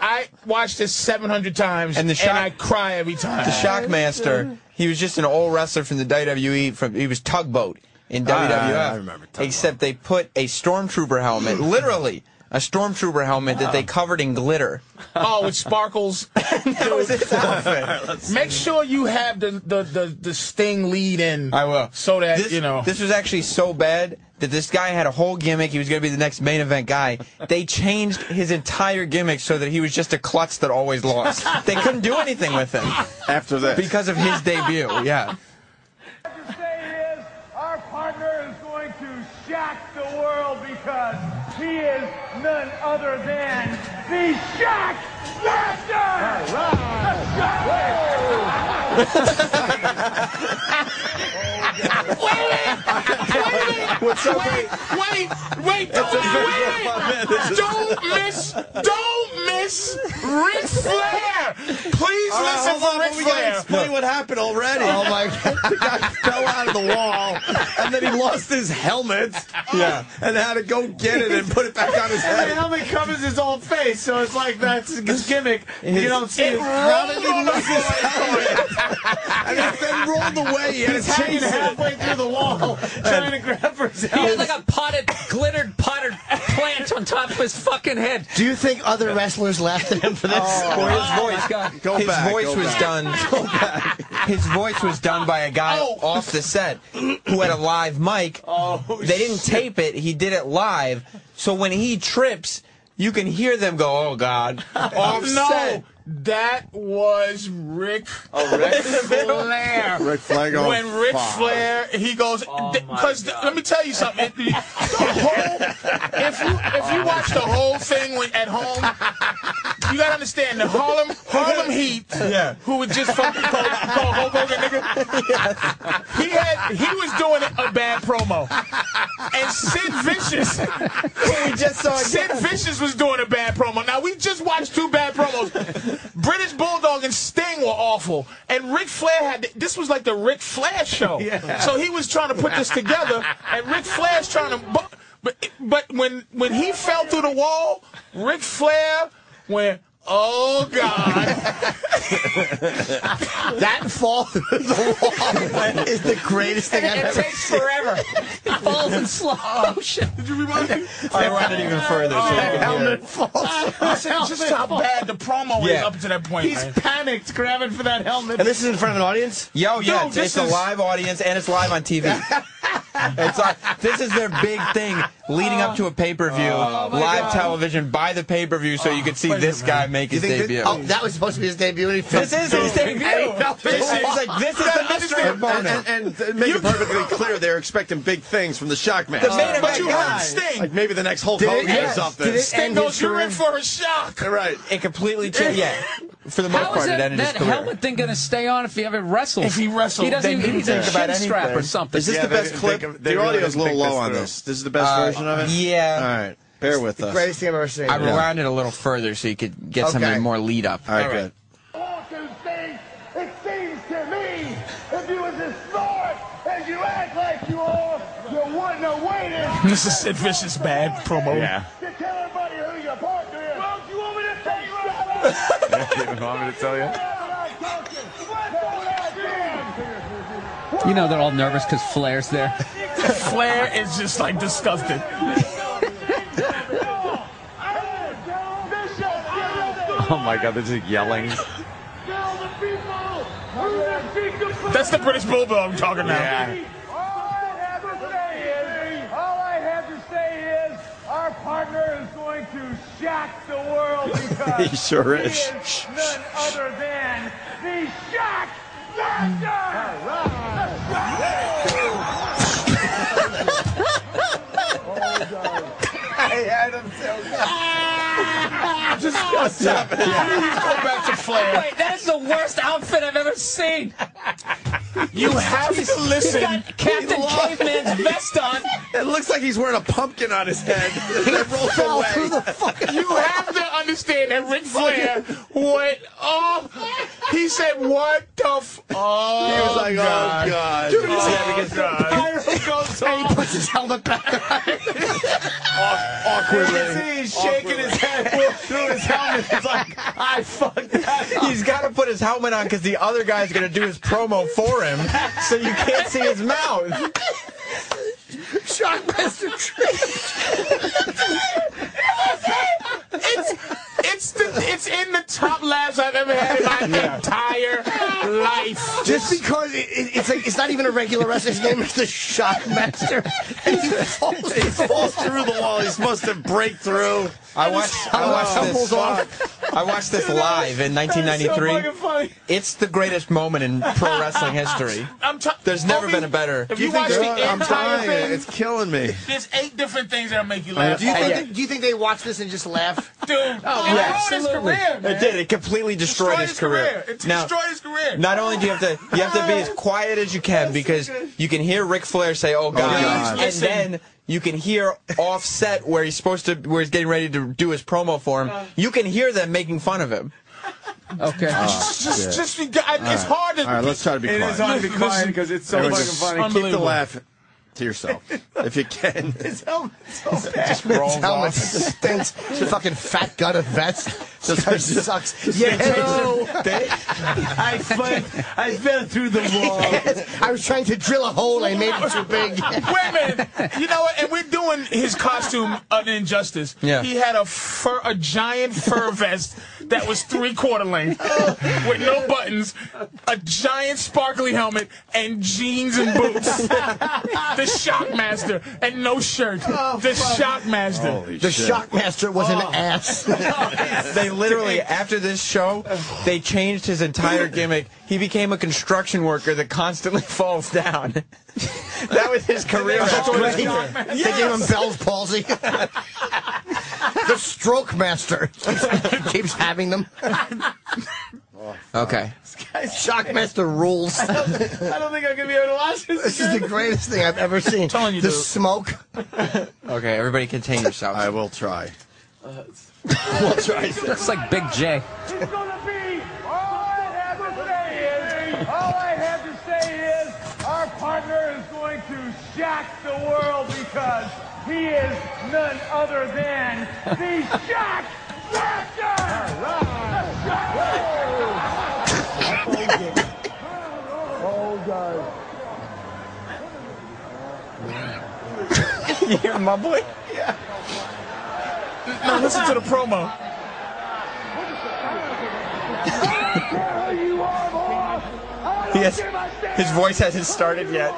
C: I watched this 700 times, and,
F: And the shock-
C: I cry every time.
F: the Shockmaster. He was just an old wrestler from the WWE. From he was Tugboat
C: Ah,
F: in WWF.
B: I remember
F: Except they put a stormtrooper helmet, literally a stormtrooper helmet that they covered in glitter.
C: Oh, with sparkles. that was
F: his outfit.
C: Make sure you have the, the, the, the Sting lead in.
F: I will.
C: So that,
F: this,
C: you know.
F: this was actually so bad that this guy had a whole gimmick. He was going to be the next main event guy. They changed his entire gimmick so that he was just a klutz that always lost. They couldn't do anything with him
B: After this.
F: because of his debut. Yeah.
I: because he is none other than the Shaq Master!
H: What's up, wait, wait, wait, don't, wait, wait. don't miss, don't miss Ric Flair. Please
B: All right,
H: listen
B: hold
H: for
B: on,
H: Ric
B: but we gotta
H: Flair.
B: explain what happened already. Oh my god! the guy fell out of the wall, and then he lost his helmet. Yeah, and had to go get it and put it back on his
H: And the
B: head.
H: helmet covers his whole face, so it's like that's his gimmick. you don't see
B: It
H: it.
B: rolled
H: He
B: off his and it then rolled away. He had
H: He's
B: to
H: hanging
B: chase it.
H: halfway through the wall, trying to grab for his
J: He had
H: helmet.
J: like a potted, glittered, potted plant on top of his fucking head.
D: Do you think other wrestlers laughed at him for this?
F: Or his voice. his voice was done. His voice was done by a guy
D: Oh.
F: off the set who had a live mic. Oh, they didn't tape it. He did it live. So when he trips, you can hear them go, "Oh God!" off set.
C: that was Rick,
B: Oh, Ric
C: Flair.
B: Ric Flair going,
C: When Rick
B: "Fuck."
C: Flair, he goes, because let me tell you something. it- the whole, if you if you watch the whole thing when, at home, you gotta understand the Harlem Harlem Heat,
H: Yeah.
C: who was just fucking called call Hulk Hogan nigga. He had he was doing a bad promo, and Sid Vicious, who we just saw, Sid Vicious was doing a bad promo. Now we just watched two bad promos. British Bulldog and Sting were awful, and Ric Flair had this was like the Ric Flair show.
H: Yeah.
C: So he was trying to put this together, and Ric Flair's trying to. bu- But but when when he fell through the wall, Ric Flair went. Oh God!
D: that fall through the wall is the greatest thing I've
H: It
D: ever
H: takes
D: seen.
H: forever. It falls in slow motion. Did you rewind it?
F: I ran it even further. So you can hear it.
C: Just how bad the promo is
F: Yeah.
C: up to that point.
H: He's
C: man.
H: panicked grabbing for that helmet.
D: And this is in front of an audience?
F: Yo, yeah,
D: Dude,
F: it's,
D: this
F: it's
D: is-
F: a live audience and it's live on TV. it's like this is their big thing leading up to a pay per view,
D: Oh,
F: live television by the pay per view, so you could see this guy make his debut.
D: oh, that was supposed to be his debut. And he
F: This is his debut. This is like- this is the mystery
B: And,
F: opponent.
B: and, and, and make it perfectly clear, they're expecting big things from the Uh, shock match.
C: The main event But you heard guy. Sting.
B: Like maybe the next Hulk
C: Did it-
B: Hogan or
C: yes.
B: something.
C: Did it Sting end goes, his "You're career?" in for a shock.
B: Right.
F: It completely changed. Yeah. For the most
J: How is
F: part,
J: that,
F: it ended
J: that
F: his career.
J: helmet thing going to stay on if he ever wrestles?
C: If he wrestles,
J: he doesn't
C: they
J: even
C: didn't
J: he's a
C: think about
J: shin strap
C: anything.
J: or something.
B: Is this the best clip? the audio's a little low on this. This is the best
F: Uh,
B: version of it?
F: yeah.
B: All right. Bear with us.
D: Greatest thing I've ever seen.
F: I
B: Yeah.
F: rounded a little further so you could get
B: Okay.
F: something more lead up.
B: All right, good.
Q: Awesome thing. It seems to me, if you was as smart as you act like you are, you wouldn't have waited
C: This is Sid Vicious bad promo.
H: Yeah.
Q: to tell everybody who your partner is. Well, you want me to tell you right now?
A: you want me to tell you?
J: You know they're all nervous because Flair's there.
C: Flair is just like disgusted.
A: Oh my god, this is yelling.
C: That's the British Bulldog I'm talking now.
A: Yeah.
Q: All I have to say is our partner is going to shock the world because
B: He sure
Q: he
B: is.
Q: none other than the Shock Master.
H: Just stop it. Go back to Flair.
J: Wait, that is the worst outfit I've ever seen.
C: You have
J: He's-
C: to listen.
J: He's got Captain Caveman's vest on.
B: It looks like he's wearing a pumpkin on his head. it rolls
C: Fell
B: away.
C: through You have to understand that Ric Flair went off. He said, "What the f?" Oh,
B: He was like, "Oh, God."
C: Dude,
B: Oh,
C: oh, God. goes off. He puts
D: his helmet back
B: awkwardly.
H: He's shaking his head through his helmet. It's like, I fucked that up.
F: He's got to put his helmet on because the other guy's going to do his promo for him, so you can't see his mouth.
H: Shockmaster
C: It's it's the, it's in the top laughs I've ever had in my entire life.
D: Just because it, it, it's like it's not even a regular wrestler. His name is the Shockmaster. And he falls, he
B: falls through the wall. He's supposed to break through.
F: I watched.
B: Oh.
F: I watched this. I watched this live in 1993. It's the greatest moment in pro wrestling history.
C: I'm t-
F: There's never
C: Homie,
F: been a better.
C: if you watch the
B: I'm
C: entire
B: dying.
C: thing,
B: It's killing me.
C: there's eight different things that'll make you
D: Uh, Do you,
C: laugh.
D: think, do you think they watch this and just laugh? Oh,
C: Dude, it ruined his career, man.
F: It did. It completely
C: Destroyed
F: destroyed, his
C: his
F: career.
C: career. It destroyed his career.
F: Not only do you have to, you have to be as quiet as you can because you can hear Ric Flair say, "Oh God,",
B: God.
F: and
B: Listen.
F: then you can hear offset where he's supposed to, where he's getting ready to do his promo for
C: Uh.
F: him. You can hear them making fun of him.
G: Okay.
C: just,
F: Uh.
C: just,
B: shit.
C: just be. I,
B: All
C: it's
B: right.
C: hard to.
B: All right, let's try to be
C: It
B: quiet.
C: is hard to be
B: Listen,
C: quiet because it's so
B: everyone,
C: fucking
B: just
C: funny.
B: Keep the laugh to yourself if you can.
D: His helmet's so bad. His
B: rolls
D: helmet
B: off.
D: stinks. fucking fat gut of vest. This guy sucks. Yeah,
H: I fell, I fell through the wall.
D: I was trying to drill a hole. I made it too big.
C: Wait a minute. You know what? And we're doing his costume an injustice.
F: Yeah.
C: He had a fur, a giant fur vest that was three quarter length with no buttons, a giant sparkly helmet, and jeans and boots. the Shockmaster and no shirt. the Shockmaster.
D: Oh,
C: Oh.
D: The Shockmaster was an ass.
F: They literally, after this show, they changed his entire gimmick. He became a construction worker that constantly falls down. that was his career.
D: They gave him Bell's palsy. the stroke master keeps, keeps having them.
F: Okay.
D: Shockmaster rules.
C: I don't think I'm gonna be able to watch this.
D: This is the greatest thing I've ever seen.
C: telling you,
D: the
C: dude.
D: smoke.
F: Okay, everybody contain yourselves.
B: I will try.
F: we'll try. It's like Big J.
I: It's gonna be. All I have to say is, all I have to say is, our partner is going to shock the world because he is none other than the Shock Master.
S: Oh, God.
F: you hear mumbling?
C: No, listen to the promo.
F: He has, his voice hasn't started yet.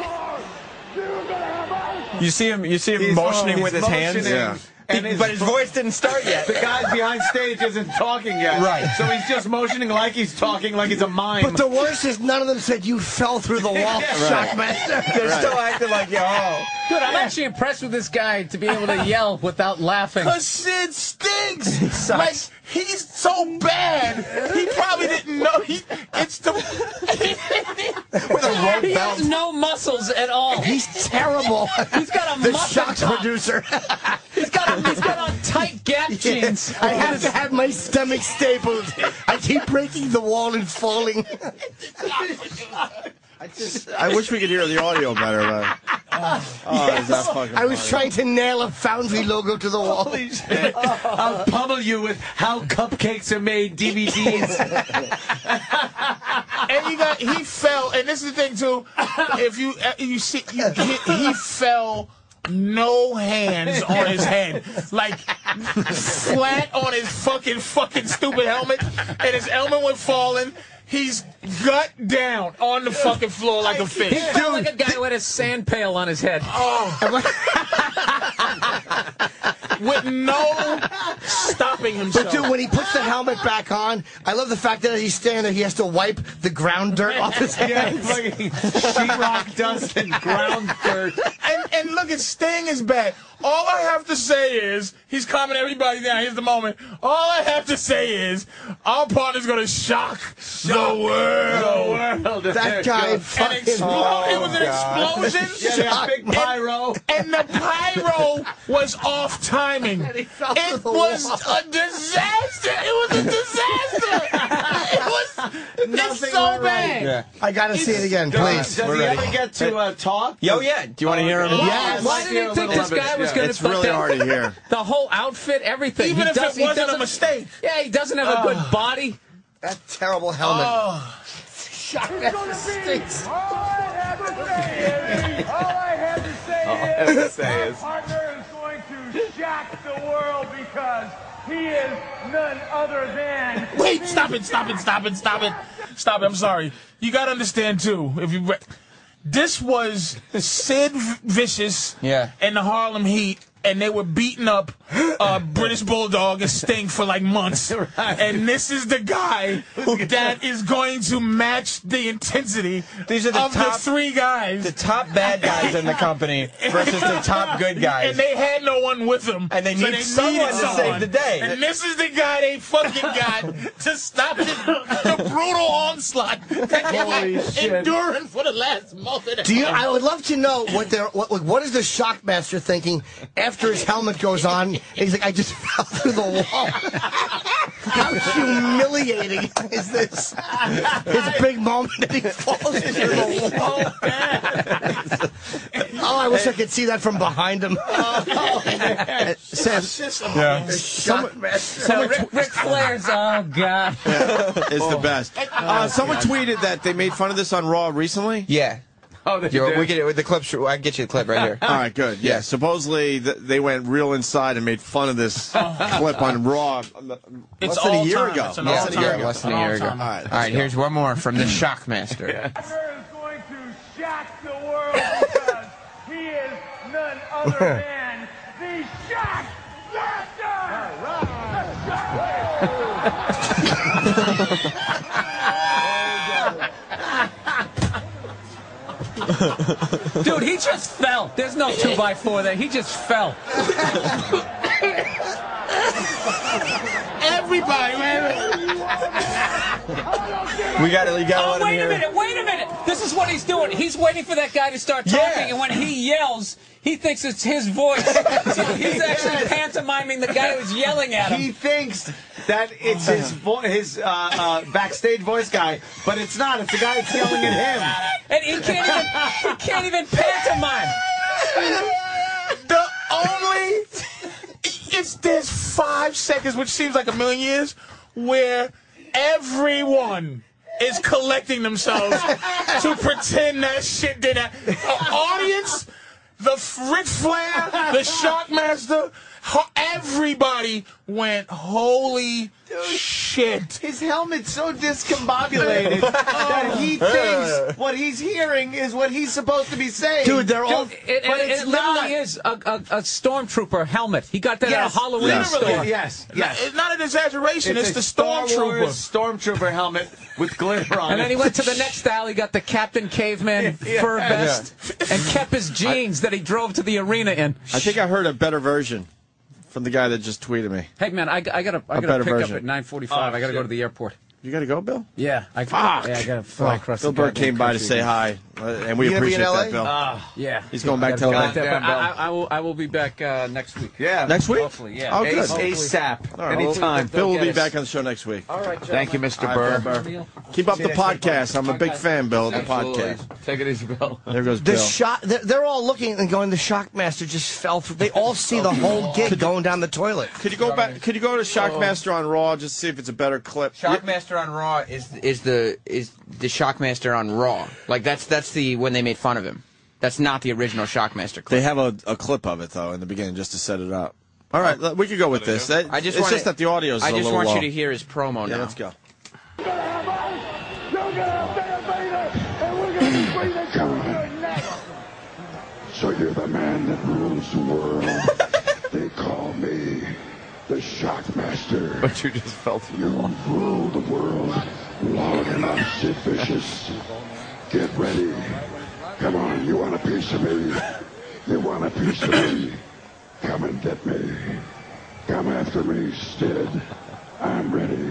F: You see him. You see him
H: He's-
F: motioning
H: oh,
F: with
H: he's
F: his hands.
H: motioning. Yeah.
F: He- but his voice didn't start yet.
A: The guy behind stage isn't talking yet.
F: Right.
A: So he's just motioning like he's talking, like he's a mime.
D: But the worst is none of them said you fell through the wall, Shockmaster.
F: They're still acting like yo.
G: Dude, I'm actually impressed with this guy to be able to yell without laughing.
C: Cause shit stinks. Like he's so bad, he probably didn't know. He it's the
F: With a rope
G: He
F: belt.
G: has no muscles at all.
D: He's terrible.
G: He's got a
D: the
G: muffin
D: shock
G: top.
D: producer.
G: He's got a, he's got on tight gap jeans.
D: I have to have my stomach stapled. I keep breaking the wall and falling.
B: I just. I wish we could hear the audio better, but. Oh, is that fucking
D: I was trying
B: funny.
D: to nail a Foundry logo to the wall.
G: Oh.
A: I'll pummel you with how cupcakes are made DVDs.
C: and he got he fell. And this is the thing too. If you uh, you see you, he, he fell. No hands on his head, like flat on his fucking fucking stupid helmet, and his helmet went falling. He's gut down on the fucking floor like a
G: He
C: fish. Oh.
G: felt like a guy with a sand pail on his head.
C: with no stopping himself.
D: But dude, when he puts the helmet back on, I love the fact that as he's standing there, he has to wipe the ground dirt off his
A: yeah,
D: hands.
A: fucking sheetrock dust and ground dirt.
C: and and look at Sting is back. All I have to say is he's calming everybody down. Here's the moment. All I have to say is our partner's gonna shock, the world. Oh,
D: That guy
C: And
D: fucking.
C: explode. it was an
A: Yeah,
C: explosion.
A: that big pyro.
C: And the pyro was off timing. It
D: fell through the
C: was
D: wall.
C: a disaster. It was a disaster. It was it's so bad.
D: I gotta see it again,
A: Does,
D: pleys
A: does he ever get to uh, talk?
F: Yo, yeah. Do you want to hear him?
D: Yes.
G: Why did you think this guy was going to
B: It's really hard to hear.
G: The whole outfit, everything.
C: Even
G: He
C: if
G: does-
C: it
G: he
C: wasn't a
G: doesn't-
C: mistake. Ah.
G: Yeah, he doesn't have a good body.
D: That terrible helmet.
I: It's gonna be. All I have to say is, all I have to say is,
A: say
I: our partner is going to shock the world because He is none other than.
C: Wait, stop it, stop it, stop it, stop it. Stop it, I'm sorry. You gotta understand too, if you re- this was Sid Vicious
F: Yeah.
C: and the Harlem Heat and they were beating up uh, British Bulldog and Sting for like months. And this is the guy that is going to match the intensity
F: These are the
C: of
F: top-
C: the three guys.
F: The top bad guys in the company versus the top good guys.
C: And they had no one with them. And
F: they need someone to save the day.
C: And this is the guy they fucking got to stop the, the brutal onslaught that they
D: Holy
C: had
D: shit.
C: enduring for the last month and a
D: Do you?
C: half.
D: I would love to know what their what what is the shockmaster thinking after his helmet goes on? And he's like, I just fell through the wall. How humiliating is this? His big moment that he falls through the wall. oh, I wish I could see that from behind him.
A: Oh,
B: Sam,
H: Yeah.
D: Shockmaster.
H: Rick, Ric Flair's, oh god.
B: It's the best. Uh, someone
F: God.
B: tweeted that they made fun of this on Raw recently.
F: Yeah.
B: Oh,
F: Yo, we get it with the clip. sh- I can get you the clip right here.
B: All right, good. Yeah, supposedly th- they went real inside and made fun of this clip on Raw.
F: It's
B: less than a
F: all
B: year
F: time.
B: ago.
F: It's an
B: less
F: all
B: than a year
F: time.
B: ago.
F: Less than a year ago.
B: All right,
F: All right, here's one more from the Shockmaster.
I: shock the world because he is none other than the shock
H: Dude, he just fell. There's no two by four there. He just fell.
C: Everybody, man.
F: We got it. You got
H: Oh,
F: to
H: wait
F: let him hear.
H: a minute. Wait a minute. This is what he's doing. He's waiting for that guy to start talking, and when he yells, he thinks it's his voice. so he's actually pantomiming the guy who's yelling at him.
A: He thinks that it's his vo- his uh, uh, backstage voice guy, but it's not. It's the guy that's yelling at him.
H: And he can't even he can't even pantomime.
C: The only it's there's five seconds, which seems like a million years, where everyone is collecting themselves to pretend that shit did not The audience, the Ric Flair, the Shockmaster, ho- everybody went, holy shit. Oh,
A: His helmet's so discombobulated that he thinks what he's hearing is what he's supposed to be saying.
J: Dude, It, it,
A: but
J: it
A: it's
J: literally
A: not.
J: is a, a, a stormtrooper helmet. He got that
A: Yes,
J: at a Halloween
A: yes.
J: store.
A: Literally, yes, yes.
C: It's not an exaggeration. It's,
A: a
C: the
A: Star
C: stormtrooper.
A: Wars stormtrooper helmet with glitter on it.
J: And then he went to the next aisle. He got the Captain Caveman
A: Yeah.
J: fur vest and kept his jeans that he drove to the arena in.
B: I think I heard a better version from the guy that just tweeted me.
J: Hey man, I, I gotta I
B: A
J: gotta
B: better
J: pick
B: version.
J: up at nine forty five.
B: Oh,
J: I gotta go
B: shit.
J: to the airport.
B: You got to go, Bill.
J: Yeah, I,
B: Fuck.
J: Yeah, I gotta fly across.
B: Bill
J: the
B: Burr
J: goddamn
B: came by to
J: country.
B: say hi, uh, and we
J: You gonna be
B: appreciate
J: in LA?
B: that, Bill.
J: Ah, yeah.
B: he's going back to
J: Gotta
B: LA.
J: get back there, but I, I, I will I will be back uh, next week.
A: Yeah,
B: Next week?
J: Hopefully, yeah.
B: Oh, good.
J: Hopefully.
B: All right, well, Bill will be back on the show next week.
J: All right,
A: Thank you, Mr.
B: All
A: Burr.
B: right, Keep up
A: See
B: the
A: you next
B: podcast. I'm a big
A: Podcast.
B: fan, Bill, of the
A: Absolutely.
B: podcast.
A: Take it easy, Bill.
B: There goes
D: The
B: Bill.
D: shot. They're, they're all looking and going. The shockmaster just fell through. They all see the whole gig going down the toilet.
B: Could you go back? Could you go to Shockmaster on Raw just to see if it's a better clip?
F: Shockmaster on Raw is is the is the Shockmaster on Raw. Like that's that's the when they made fun of him. That's not the original Shockmaster clip.
B: They have a, a clip of it though in the beginning just to set it up. All right, we could go with this. That-
F: I just
B: it's
F: wanna-
B: just that the audio is
F: I
B: a
F: just
B: little
F: want
B: low.
F: you to hear his promo
B: Yeah,
F: now.
B: let's go.
Q: So you're the man that rules the world. they call me the Shockmaster. But you just felt you ruled the world long enough, Sid Vicious. Get ready. Come on, you want a piece of me? You want a piece of me? Come and get me. Come after me, Sid. I'm ready.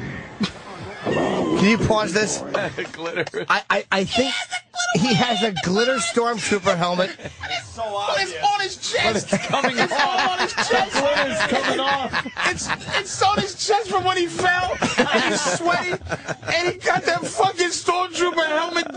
D: Oh. Can you pause this? I, I, I think he has a glitter stormtrooper helmet.
H: So it's on his chest. It's coming it's all on his chest.
A: Glitter's coming off.
H: It's it's on his chest from when he fell and he's sweaty and he got that fucking stormtrooper helmet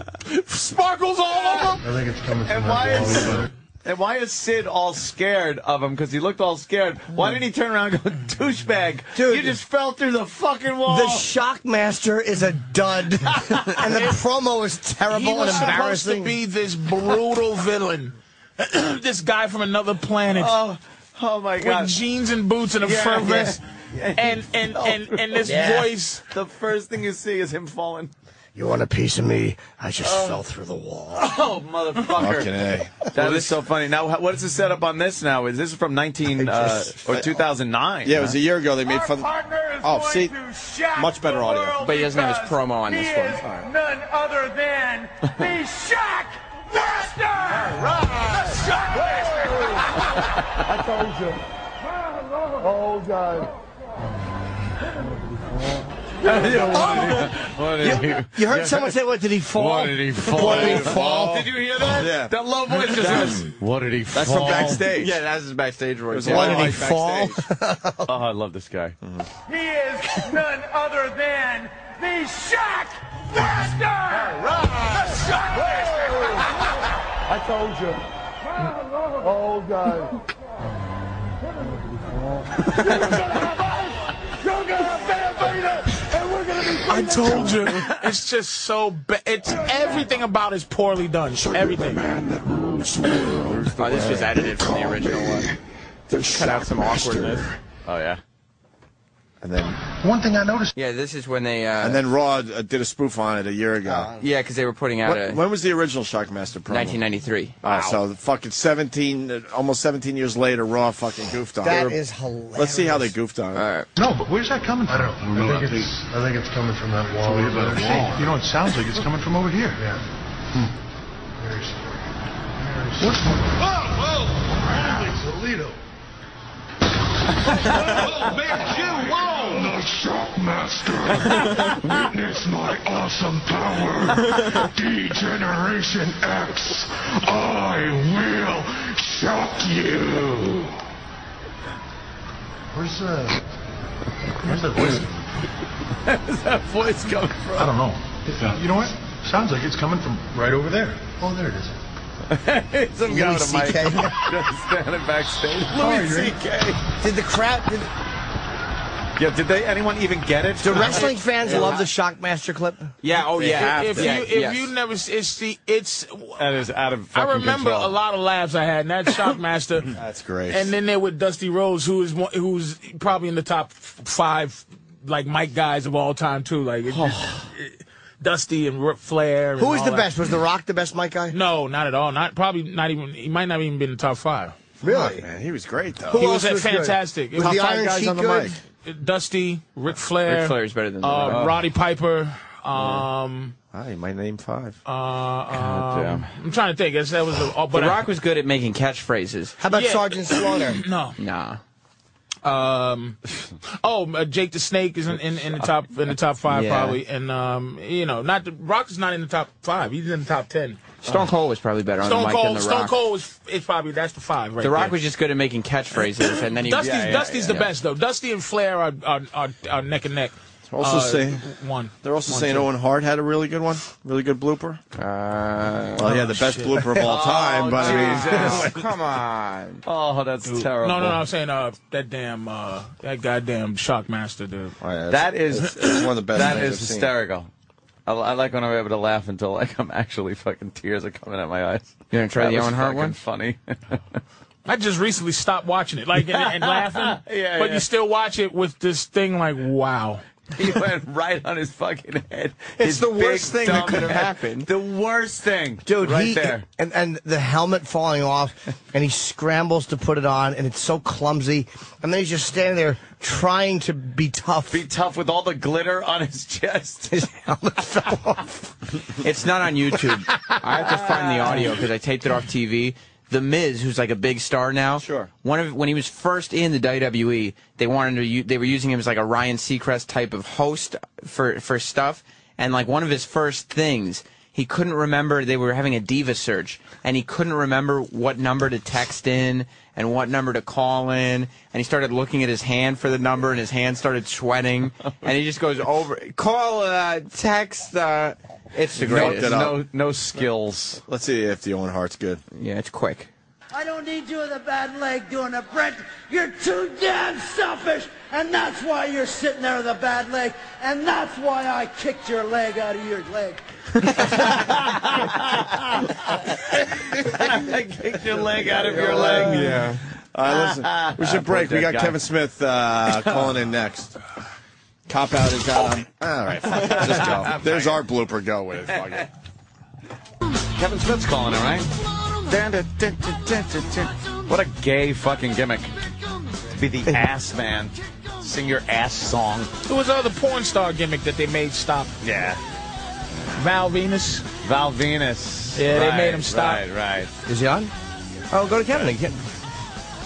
H: sparkles all over. him.
A: think it's coming and why is, and why is Sid all scared of him? Because he looked all scared. Why didn't he turn around and go, douchebag, Dude, you just fell through the fucking wall.
D: The Shockmaster is a dud, and the promo is terrible
C: He
D: and
C: was supposed to
D: embarrassing.
C: be this brutal villain, this guy from another planet.
A: Oh, oh my God.
C: With jeans and boots and a
A: Yeah,
C: fur
A: yeah.
C: vest, and and and and this
D: Yeah.
C: voice.
A: The first thing you see is him falling.
D: You want a piece of me? I just fell through the wall.
A: Oh, motherfucker.
D: Fucking
A: That
D: A.
A: is so funny. Now, how- what is the setup on this now? Is this from 19 uh,
B: just-
A: or 2009?
B: Yeah, it was
A: huh?
B: a year ago. They made fun. Oh, see, much better audio.
F: But he doesn't have his promo on
B: this
F: one.
B: All right.
I: None other than the Shock Master! The Shock Master!
S: I told you. Oh, God.
D: You, you heard someone say, "What did he fall? What did he
A: fall?
D: What did he fall?"
A: Did you hear that?
D: Yeah.
A: That low voice just
D: That's-
A: goes, What did he fall?
D: that's from backstage.
A: Yeah, that's his backstage voice.
D: was a What lot did of he
A: oh, I love this guy.
B: Mm-hmm.
I: He is none other than the Shock Master! The Shock Master!
S: I told you. Oh, God.
I: You're gonna have Vader, and we're gonna be
C: I told you, it's just so bad. It's everything about is poorly done. Everything.
F: Oh, this was edited from the original one. Cut out some awkwardness.
A: Oh yeah.
B: And then
F: One thing I noticed. Yeah, this is when they. Uh,
B: and then Raw uh, did a spoof on it a year ago.
F: yeah, because they were putting out
B: when,
F: a.
B: when was the original Shockmaster promo?
F: 1993.
B: All right, so the fucking 17, uh, almost 17 years later, Raw fucking goofed on.
D: That
B: They were-
D: is hilarious.
B: Let's see how they goofed on. All right.
S: No, but where's that coming from? I don't know. I think, it's, I think it's coming from that wall.
Q: over
S: over
Q: there.
S: there. You know, it sounds like it's coming from over here. Yeah. What's Whoa, whoa! Toledo.
Q: oh, man, Jim, whoa! The Shockmaster! Witness my awesome power! Degeneration X! I will shock you!
S: Where's the? Where's the voice?
A: Where's that voice coming from?
S: I don't know.
D: uh,
S: You know what? Sounds like it's coming from right over there. Oh, there it is.
A: Some guy with a mic just standing backstage. Louis C.K.
D: Did the crowd? Did,
A: Yeah, did they? Anyone even get it?
D: do wrestling fans love the Shockmaster clip?
A: Yeah.
D: oh, yeah.
C: If
D: Yeah,
C: you if
D: yes.
C: you never s- it's the it's.
A: That is out of.
C: I
A: fucking
C: remember
A: control.
C: a lot of laughs I had. And that Shockmaster.
B: That's great.
C: And then there with Dusty Rhodes, who is one, who's probably in the top f- five like mic guys of all time too. Like it, it- it- Dusty and Ric Flair. and
D: Who is
C: all
D: the
C: that.
D: best? Was The Rock the best mic guy?
C: No, not at all. Not probably not even. He might not even be in the top five.
D: Really?
B: man, he was great though.
C: he was, uh, fantastic. It
B: Top
C: was
B: five guys on the mic.
C: mic. Dusty, Ric Flair.
F: Ric Flair's better than The
C: uh,
F: Rock.
C: Roddy Piper. Um,
D: Ah,
B: Hi, my name five.
C: uh, um, I'm trying to think. It's- That was a, oh, but
F: the
C: I-
F: Rock was good at making catchphrases.
D: How about Sergeant Slaughter?
C: no.
F: Nah.
C: Um, oh, uh, Jake the Snake is in, in, in the top in the top five
F: Yeah.
C: probably, and um, you know, not the Rock is not in the top five. He's in the top ten.
F: Uh, Stone Cold was probably better on the
C: Stone
F: mic than
C: Cold,
F: The
C: Stone
F: Rock.
C: Cold is, is probably that's the five right
F: the Rock
C: there.
F: was just good at making catchphrases, and then he.
C: Dusty's,
F: Yeah, yeah,
C: Dusty's
F: yeah.
C: the best though. Dusty and Flair are are, are, are neck and neck.
B: Also
C: Uh,
B: saying
C: one.
B: They're also
C: One,
B: saying
C: two.
B: Owen Hart had a really good one, really good blooper.
F: Uh,
B: well, yeah, the best
C: Oh, shit.
B: blooper of all time. but I mean,
F: come on.
A: Oh, that's terrible.
C: No, no, no. I'm saying uh, that damn uh, that goddamn Shockmaster dude.
A: That is
B: one of the best.
A: That
B: things
A: is
B: I've seen.
A: hysterical. I, I like when I'm able to laugh until like I'm actually fucking tears are coming out my eyes.
F: You gonna try
A: That
F: the
A: was
F: Owen Hart
A: fucking
F: one?
A: Funny.
C: I just recently stopped watching it, like and, and laughing.
A: Yeah,
C: but
A: yeah.
C: you still watch it with this thing like, wow.
A: he went right on his fucking head.
D: It's
A: His
D: the
A: big,
D: worst thing that
A: dumb
D: could've
A: head.
D: happened.
A: The worst thing,
D: Dude,
A: Right
D: he
A: there.
D: and and the helmet falling off, and he scrambles to put it on, and it's so clumsy. And then he's just standing there trying to be tough.
A: Be tough with all the glitter on his chest.
D: His helmet fell off.
F: It's not on YouTube. I have to find the audio because I taped it off TV. The Miz, who's like a big star now, sure. One of when he was first in the WWE, they wanted to. u- They were using him as like a Ryan Seacrest type of host for for stuff. And like one of his first things, he couldn't remember. They were having a diva search, and he couldn't remember what number to text in and what number to call in. And he started looking at his hand for the number, and his hand started sweating. And he just goes over, call, uh, text. Uh, it's the greatest.
A: No, no skills.
B: Let's see if the Owen Hart's good.
F: Yeah, it's quick.
L: I don't need you with a bad leg doing a Brett. You're too damn selfish, and that's why you're sitting there with a bad leg, and that's why I kicked your leg out of your leg.
A: I kicked your leg out of your leg.
F: Yeah.
B: Uh, All right, listen. We should break. We got Kevin Smith uh, calling in next. Cop out is out. on- All right, fuck it. just go. There's our blooper. Go with it. Fuck it.
A: Kevin Smith's calling it, right? Dun, dun, dun, dun, dun, dun, dun. What a gay fucking gimmick. To be the ass man. Sing your ass song.
C: It was uh, the porn star gimmick that they made stop.
A: Yeah.
C: Val Venus.
A: Val Venus.
C: Yeah, they
A: Right,
C: made him stop.
A: Right, right.
F: Is he on? Oh, go to Kevin. and Ke-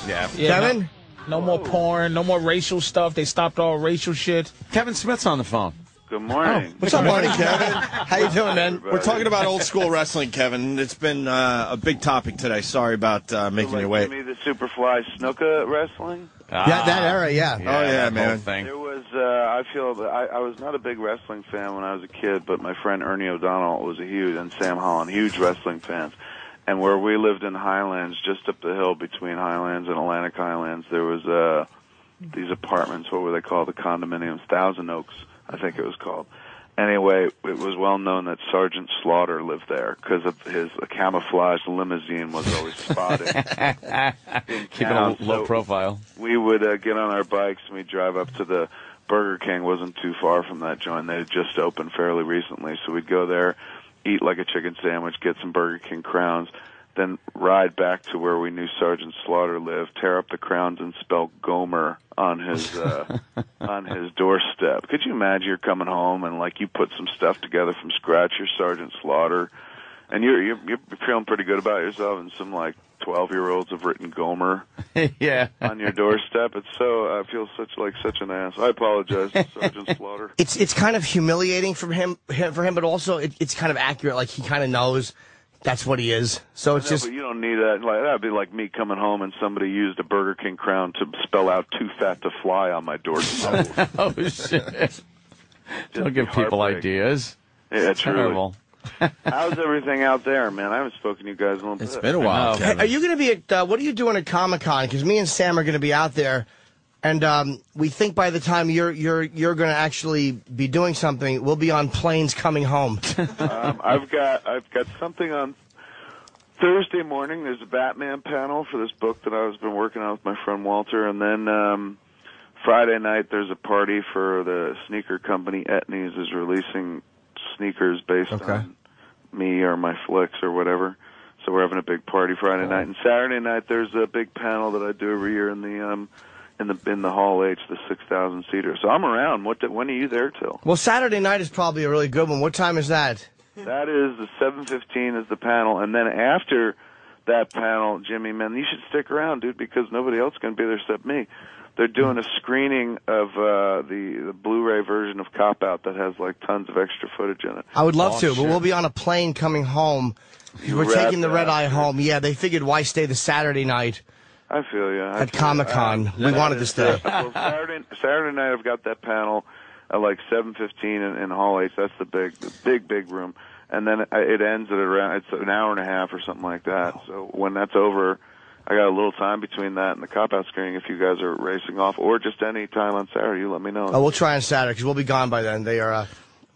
A: Yeah.
C: Yeah, No, no more porn. No more racial stuff. They stopped all racial shit.
A: Kevin Smith's on the phone.
O: Good
A: Oh,
O: morning.
B: What's up, morning, Kevin?
C: How you doing, man?
B: We're talking about old school wrestling, Kevin. It's been uh, a big topic today. Sorry about uh, making you wait.
E: Give me the Superfly Snooker wrestling.
B: Yeah, that era, yeah. Oh, yeah,
E: that
B: man.
E: whole There was, uh, I feel, that I, I was not a big wrestling fan when I was a kid, but my friend Ernie O'Donnell was a huge, and Sam Holland, huge wrestling fans. And where we lived in Highlands, just up the hill between Highlands and Atlantic Highlands, there was uh, these apartments. What were they called? The condominiums, Thousand Oaks, I think it was called. Anyway, it was well known that Sergeant Slaughter lived there because of his camouflage limousine was always spotted. in
A: Keep it
E: town.
A: a low
E: So-
A: profile.
E: we would uh, get on our bikes and we'd drive up to the Burger King wasn't too far from that joint. They had just opened fairly recently, so we'd go there, eat like a chicken sandwich, get some Burger King crowns, then ride back to where we knew Sergeant Slaughter lived, tear up the crowns and spell Gomer on his uh, on his doorstep. Could you imagine you're coming home and like you put some stuff together from scratch, you're Sergeant Slaughter, and you're you're, you're feeling pretty good about yourself, and some like twelve year olds have written Gomer
A: yeah.
E: on your doorstep. It's so I feel such like such an ass. I apologize, to Sergeant Slaughter.
D: It's it's kind of humiliating for him, him- for him, but also it, it's kind of accurate. Like he kind of knows that's what he is. So it's
E: No,
D: just
E: but you don't need that. Like that'd be like me coming home and somebody used a Burger King crown to spell out "too fat to fly" on my doorstep.
A: oh shit! Don't give people ideas.
E: Yeah,
A: It's
E: truly.
A: terrible.
E: How's everything out there, man? I haven't spoken to you guys in a little bit.
D: Hey, are you going to be at? Uh, what are you doing at Comic Con? Because me and Sam are going to be out there, and um, we think by the time you're you're you're going to actually be doing something, we'll be on planes coming home.
E: um, I've got I've got something on Thursday morning. There's a Batman panel for this book that I've been working on with my friend Walter, and then um, Friday night there's a party for the sneaker company Etnies is releasing sneakers based on me or my flicks or whatever. So we're having a big party Friday night and Saturday night. There's a big panel that I do every year in the um, in the in the Hall H, the six thousand seater. So I'm around. What the, when are you there till?
D: well, Saturday night is probably a really good one. What time is that?
E: That is the 7:15 is the panel, and then after that panel, Jimmy, man, you should stick around, dude, because nobody else can be there except me. They're doing a screening of uh, the the Blu-ray version of Cop Out that has like tons of extra footage in it.
D: I would love
E: Oh,
D: to,
E: shit.
D: but we'll be on a plane coming home.
E: You
D: We're
E: rat
D: taking the red eye
E: bastard.
D: home. Yeah, they figured why stay the Saturday night
E: I feel you. I
D: at
E: feel you.
D: Comic Con.
E: Uh,
D: We wanted to stay. Uh,
E: well, Saturday, Saturday night, I've got that panel at like 7:15 in, in Hall H. That's the big, the big, big room. And then I- it ends at around it's an hour and a half or something like that. So when that's over, I got a little time between that and the cop out screening. If you guys are racing off, or just any time on Saturday, you let me know.
D: Oh, we'll try on Saturday because we'll be gone by then. They are uh,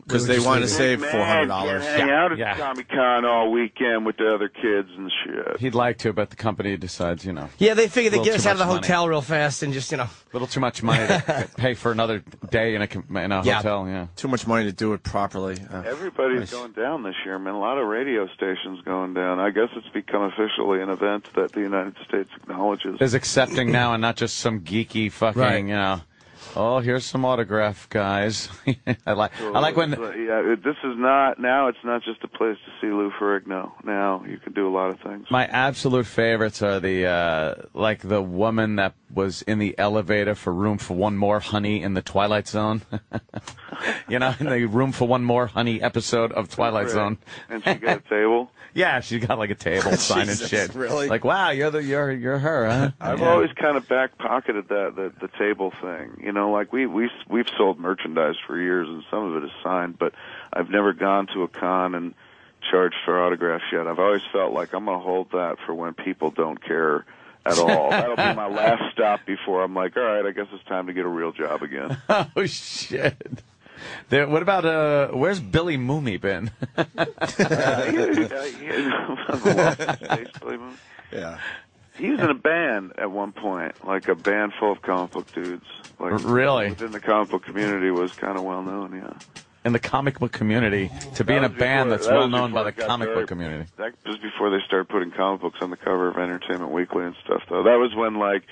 D: we were just leaving.
E: Man, can't Hang out at Comic Con all weekend with the other kids and shit.
A: He'd like to, but the company decides, you know.
D: Yeah, they figured they'd
A: Little
D: get
A: too
D: us out of the
A: much money.
D: hotel real fast and just, you know.
A: A little too much money to pay for another day in a, com- in a
B: Yeah.
A: hotel. Yeah.
B: Too much money to do it properly. Uh,
E: Everybody's going down this year, man. A lot of radio stations going down. I guess it's become officially an event that the United States acknowledges.
A: Is accepting now and not just some geeky fucking,
E: Right.
A: you know. Oh, here's some autograph, guys. I like. I like when.
E: yeah, it- this is not now. It's not just a place to see Lou Ferrigno. Now you can do a lot of things.
A: My absolute favorites are the uh, like the woman that was in the elevator for room for one more honey in the Twilight Zone. you know, in the room for one more honey episode of Twilight
E: Right.
A: Zone.
E: And she got a table.
A: yeah, she got like a table sign
E: Jesus,
A: and shit.
E: really?
A: Like, wow, you're the you're you're her, huh?
E: I've
A: Yeah.
E: always kind of back pocketed that the, the table thing. You know, like we we we've sold merchandise for years, and some of it is signed, but I've never gone to a con and charged for autographs yet. I've always felt like I'm gonna hold that for when people don't care at all. That'll be my last stop before I'm like, all right, I guess it's time to get a real job again.
A: oh shit. There, what about uh? Where's Billy Moomy been?
E: yeah. He was in a band at one point, like a band full of comic book dudes. Like
A: R- really?
E: within the comic book community was kind of well known. Yeah,
A: in the comic book community to be
E: That
A: in a
E: was
A: band
E: before-
A: that's
E: that
A: well
E: was
A: known
E: before
A: by the
E: it got
A: comic
E: very-
A: book community.
E: That was before they started putting comic books on the cover of Entertainment Weekly and stuff, though. That was when like.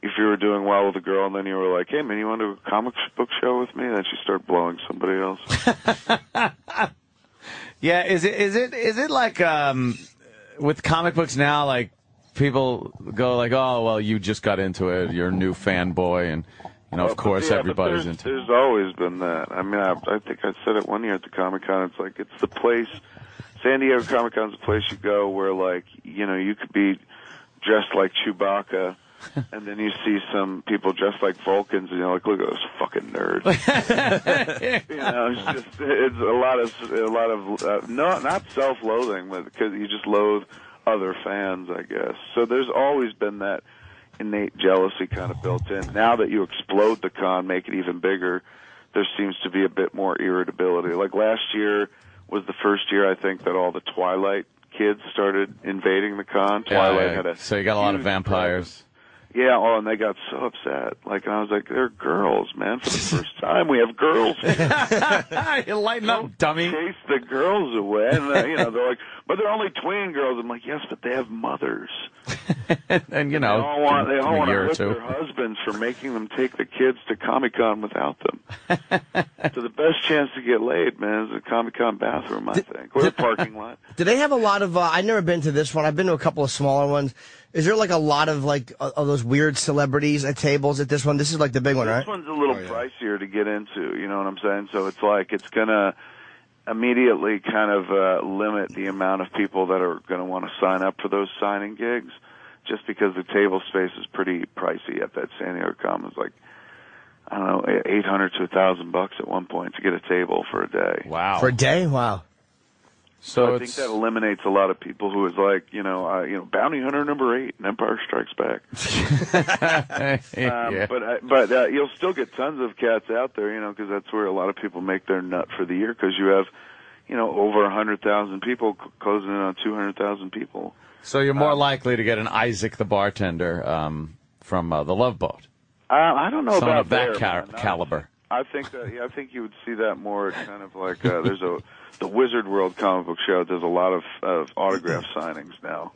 E: If you were doing well with a girl and then you were like, "Hey man, you want to do a comic book show with me?" then she started blowing somebody else.
A: Yeah, is it is it is it like um, with comic books now? Like people go like, oh well, you just got into it. You're a new fanboy, and you know,
E: Well,
A: of
E: but
A: course,
E: yeah, but
A: everybody's
E: there's,
A: into.
E: There's always been that. I mean, I, I think I said it one year at the Comic Con. It's like it's the place. San Diego Comic Con's a place you go where, like, you know, you could be dressed like Chewbacca, and then you see some people dressed like Vulcans, and you're like, look at those fucking nerds. you know, it's just it's a lot of a lot of uh, no, not self-loathing, but because you just loathe other fans, I guess. So there's always been that innate jealousy kind of built in. Now that you explode the con, make it even bigger, there seems to be a bit more irritability. Like last year was the first year I think that all the Twilight kids started invading the con.
A: Yeah,
E: Twilight
A: yeah.
E: had a
A: so you got a lot of vampires.
E: yeah, oh, and they got so upset. Like, and I was like, they're girls, man. For the first time, we have girls.
A: you lighten up, dummy.
E: Chase the girls away. And, uh, you know, they're like, but they're only tween girls. I'm like, yes, but they have mothers.
A: and, and you
E: they
A: know,
E: all want, they
A: Oh, in
E: all
A: a
E: want
A: year or
E: to whip
A: two.
E: their husbands for making them take the kids to Comic Con without them. so the best chance to get laid, man, is the Comic Con bathroom, I think, or the parking lot.
D: Do they have a lot of? Uh, I've never been to this one. I've been to a couple of smaller ones. Is there like a lot of like uh, of those weird celebrities at tables at this one? This is like the big one, right? Oh,
E: This one's a little pricier to get into. You know what I'm saying? So it's like it's gonna immediately kind of uh, limit the amount of people that are gonna want to sign up for those signing gigs, just because the table space is pretty pricey at that San Diego Commons. Like I don't know, e-, eight hundred to a thousand bucks at one point to get a table for a day.
A: Wow.
D: For a day? Wow.
E: So, I think that eliminates a lot of people who is like, you know, uh, you know, Bounty Hunter number eight and Empire Strikes Back.
A: um, Yeah.
E: But I, but uh, you'll still get tons of cats out there, you know, because that's where a lot of people make their nut for the year. Because you have, you know, over a hundred thousand people c- closing in on two hundred thousand people.
A: So you're
E: um,
A: more likely to get an Isaac the bartender um, from uh, the Love Boat.
E: Uh, I don't know
A: Someone
E: about
A: of that
E: there,
A: cal-
E: man. I-
A: caliber.
E: I think that yeah, I think you would see that more at kind of like uh, there's a the Wizard World comic book show. There's a lot of, of autograph signings now,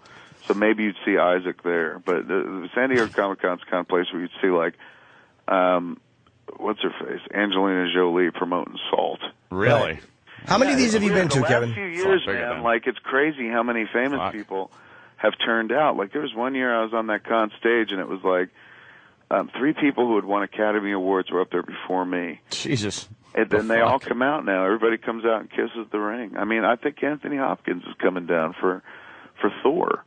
E: so maybe you'd see Isaac there. But the, the San Diego Comic Con's kind of place where you'd see like, um, what's her face, Angelina Jolie promoting Salt.
A: Really?
D: How many of these have you been to,
E: the
D: Kevin?
E: Last few years, man, like it's crazy how many famous people have turned out. Like there was one year I was on that con stage, and it was like um, three people who had won Academy Awards were up there before me.
A: Jesus.
E: And then they all come out now. Everybody comes out and kisses the ring. I mean, I think Anthony Hopkins is coming down for for Thor.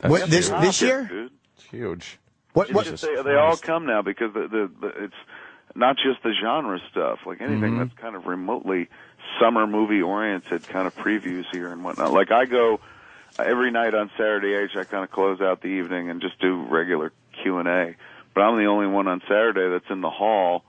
D: What, this
E: Anthony Hopkins,
D: this year?
E: dude.
A: Huge.
D: What? what
E: It's just they, they all come now because the, the, the it's not just the genre stuff. Like anything
A: Mhm.
E: that's kind of remotely summer movie oriented, kind of previews here and whatnot. Like I go every night on Saturday H. I kind of close out the evening and just do regular Q and A. But I'm the only one on Saturday that's in the hall.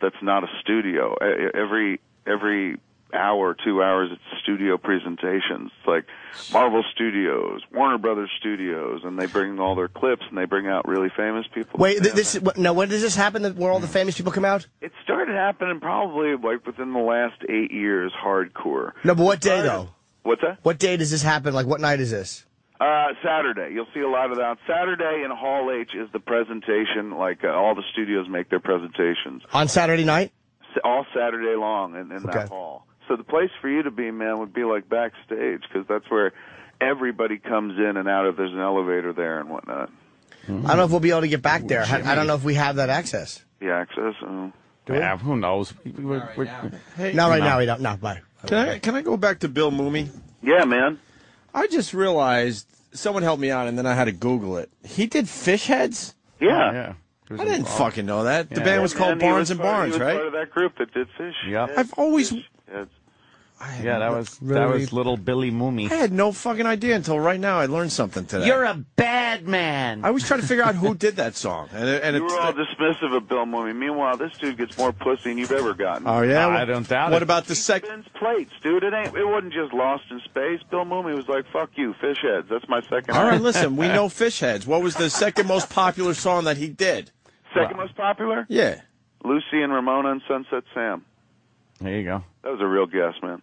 E: That's not a studio. E- e- Every every hour, two hours, it's studio presentations. It's like Marvel Studios, Warner Brothers Studios, and they bring all their clips and they bring out really famous people.
D: Wait, th-
E: Yeah.
D: this is what, no. When does this happen? that- Where all the famous people come out?
E: It started happening probably like within the last eight years, hardcore.
D: No, but what day though?
E: What's that?
D: What day does this happen? Like what night is this?
E: Uh, Saturday, you'll see a lot of that. Saturday in Hall H is the presentation. Like uh, all the studios make their presentations
D: On Saturday night?
E: s- all Saturday long in, in that hall. So the place for you to be, man, would be like backstage because that's where everybody comes in and out. If there's an elevator there and whatnot,
D: I don't know if we'll be able to get back there. I, I don't know if we have that access.
E: the access. Uh,
A: Yeah, who knows? We- we- we-
D: Hey, not right now. We don't. No, bye.
B: Can I can I go back to Bill Mooney?
E: Yeah, man.
B: I just realized someone helped me out, and then I had to Google it. He did fish heads.
E: Yeah. Oh, Yeah.
B: I didn't
E: There's a-
B: fucking know that. The
E: Yeah.
B: band was
E: Yeah,
B: called
E: man, he
B: Barnes
E: was
B: and
E: part- he
B: Barnes,
E: was
B: right?
E: Part of that group that did fish. Yeah.
B: I've always. I
A: Yeah, that was that was little Billy Moomy.
B: I had no fucking idea until right now. I learned something today.
A: You're a bad man.
B: I was trying to figure out who did that song, and, it- and
E: you
B: it's.
E: were all dismissive of Bill Mummy. Meanwhile, this dude gets more pussy than you've ever gotten.
B: Oh yeah, What about the second?
E: Spins plates, dude. It ain't. It wasn't just lost in space. Bill Mummy was like, "Fuck you, fish heads." That's my second.
B: All right,
E: album.
B: listen. We know fish heads. What was the second most popular song that he did?
E: Second most popular?
B: Yeah.
E: Lucy and Ramona and Sunset Sam.
A: There you go.
E: That was a real guess, man.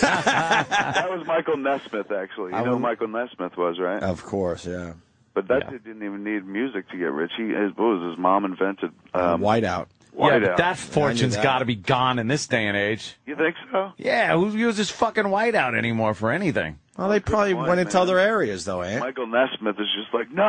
E: that was Michael Nesmith, actually. You
B: I
E: know who
B: wouldn't-
E: Michael Nesmith was, right?
B: Of course, yeah.
E: But that dude didn't even need music to get rich. He, his, what was his mom invented? Um,
B: Uh, Whiteout.
A: yeah,
E: Whiteout.
A: but that fortune's got to be gone in this day and age.
E: You think so?
A: Yeah, who uses fucking whiteout anymore for anything?
B: Well, they probably went into other areas though, eh?
E: Michael Nesmith is just like, no.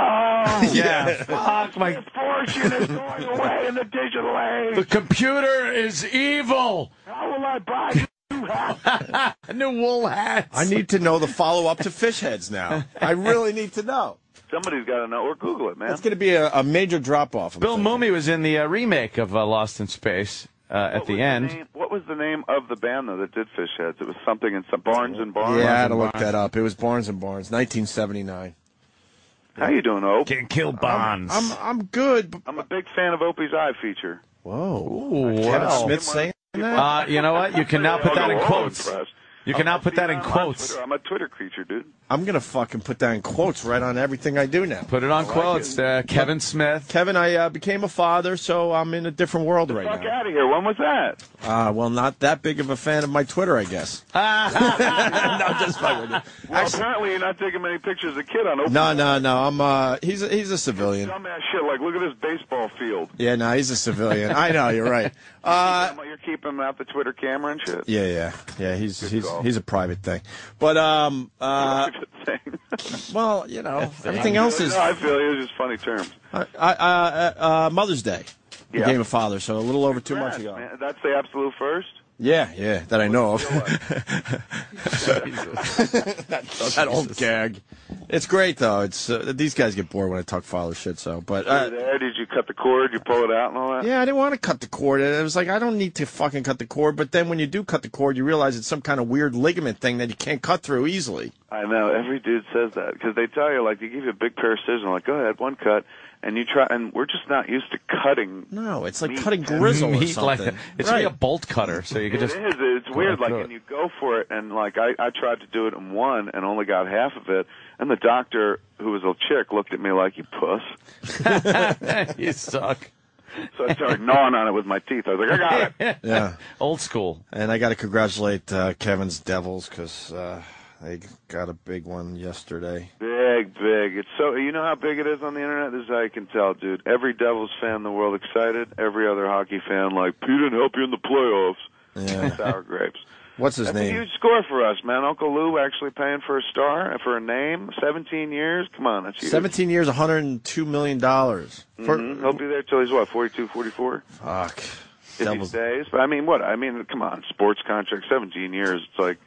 A: Yeah.
E: Fuck my fortune is going away in the digital age.
A: The computer is evil.
E: How will I buy new hats?
A: new wool hats.
B: I need to know the follow up to fish heads now. I really need to know.
E: Somebody's got to know, or Google it, man.
B: That's going to be a, a major drop off.
A: Bill Mooney was in the uh, remake of uh, Lost in Space uh, at the end.
E: Name- What was the name of the band though that did Fish Heads? It was something in some Barnes and Barnes.
B: Yeah, I had to look that up. It was Barnes and Barnes, 1979.
E: How you doing, Ope?
A: Can't kill Bonds.
B: I'm I'm good.
E: I'm a big fan of Opie's Eye feature.
B: Whoa.
A: Ooh,
B: Kevin
A: wow.
B: Smith saying that?
A: Uh, you know what? You can now put that in quotes. You can now put that in quotes.
E: I'm a Twitter creature, dude.
B: I'm going to fucking put that in quotes right on everything I do now.
A: Put it on quotes. Uh, Kevin Smith.
B: Kevin, I uh, became a father, so I'm in a different world right
E: Fuck
B: now.
E: out of here. When was that?
B: Uh, well, not that big of a fan of my Twitter, I guess.
E: no, just fucking. Well, apparently you're not taking many pictures of kid on Opie's
B: No, no, no. I'm uh, he's a, he's a civilian.
E: dumbass shit. Like, look at this baseball field.
B: Yeah, no, he's a civilian. I know you're right. Uh,
E: you're keeping him out the Twitter camera and shit.
B: Yeah, yeah, yeah. He's he's
E: call.
B: he's a private thing. But um, uh, well, you know, everything else is.
E: No, I feel you. It's just funny terms.
B: I, I, uh, uh, Mother's Day.
E: Yeah.
B: Became a father, so a little over two months ago.
E: Man, that's the absolute first.
B: Yeah, yeah, that I know of. that, Oh, that old
E: Jesus.
B: gag. It's great though. It's uh, these guys get bored when I talk father shit. So, but
E: Were
B: uh,
E: you there? Did you cut the cord? You pull it out and all that?
B: yeah, I didn't want to cut the cord. It was like I don't need to fucking cut the cord. But then when you do cut the cord, you realize it's some kind of weird ligament thing that you can't cut through easily.
E: I know every dude says that because they tell you like they give you a big pair of scissors, and like go ahead, one cut, and you try, and we're just not used to cutting.
B: No, it's like
E: meat.
B: cutting grizzle or
A: Meat like-
B: something.
A: it's really a bolt cutter, so you
E: It
A: can
E: is.
A: just.
E: It's weird.
A: go
E: Like,
A: through
E: and you go for it, and like I, I tried to do it in one, and only got half of it. And the doctor, who was a chick, looked at me like you puss.
A: it. you suck.
E: So I started gnawing on it with my teeth. I was like, I got it.
B: Yeah.
A: Old school.
B: And I got to congratulate uh, Kevin's Devils because uh, they got a big one yesterday.
E: Big, big. It's so you know how big it is on the internet. This is how you can tell, dude. Every Devils fan in the world excited. Every other hockey fan like, Pete didn't help you in the playoffs.
B: Yeah.
E: Sour grapes.
B: What's his
E: That's a
B: name?
E: huge score for us, man. Uncle Lou actually paying for a star and for a name. Seventeen years. Come on, that's huge.
B: 17 years, $102 million. For-
E: Mhm. He'll be there till he's what, 42, 44?
B: Fuck.
E: If
B: Devils.
E: he stays. But I mean, what? I mean, come on. Sports contract, seventeen years. It's like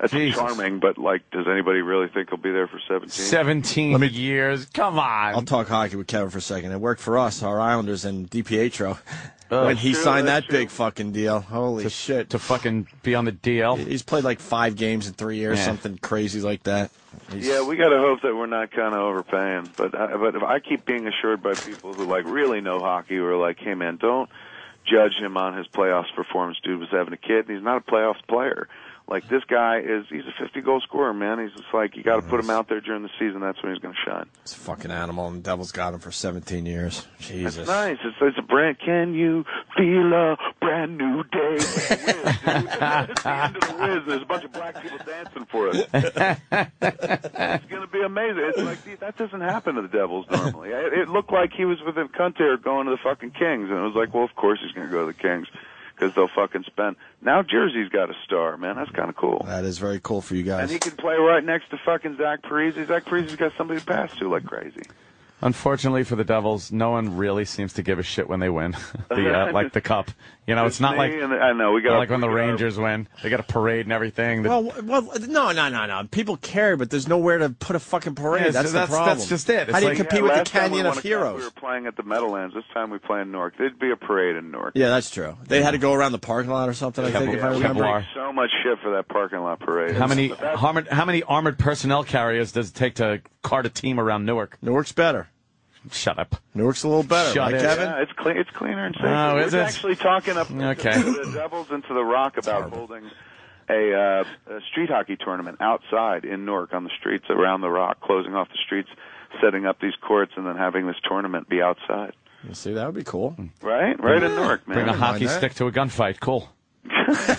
E: that's charming, but like, does anybody really think he'll be there for seventeen?
A: 17 years. Come on.
B: I'll talk hockey with Kevin for a second. It worked for us, our Islanders, and DiPietro.
A: Oh.
B: when he
A: True,
B: signed
A: that's
B: that big fucking deal. Holy shit.
A: To fucking be on the DL.
B: He's played like five games in three years,
A: Yeah.
B: something crazy like that. He's-
E: Yeah, we got to hope that we're not kind of overpaying. But I, but if I keep being assured by people who like really know hockey, who are like, hey man, don't judge him on his playoffs performance. Dude was having a kid, and he's not a playoffs player. Like this guy is, he's a 50 goal scorer, man. He's just like you got to put him out there during the season. That's when he's going to shine.
B: It's a fucking animal, and the Devils got him for 17 years. Jesus.
E: It's nice. It's, it's a brand. Can you feel a brand new day? It's the end of the whiz. There's a bunch of black people dancing for us. it's going to be amazing. It's like dude, that doesn't happen to the Devils normally. It, it looked like he was with Cunter going to the fucking Kings, and it was like, well, of course he's going to go to the Kings because they'll fucking spend. Now Jersey's got a star, man. That's kind of cool.
B: That is very cool for you
E: And
B: guys.
E: he can play right next to fucking Zach Parise. Zach Parise's got somebody to pass to like crazy.
A: Unfortunately for the Devils, no one really seems to give a shit when they win. the uh, like the cup, you know, it's,
E: It's
A: not
E: me
A: like
E: and- I know, we
A: not
E: gotta-
A: like when the
E: we gotta-
A: Rangers win, they got a parade and everything. The-
B: Well, well, no, no, no, no. People care, but there's nowhere to put a fucking parade.
A: Yeah,
B: that's
A: so
B: the
A: that's-
B: problem.
A: that's just it.
B: How do you
E: Like,
B: compete
E: yeah,
B: with the
E: last time we
B: Canyon
E: won
B: of
E: a cup,
B: Heroes?
E: We were playing at the Meadowlands. This time we play in Newark. There'd be a parade in Newark.
B: Yeah, that's true. They had to go around the parking lot or something. I think if I remember.
E: Take so much shit for that parking lot parade.
A: How many
E: But that's-
A: how many- how many armored personnel carriers does it take to cart a team around Newark?
B: Newark's better.
A: Shut up.
B: Newark's a little better.
A: Shut it.
B: right, Kevin?
E: Yeah, it's clean. It's cleaner and safer.
A: Oh,
E: we
A: is
E: were
A: it?
E: actually talking up
A: Okay.
E: to the Devils into the Rock about holding a, uh, a street hockey tournament outside in Newark on the streets around the Rock, closing off the streets, setting up these courts, and then having this tournament be outside.
B: You see, that would be cool.
E: Right, right in Newark, man.
A: Bring a hockey stick to a gunfight. Cool.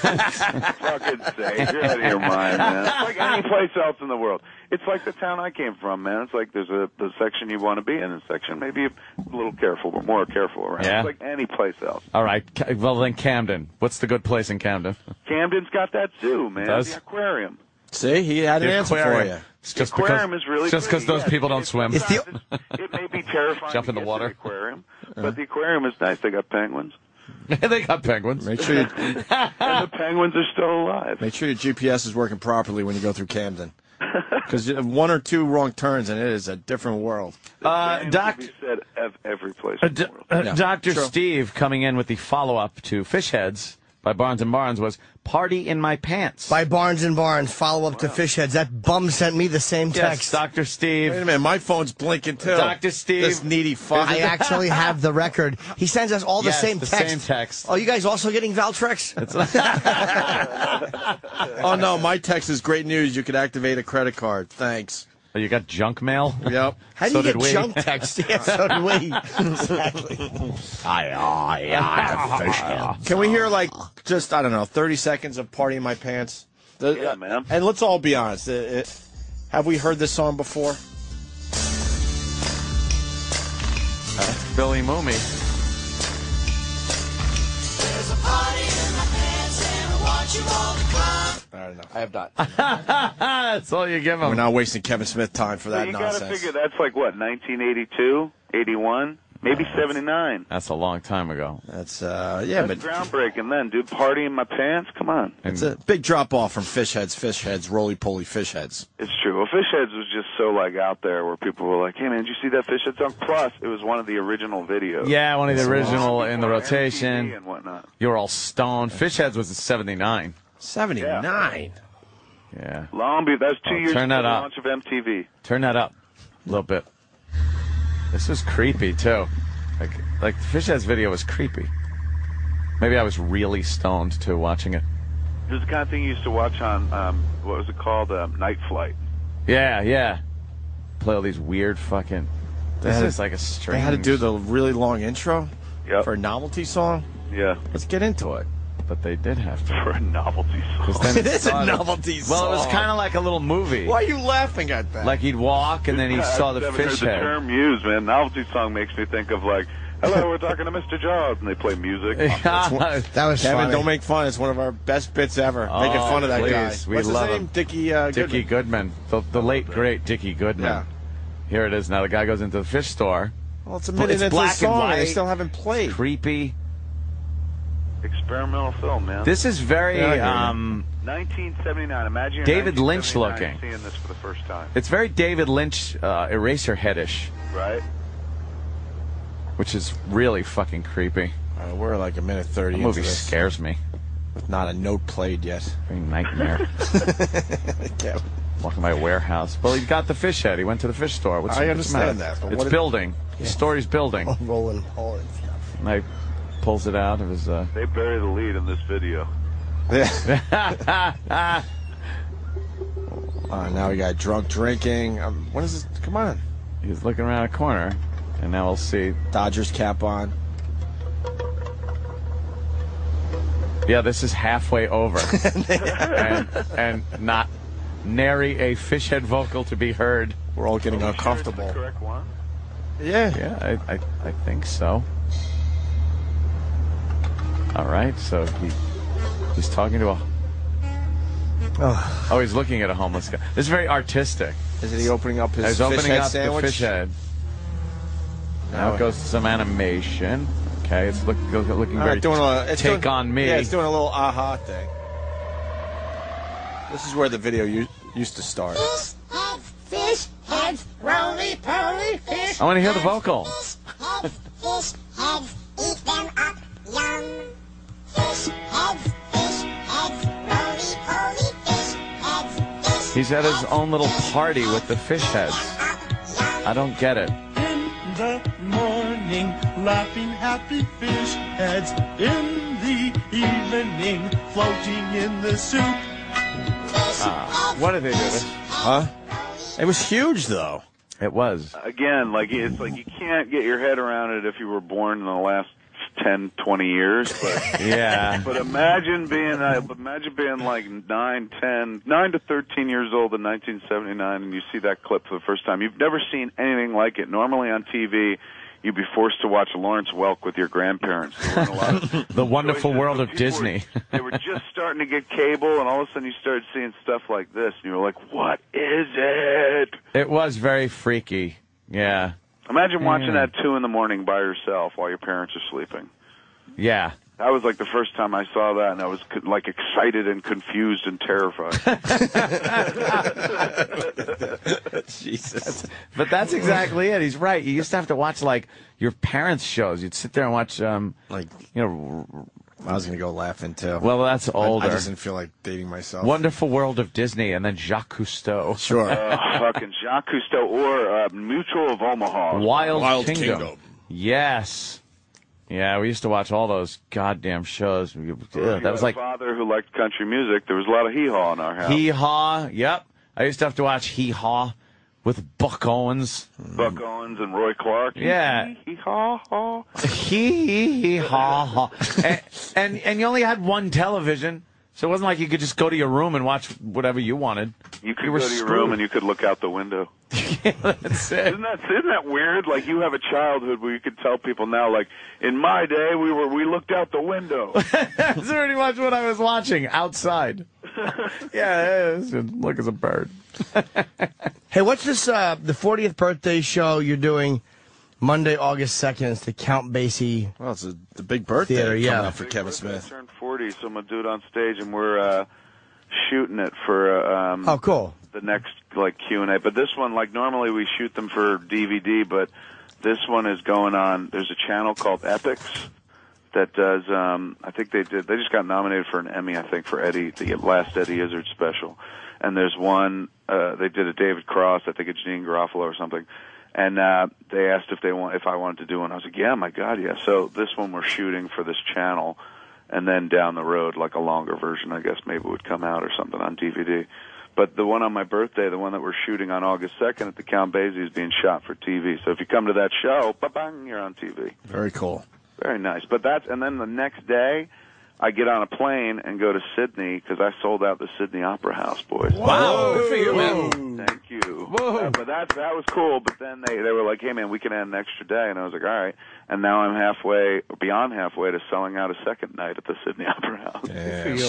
E: Fucking say, you're out of your mind, man. It's like any place else in the world. It's like the town I came from, man. It's like there's a the section you want to be in, a section maybe a little careful, but more careful around.
A: Yeah.
E: It's like any place else.
A: All right. Ca- Well, then Camden. What's the good place in Camden?
E: Camden's got that zoo, man.
A: Does?
E: The aquarium.
B: See, he had an
A: The
B: answer for
A: aquarium.
B: you.
A: It's just
E: aquarium
A: because,
E: is really
A: just because
E: pretty,
A: those
E: yes.
A: people don't swim.
E: It's the- It may be terrifying.
A: Jump
E: to
A: in
E: get
A: the
E: to
A: water.
E: the aquarium, but the aquarium is nice. They got penguins.
A: they got Uh, penguins.
B: Make sure you,
E: and the penguins are still alive.
B: make sure your GPS is working properly when you go through Camden. Because one or two wrong turns, and it is a different world.
A: Uh,
E: Doc said of every place.
A: Uh, d- uh,
B: Yeah,
A: Dr.
B: true.
A: Steve coming in with the follow up to Fish Heads by Barnes and Barnes was Party in My Pants.
D: By Barnes and Barnes, follow up to Fish Heads. That bum sent me the same
A: Yes,
D: text.
A: Dr. Steve.
B: Wait a minute, my phone's blinking too.
A: Dr. Steve.
B: This needy fuck.
D: I actually have the record. He sends us all the
A: Yes,
D: same
A: the
D: text.
A: same text.
D: Oh, you guys also getting Valtrex?
B: oh no, my text is great news. You could activate a credit card. Thanks.
A: Oh, you got junk mail?
B: Yep.
D: How do
A: So
D: you
A: did
D: get
A: we.
D: junk text? Yeah, so do we. exactly.
B: Aye, aye, aye, Can we hear like just I don't know, thirty seconds of "Party in My Pants"? yeah, man. And let's all be honest. It, it, have we heard this song before?
A: Billy Mooney.
B: I don't know. I have not.
A: That's all you give him.
B: We're not wasting Kevin Smith time for that
E: you gotta
B: nonsense.
E: figure that's like what 1982, 81, maybe 79.
A: That's a long time ago.
B: That's, uh, yeah,
E: That's
B: but
E: groundbreaking then, dude. Party in my pants. Come on.
B: it's a big drop off from fish heads, fish heads, roly poly fish heads.
E: It's true. Well, Fish Heads was just so like out there where people were like, "Hey man, did you see that Fish Heads song?" Plus, it was one of the original videos.
A: Yeah, one of the
E: It's
A: original
E: long
A: in the
E: before
A: rotation.
E: MTV and whatnot.
A: You were all stoned. Fish Heads was in 79.
B: 79.
A: Yeah.
E: Long be that's two
A: Oh,
E: years
A: turn
E: before
A: that
E: the
A: up.
E: launch of MTV.
A: Turn that up a little bit. This was creepy too. Like like the fish heads video was creepy. Maybe I was really stoned too watching it.
E: This is the kind of thing you used to watch on um, what was it called? Um, Night Flight.
A: Yeah, yeah. Play all these weird fucking. This
B: had to-
A: is like a strange.
B: They had to do the really long intro for a novelty song.
E: Yeah.
B: Let's get into it.
A: But they did have to
E: for a novelty song.
A: 'Cause then
B: It is a
A: started-
B: novelty
A: Well, it was
B: song.
A: kind of like a little movie.
B: Why are you laughing at that?
A: Like he'd walk and then he
E: I
A: saw the
E: haven't heard
A: fish
E: the
A: head.
E: term used, man. Novelty song makes me think of like, "Hello, we're talking to Mr. Jaws," and they play music.
D: That was
B: Kevin,
D: funny.
B: don't make fun. It's one of our best bits ever. Making
A: Oh,
B: fun of that
A: please.
B: guy.
A: We
B: What's
A: love
B: his name?
A: him.
B: Dickie uh,
A: Dickie
B: Goodman.
A: Goodman, the, the late great Dickie Goodman.
B: Yeah.
A: Here it is. Now the guy goes into the fish store.
B: Well, it's a
A: But
B: minute
A: it's
B: into
A: black
B: the
A: and
B: song. And they
A: white.
B: still haven't played.
A: Creepy.
E: Experimental film, man.
A: This is very.
E: Yeah, I hear you.
A: um,
E: 1979. Imagine you're
A: David Lynch
E: 1979
A: looking.
E: Seeing this for the first time,
A: it's very David Lynch uh, eraser headish,
E: right?
A: which is really fucking creepy.
B: All right, Oh, we're like a minute thirty.
A: The movie
B: into this,
A: scares me.
B: with not a note played yet.
A: Very nightmare.
B: Kevin.
A: Walking by a warehouse. Well, he got the fish head. He went to the fish store. What's,
B: I
A: what's the matter?
B: understand that, but
A: It's
B: what it-
A: building. The story's building.
B: Oh,
D: Rolling hard.
A: And I pulls it out of his. Uh,
E: They bury the lead in this video.
A: Yeah.
B: Uh, now we got drunk drinking. Um, when is this? Come on.
A: He's looking around a corner, and now we'll see.
B: Dodgers cap on.
A: Yeah, this is halfway over, and, and not nary a fish head vocal to be heard.
B: We're all getting uncomfortable. Yeah.
A: Yeah, I, I, I think so. All right, so he he's talking to a. Oh, he's looking at a homeless guy. This is very artistic.
B: Is he opening up his
A: he's
B: fish
A: opening
B: head
A: up
B: sandwich?
A: the fish head. Now it goes to some animation. Okay, it's look, look, looking
B: All
A: very
B: right, doing a, it's
A: take
B: doing-
A: on me.
B: Yeah, it's doing a little aha thing. This is where the video u- used to start.
H: Fish heads, roly poly fish.
A: I want to hear the vocal.
H: Fish heads, eat them up, yum. Fish heads, fish heads, roly poly fish heads.
A: He's at his own little party with the fish heads. I don't get it.
H: In the morning, laughing happy fish heads. In the evening, floating in the soup.
A: Ah, what did they do?
B: Huh? It was huge, though.
A: It was.
E: Again, like it's like you can't get your head around it if you were born in the last 10, 20 years. But
A: Yeah.
E: But imagine being uh, imagine being like nine, ten, nine to 13 years old in 1979 and you see that clip for the first time. You've never seen anything like it. Normally on TV, you'd be forced to watch Lawrence Welk with your grandparents.
A: the wonderful world of Disney.
E: They were just starting to get cable and all of a sudden you started seeing stuff like this and you were like, "What is it?"
A: It was very freaky. Yeah.
E: Imagine watching
A: Yeah.
E: that two in the morning by yourself while your parents are sleeping.
A: Yeah.
E: That was like the first time I saw that, and I was co- like excited and confused and terrified.
A: Jesus. But that's exactly it. He's right. You used to have to watch like your parents' shows. You'd sit there and watch, um, like you know.
B: I was gonna go laughing too.
A: Well, that's
B: I-
A: older.
B: I, just didn't feel like dating myself.
A: Wonderful World of Disney, and then Jacques Cousteau.
B: Sure.
E: uh, fucking Jacques Cousteau or uh, Mutual of Omaha.
A: Wild, Kingdom. Yes. Yeah, we used to watch all those goddamn
E: Oh,
A: shows. Ugh,
E: If you
A: that was
E: had a
A: like
E: father who liked country music. There was a lot of hee haw in our house.
A: Hee Haw. Yep. I used to have to watch Hee Haw with Buck Owens.
E: Buck Owens and Roy Clark.
A: Yeah.
E: Hee haw haw.
A: Hee hee hee haw haw. And, and, and you only had one television, so it wasn't like you could just go to your room and watch whatever you wanted.
E: You could
A: You
E: go
A: were
E: to your room
A: screwed.
E: and you could look out the window. Isn't that isn't that weird? Like you have a childhood where you could tell people now, like in my day we were we looked out the window.
A: That's pretty much what I was watching outside. yeah, it was- look as a bird.
D: Hey, what's this? Uh, the 40th birthday show you're doing Monday, August 2nd. It's the Count Basie.
B: Well, it's a, the big birthday
D: theater,
B: coming
D: yeah.
B: up for Kevin Smith.
E: turned 40, so I'm gonna do it on stage, and we're uh, shooting it for. Uh, um,
D: Oh, cool.
E: The next like Q and A, but this one, like normally we shoot them for DVD, but this one is going on. There's a channel called Epics that does. Um, I think they did. They just got nominated for an Emmy, I think, for Eddie the last Eddie Izzard special. And there's one. Uh, they did a David Cross, I think, a Gene Garofalo or something. And uh, they asked if they want if I wanted to do one. I was like, yeah, my God, yeah. So this one we're shooting for this channel and then down the road, like a longer version, I guess maybe would come out or something on DVD. But the one on my birthday, the one that we're shooting on August 2nd at the Count Basie is being shot for TV. So if you come to that show, ba-bang, you're on TV.
B: Very cool.
E: Very nice. But that's, and then the next day, I get on a plane and go to Sydney because I sold out the Sydney Opera House, boys.
H: Wow, good for you, man.
E: Thank you. Whoa. but that that was cool. But then they they were like, "Hey, man, we can add an extra day," and I was like, "All right." And now I'm halfway, beyond halfway, to selling out a second night at the Sydney Opera House.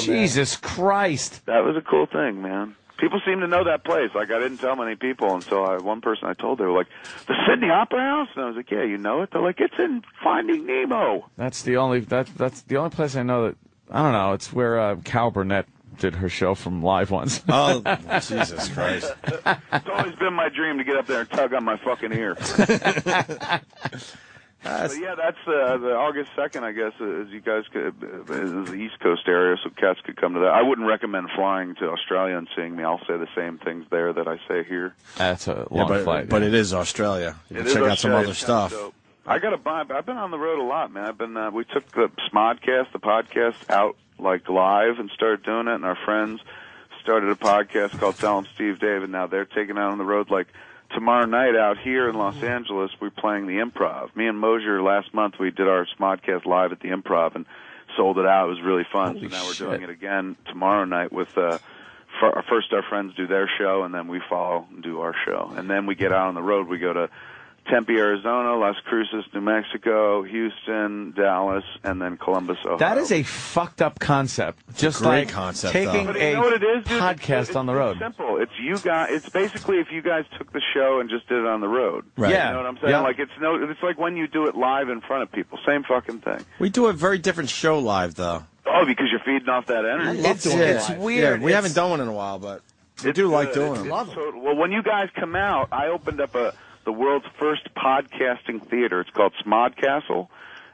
A: Jesus Christ.
E: That was a cool thing, man. People seem to know that place. Like I didn't tell many people, and so I, one person I told, they were like, "The Sydney Opera House," and I was like, "Yeah, you know it." They're like, "It's in Finding Nemo."
A: That's the only that that's the only place I know that I don't know. It's where uh, Cal Burnett did her show from live once.
B: Oh, Jesus Christ!
E: it's always been my dream to get up there and tug on my fucking ear. But yeah, that's uh, the August second, I guess. uh, As you guys could, uh, is the East Coast area, so cats could come to that. I wouldn't recommend flying to Australia and seeing me. I'll say the same things there that I say here.
A: That's a long
B: yeah, but,
A: flight.
B: but it is Australia.
E: It
B: You can
E: is
B: check out some
E: Australia,
B: other
E: it's
B: stuff.
E: kinda dope. I got to buy. I've been on the road a lot, man. I've been. Uh, we took the Smodcast, the podcast, out like live and started doing it, and our friends started a podcast called Tell 'em Steve David. Now they're taking out on the road like tomorrow night out here in Los Angeles. We're playing the Improv. Me and Mosier last month we did our Smodcast live at the Improv and sold it out. It was really fun. so now we're doing it again tomorrow night with. Uh, fir- first, our friends do their show, and then we follow and do our show, and then we get out on the road. We go to Tempe, Arizona, Las Cruces, New Mexico, Houston, Dallas, and then Columbus, Ohio.
A: That is a fucked up concept. Just
E: great
A: like
E: concept,
A: taking
E: though. But you
A: a
E: know what it is, dude?
A: podcast
E: It's-
A: on the road.
E: simple. It's you guys. It's basically if you guys took the show and just did it on the road.
A: Right.
E: You
A: Yeah.
E: know what I'm saying?
A: Yeah.
E: Like it's no. It's like when you do it live in front of people. Same fucking thing.
B: We do a very different show live, though.
E: Oh, because you're feeding off that energy.
B: It's, it's weird. we haven't done one in a while, but we
E: It's
B: do like
E: good.
B: doing
E: It's-
B: them.
E: it's so- well, when you guys come out, I opened up a the world's first podcasting theater. It's called Smod Castle.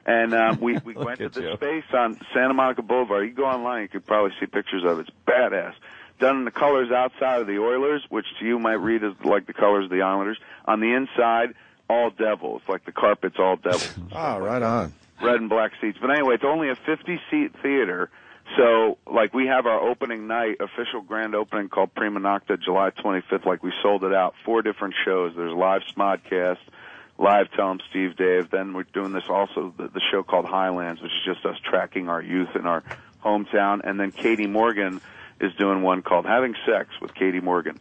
E: And um, we, we went to the space on Santa Monica Boulevard. You go online, you could probably see pictures of it. It's badass. Done in the colors outside of the Oilers, which to you might read as like the colors of the Islanders. On the inside, all devil. It's like the carpet's all devil.
B: Oh, right on.
E: red and black seats. But anyway, it's only a 50 seat theater. So, like, we have our opening night, official grand opening called Prima Nocta, July 25th. Like, we sold it out. Four different shows. There's live Smodcast, live Tell 'em Steve Dave. Then we're doing this also, the, the show called Highlands, which is just us tracking our youth in our hometown. And then Katie Morgan is doing one called Having Sex with Katie Morgan.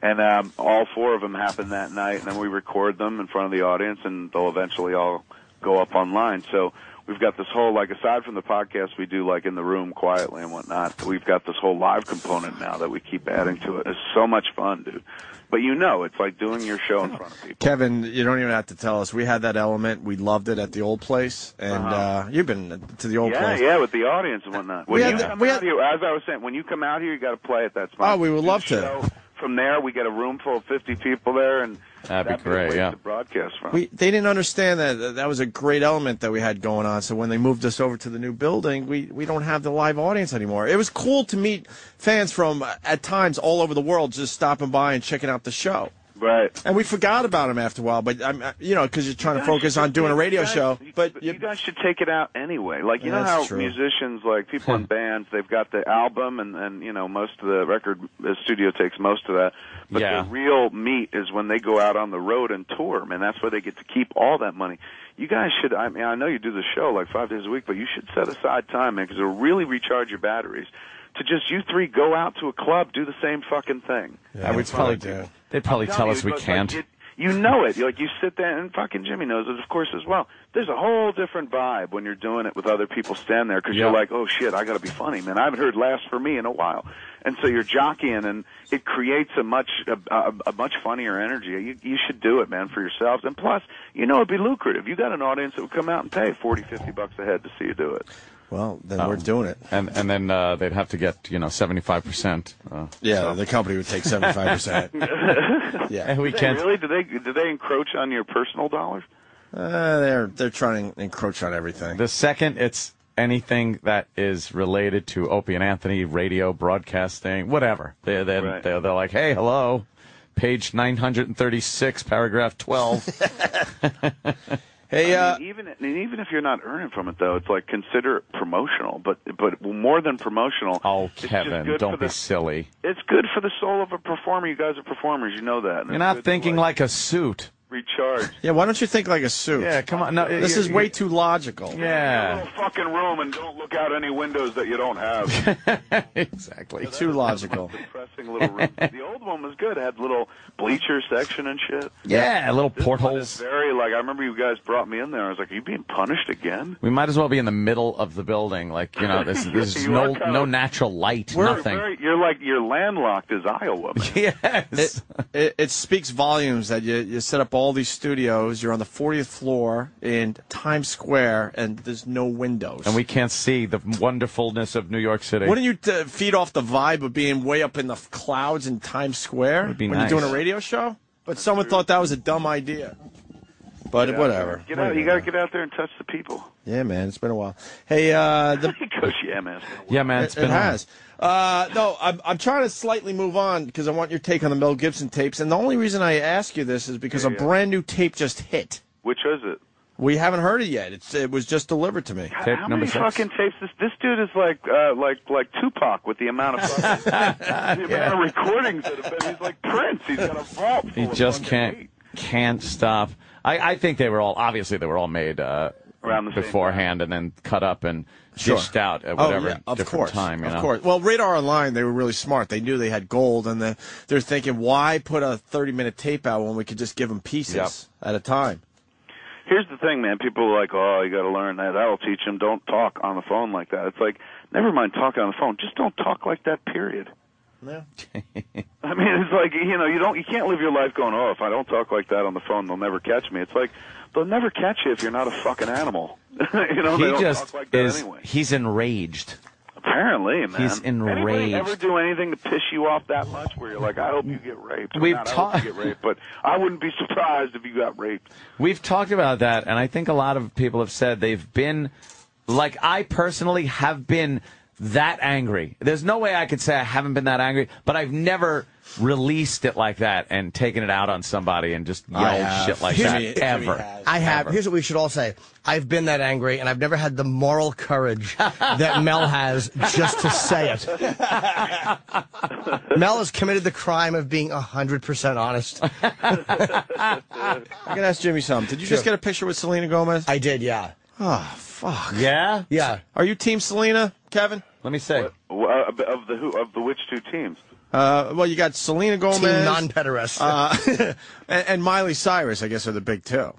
E: And um, all four of them happen that night, and then we record them in front of the audience, and they'll eventually all go up online. So we've got this whole like aside from the podcast we do like in the room quietly and whatnot, we've got this whole live component now that we keep adding to it. It's so much fun, dude. But you know, it's like doing your show in front of people.
B: Kevin, you don't even have to tell us. We had that element. We loved it at the old place, and
E: Uh-huh.
B: uh, you've been to the old
E: yeah,
B: place.
E: yeah, with the audience and whatnot. When
B: We had
E: you
B: the-
E: come out here, as I was saying, when you come out here, you got to play at that spot.
B: Oh, we would love to.
E: So from there, we get a room full of 50 people there, and that'd, be great. yeah, to broadcast from.
B: We they didn't understand that that- that was a great element that we had going on. So when they moved us over to the new building, we we don't have the live audience anymore. It was cool to meet fans from uh, at times all over the world just stopping by and checking out the show.
E: Right.
B: And we forgot about them after a while, but I'm uh, you know because you're trying to focus on doing a radio
E: guys-
B: show.
E: but you, guys should take it out anyway. Like you know
B: That's
E: how
B: true.
E: musicians, like people in bands, they've got the album, and and you know most of the record the studio takes most of that. But the real meat is when they go out on the road and tour, man. That's where they get to keep all that money. You guys should. I mean, I know you do the show like five days a week, but you should set aside time, man, because it'll really recharge your batteries. To just you three go out to a club, do the same fucking thing.
A: Yeah, we'd probably do. They'd probably
E: I'm
A: tell
E: telling
A: us
E: you,
A: we
E: but, like,
A: can't.
E: it- you know it. Like you sit there, and fucking Jimmy knows it, of course, as well. There's a whole different vibe when you're doing it with other people standing there because
A: Yeah.
E: you're like, oh shit, I got to be funny, man. I haven't heard "Last for Me" in a while, and so you're jockeying, and it creates a much a, a, a much funnier energy. You you should do it, man, for yourselves. And plus, you know it'd be lucrative. You got an audience that would come out and pay forty, fifty bucks a head to see you do it.
B: Well, then
A: Um,
B: we're doing it.
A: And and then uh, they'd have to get you know seventy five percent. uh,
B: Yeah, the company would take 75%. Yeah.
A: and we
E: Do they
A: can't.
E: Really? Do they do they encroach on your personal dollars?
B: Uh, they're they're trying to encroach on everything.
A: The second it's anything that is related to Opie and Anthony, radio, broadcasting, whatever, they they
E: Right.
A: they're, they're like, hey, hello, page nine hundred and thirty six, paragraph twelve.
B: Hey,
E: uh, even and even if you're not earning from it though, it's like consider it promotional, but but more than promotional. Oh,
A: Kevin, don't be silly.
E: It's good for the soul of a performer. You guys are performers, you know that. And
A: You're
E: it's
A: not
E: good
A: thinking like a suit.
E: to recharge.
B: Yeah, why don't you think like a suit?
A: Yeah, come on. No,
B: this
A: you-
B: is
A: you-
B: way too logical.
A: Yeah.
E: Little fucking room and don't look out any windows that you don't have.
A: exactly.
B: Too logical.
E: Depressing little room. The old one was good. It had little bleacher section and shit.
A: Yeah, little
E: This one is
A: portholes.
E: Very like I remember you guys brought me in there. I was like, "Are you being punished again?"
A: We might as well be in the middle of the building, like you know, this there's
E: You
A: no
E: are kind
A: no
E: of-
A: natural light,
E: We're
A: nothing.
E: very- you're like you're landlocked as Iowa. Man.
A: Yes.
B: It, it, it speaks volumes that you, you set up all these studios. You're on the 40th floor in Times Square, and there's no windows.
A: and we can't see the wonderfulness of New York City.
B: Wouldn't you uh, feed off the vibe of being way up in the f- clouds in Times Square
A: be
B: when
A: nice.
B: you're doing a radio show? But someone thought that was a dumb idea. But
E: Get out
B: whatever.
E: there. Get out. You got to get out there and touch the people.
B: Yeah, man, it's been a while. Hey, uh, the
E: Coach, yeah, man.
A: yeah, man, it's
B: it,
A: been
B: it
A: a while.
B: has. Uh, no, I'm, I'm trying to slightly move on because I want your take on the Mel Gibson tapes. And the only reason I ask you this is because
E: Yeah,
B: a
E: yeah.
B: brand new tape just hit.
E: Which is it?
B: We haven't heard it yet. It's, it was just delivered to me.
E: How many fucking tapes? This this dude is like uh, like like Tupac with the amount of fucking, the amount of recordings that have been. He's like Prince. He's got a vault.
A: He just can't can't stop. I, I think they were all obviously they were all made uh,
E: Around the same
M: beforehand and then cut up and
B: Sure.
M: dished out at
B: Oh,
M: whatever
B: yeah, of
M: different
B: course,
M: time. You
B: of
M: know?
B: course. Well, Radar Online, they were really smart. They knew they had gold, and the, they're thinking, why put a 30 minute tape out when we could just give them pieces
E: Yep.
B: at a time?
E: Here's the thing, man. People are like, oh, you got to learn that. That'll teach them. Don't talk on the phone like that. It's like, never mind talking on the phone. Just don't talk like that. Period. I mean, it's like you know, you don't, you can't live your life going, oh, if I don't talk like that on the phone, they'll never catch me. It's like they'll never catch you if you're not a fucking animal. you know, they
A: he
E: don't
A: just
E: talk like that
A: is.
E: anyway.
A: He's enraged.
E: Apparently, man.
A: He's
E: Anybody ever
A: enraged.
E: do anything to piss you off that much? Where you're like, I hope you get raped. or
A: We've
E: not, I hope
A: talked-
E: you get raped, but I wouldn't be surprised if you got raped.
A: We've talked about that, and I think a lot of people have said they've been, like I personally have been that angry. There's no way I could say I haven't been that angry, but I've never released it like that and taken it out on somebody and just yelled shit like that ever.
D: I have. Here's what we should all say. I've been that angry, and I've never had the moral courage that Mel has just to say it. Mel has committed the crime of being 100% honest.
B: I can ask Jimmy something. Did you just
D: Sure.
B: get a picture with Selena Gomez?
D: I did, yeah.
B: Oh, fuck.
A: Yeah?
D: Yeah.
B: Are you Team Selena, Kevin?
A: Let me say.
E: Wha- uh, Of the who? Of the which two teams?
B: Uh, well, you got Selena Gomez.
D: non-pederast.
B: Uh, and, and Miley Cyrus, I guess, are the big two.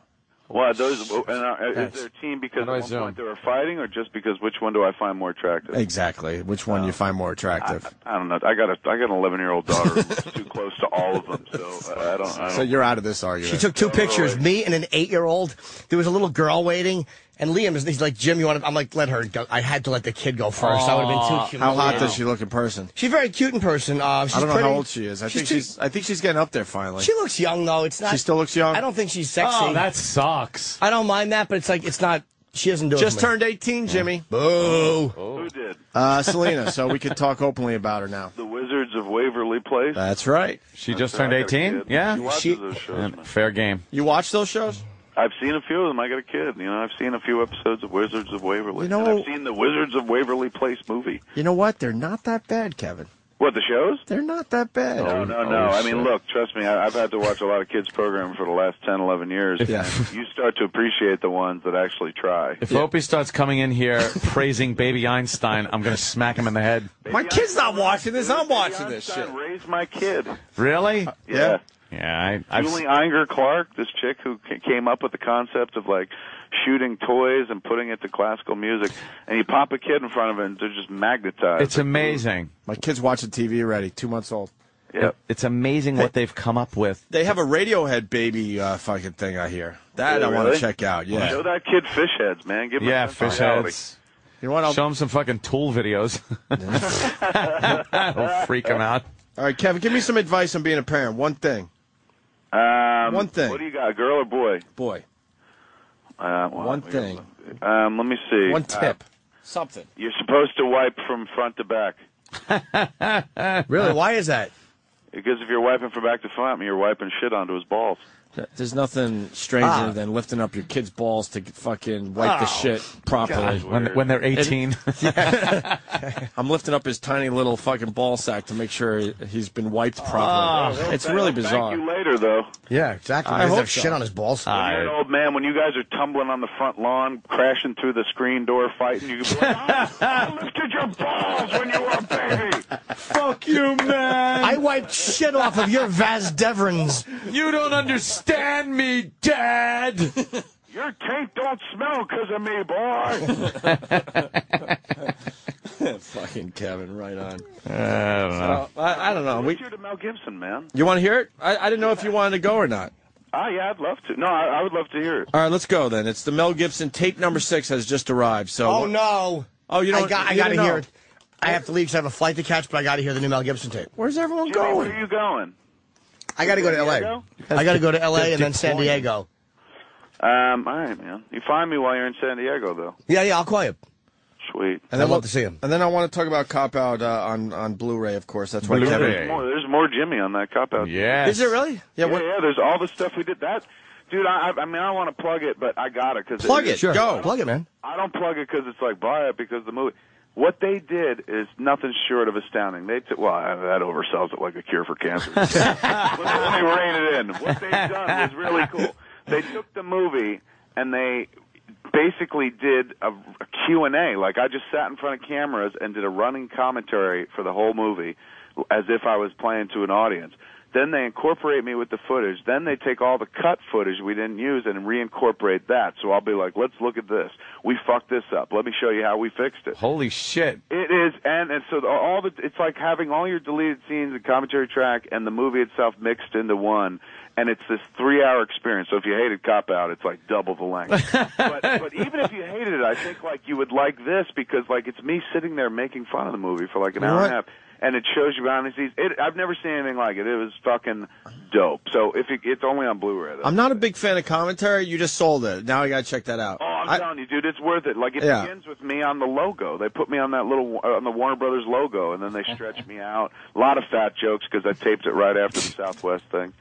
E: Well, those and are, is
B: That's-
E: there a team because at
B: do I
E: one
B: zoom?
E: point they were fighting, or just because which one do I find more attractive?
B: Exactly. Which one you find more attractive?
E: I don't know. I got a I got an 11 year old daughter who's too close to all of them, so uh, I don't. Oh, I don't
B: so you're out of this argument.
D: She took two pictures, me and an eight-year-old. There was a little girl waiting, and Liam is he's like, Jim, you want to? I'm like, let her go. I had to let the kid go first. I would have been too
B: How
D: humiliated.
B: hot does she look in person?
D: She's very cute in person. Uh, she's
B: I don't know
D: pretty.
B: how old she is. I
D: She's
B: think
D: too-
B: Oh, she's. I think she's getting up there finally.
D: She looks young though. It's not.
B: She still looks young?
D: I don't think she's sexy.
B: Oh, that
A: sucks.
D: I don't mind that, but it's like it's not. She doesn't do it.
B: Just
D: for me.
B: turned 18, Jimmy.
D: Boo.
E: Who did?
B: Uh, Selena. So we can talk openly about her now.
E: The Wizards of Waverly Place.
B: That's right.
A: She just turned 18. Yeah,
E: She watches those shows.
A: And fair game.
B: You watch those shows?
E: I've seen a few of them. I got a kid. You know, I've seen a few episodes of Wizards of Waverly.
B: You know-
E: and I've seen the Wizards of Waverly Place movie.
B: You know what? They're not that bad, Kevin.
E: What the shows?
B: They're not that bad.
E: No, no,
A: Oh,
B: Oh,
E: no. I mean, look, trust me. I, I've had to watch a lot of kids' program for the last 10, 11 years.
A: Yeah.
E: and You start to appreciate the ones that actually try.
A: If Opie starts coming in here praising Baby Einstein, I'm gonna smack him in the head.
B: My kid's not watching this. I'm watching this shit.
E: Raise my kid.
B: Uh,
A: Really?
E: Yeah.
A: Yeah, I, I've,
E: Julie Inger Clark, this chick who ca- came up with the concept of like shooting toys and putting it to classical music, and you pop a kid in front of it, and they're just magnetized.
A: it's amazing.
B: My kid's watching TV already. Two months old.
A: It- it's amazing what they've come up with.
B: They have a Radiohead baby uh, fucking thing I hear. That
E: Yeah,
B: I want
E: really?
B: to check out. Yeah.
E: Show that kid fish heads, man. Give him a
A: Yeah,
E: sense of
A: fish
E: reality.
A: heads.
B: You want
A: show them some fucking tool videos? That'll freak them out.
B: All right, Kevin, give me some advice on being a parent. One thing.
E: Um,
B: One thing.
E: What do you got, girl or boy?
B: Boy.
E: Uh, well,
B: One thing.
E: Um, let me see.
B: One
E: Uh,
B: tip. Something.
E: you're supposed to wipe from front to back.
D: really? Why is that?
E: Because if you're wiping from back to front, you're wiping shit onto his balls.
B: There's nothing stranger
E: Ah.
B: than lifting up your kid's balls to fucking wipe
E: Oh,
B: the shit properly
A: God. When- when they're 18.
B: Yeah. I'm lifting up his tiny little fucking ball sack to make sure he's been wiped properly.
E: Oh.
B: Ah, it's really
E: Thank
B: bizarre.
E: you later, though.
D: Yeah, exactly.
B: I
D: He doesn't
B: hope
D: have
B: so.
D: shit on his balls.
E: When you're an old man, when you guys are tumbling on the front lawn, crashing through the screen door, fighting, you can be like, I lifted your balls when you were a baby.
D: Fuck you, man. I wiped shit off of your Vaz Devrins.
A: You don't understand me, Dad.
E: Your tape don't smell because of me, boy.
B: fucking Kevin, right on.
A: I don't know.
B: So, I, I don't know. We,
E: Cheer to Mel Gibson, man.
B: you want to hear it? I, I didn't know if you wanted to go or not.
E: Ah, yeah, I'd love to. No, I, I would love to hear it.
B: All right, let's go then. It's the Mel Gibson tape number six has just arrived. So
D: Oh no.
B: Oh, you
D: I
B: don't-
D: got. I
B: you
D: got to
B: didn't know.
D: hear it. I have to leave 'cause I have a flight to catch, but I got to hear the new Mel Gibson tape.
B: Where's everyone
E: Jimmy, where are you going?
D: I got to go to L.A.
E: Diego?
D: I got to go to L.A. and then
E: Deployed.
D: San Diego.
E: Um, all right, man. You find me while you're in San Diego, though.
D: Yeah, yeah. I'll call you.
E: Sweet.
D: And I'd love to see him.
B: And then I want to talk about Cop Out uh, on on Blu-ray, of course. That's why
E: There's more,
B: Kevin.
E: there's more Jimmy on that cop out.
B: Yes. Is there really?
E: Yeah,
B: Yeah,
E: yeah,
B: what-
E: There's all the stuff we did. That, dude. I, I I mean, I want to plug it, but I got it because
B: Plug it.
D: Sure.
B: Go.
D: Plug it, man.
E: I don't plug it because it's like buy it because the movie. What they did is nothing short of astounding. They took well, I- that oversells it like a cure for cancer. Let me rein it in. What they've done was really cool. They took the movie and they basically did a, a Q&A. Like I just sat in front of cameras and did a running commentary for the whole movie as if I was playing to an audience. Then they incorporate me with the footage. Then they take all the cut footage we didn't use and reincorporate that. So I'll be like, let's look at this. We fucked this up. Let me show you how we fixed it.
A: Holy shit.
E: It is, and, and so the- all the it's like having all your deleted scenes and commentary track and the movie itself mixed into one, and it's this three-hour experience. So if you hated Cop Out, it's like double the length. but, but even if you hated it, I think like you would like this because like it's me sitting there making fun of the movie for like an hour and a half, and it shows you behind the scenes. It, I've never seen anything like it. It was fucking dope. So if it, it's only on Blu-ray. though.
B: I'm not a big fan of commentary. You just sold it. Now I gotta check that out.
E: Oh, I'm telling you, dude, it's worth it. Like it
B: Uh, Yeah.
E: begins with me on the logo. They put me on that little uh, on the Warner Brothers logo, and then they stretch me out. A lot of fat jokes because I taped it right after the Southwest thing.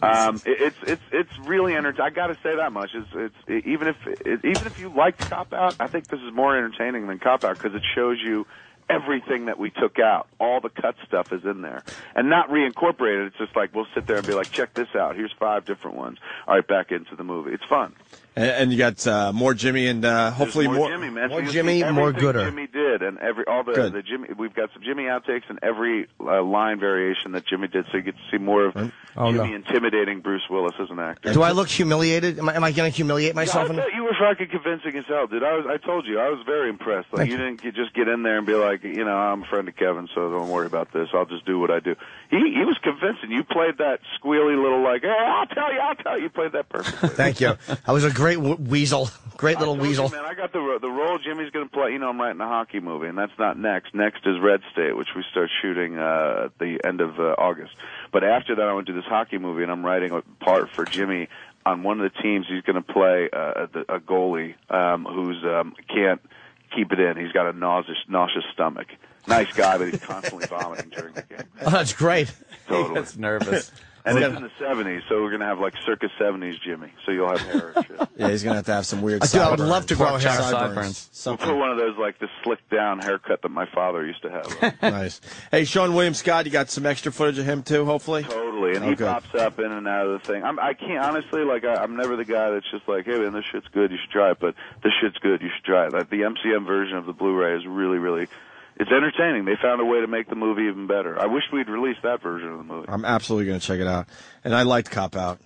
E: Um, it, it's it's it's really entertaining. I got to say that much. It's it's it, even if it, even if you liked Cop Out, I think this is more entertaining than Cop Out because it shows you everything that we took out. All the cut stuff is in there and not reincorporated. It's just like we'll sit there and be like, check this out. Here's five different ones. All right, back into the movie. It's fun.
B: And, and you got uh, more Jimmy and uh, hopefully
E: There's
B: more.
E: Jimmy, man.
B: more
E: So you'll
B: Jimmy,
E: see
B: more
E: everything
B: Gooder.
E: Jimmy did, and every all the,
B: Good.
E: the Jimmy. We've got some Jimmy outtakes and every uh, line variation that Jimmy did, so you get to see more of
D: Oh,
E: Jimmy
D: no.
E: intimidating Bruce Willis as an actor.
D: Do I look humiliated? Am I, am I going to humiliate myself?
E: I thought you were fucking convincing as hell, dude. I was. I told you, I was very impressed. Like you didn't get, just get in there and be like, you know, I'm a friend of Kevin, so don't worry about this. I'll just do what I do. He he was convincing. You played that squealy little like, hey, I'll tell you, I'll tell you. You played that perfect.
D: Thank you. I was a great w- weasel. Great little weasel.
E: Man, I got the ro- the role Jimmy's going to play. You know, I'm writing a hockey movie, and that's not next. Next is Red State, which we start shooting uh, at the end of uh, August. But after that, I want to do this hockey movie, and I'm writing a part for Jimmy on one of the teams. He's going to play uh, the, a goalie um, who's um, can't keep it in. He's got a nauseous nauseous stomach. Nice guy, but he's constantly vomiting during the game.
D: Oh, that's great.
E: Totally.
A: That's nervous.
E: And it's in the 70s, so we're going to have like circa 70s Jimmy. So you'll have hair and shit.
B: Yeah, he's gonna have to have some weird.
D: Uh, dude, I would love to grow
B: Pork
D: hair.
B: chop
D: Sideburns.
B: Something.
E: We'll put one of those like the slick down haircut that my father used to have.
B: nice. Hey, Sean William Scott, you got some extra footage of him too, hopefully.
E: totally, and
B: Oh,
E: he
B: good.
E: pops up in and out of the thing. I'm, I can't honestly like I, I'm never the guy that's just like, hey man, this shit's good, you should try it. But this shit's good, you should try it. Like the MCM version of the Blu-ray is really, really, it's entertaining. They found a way to make the movie even better. I wish we'd released that version of the movie.
B: I'm absolutely gonna check it out, and I liked Cop Out.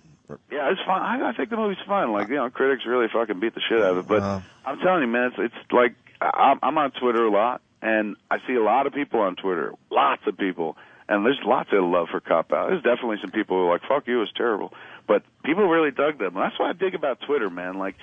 E: Yeah, it's fun. I, I think the movie's fun. Like, you know, critics really fucking beat the shit out of it. But
B: Wow.
E: I'm telling you, man, it's, it's like I- I'm, I'm on Twitter a lot, and I see a lot of people on Twitter, lots of people, and there's lots of love for Cop Out. There's definitely some people who are like, "Fuck you, it's terrible," but people really dug them. And that's what I dig about Twitter, man. Like,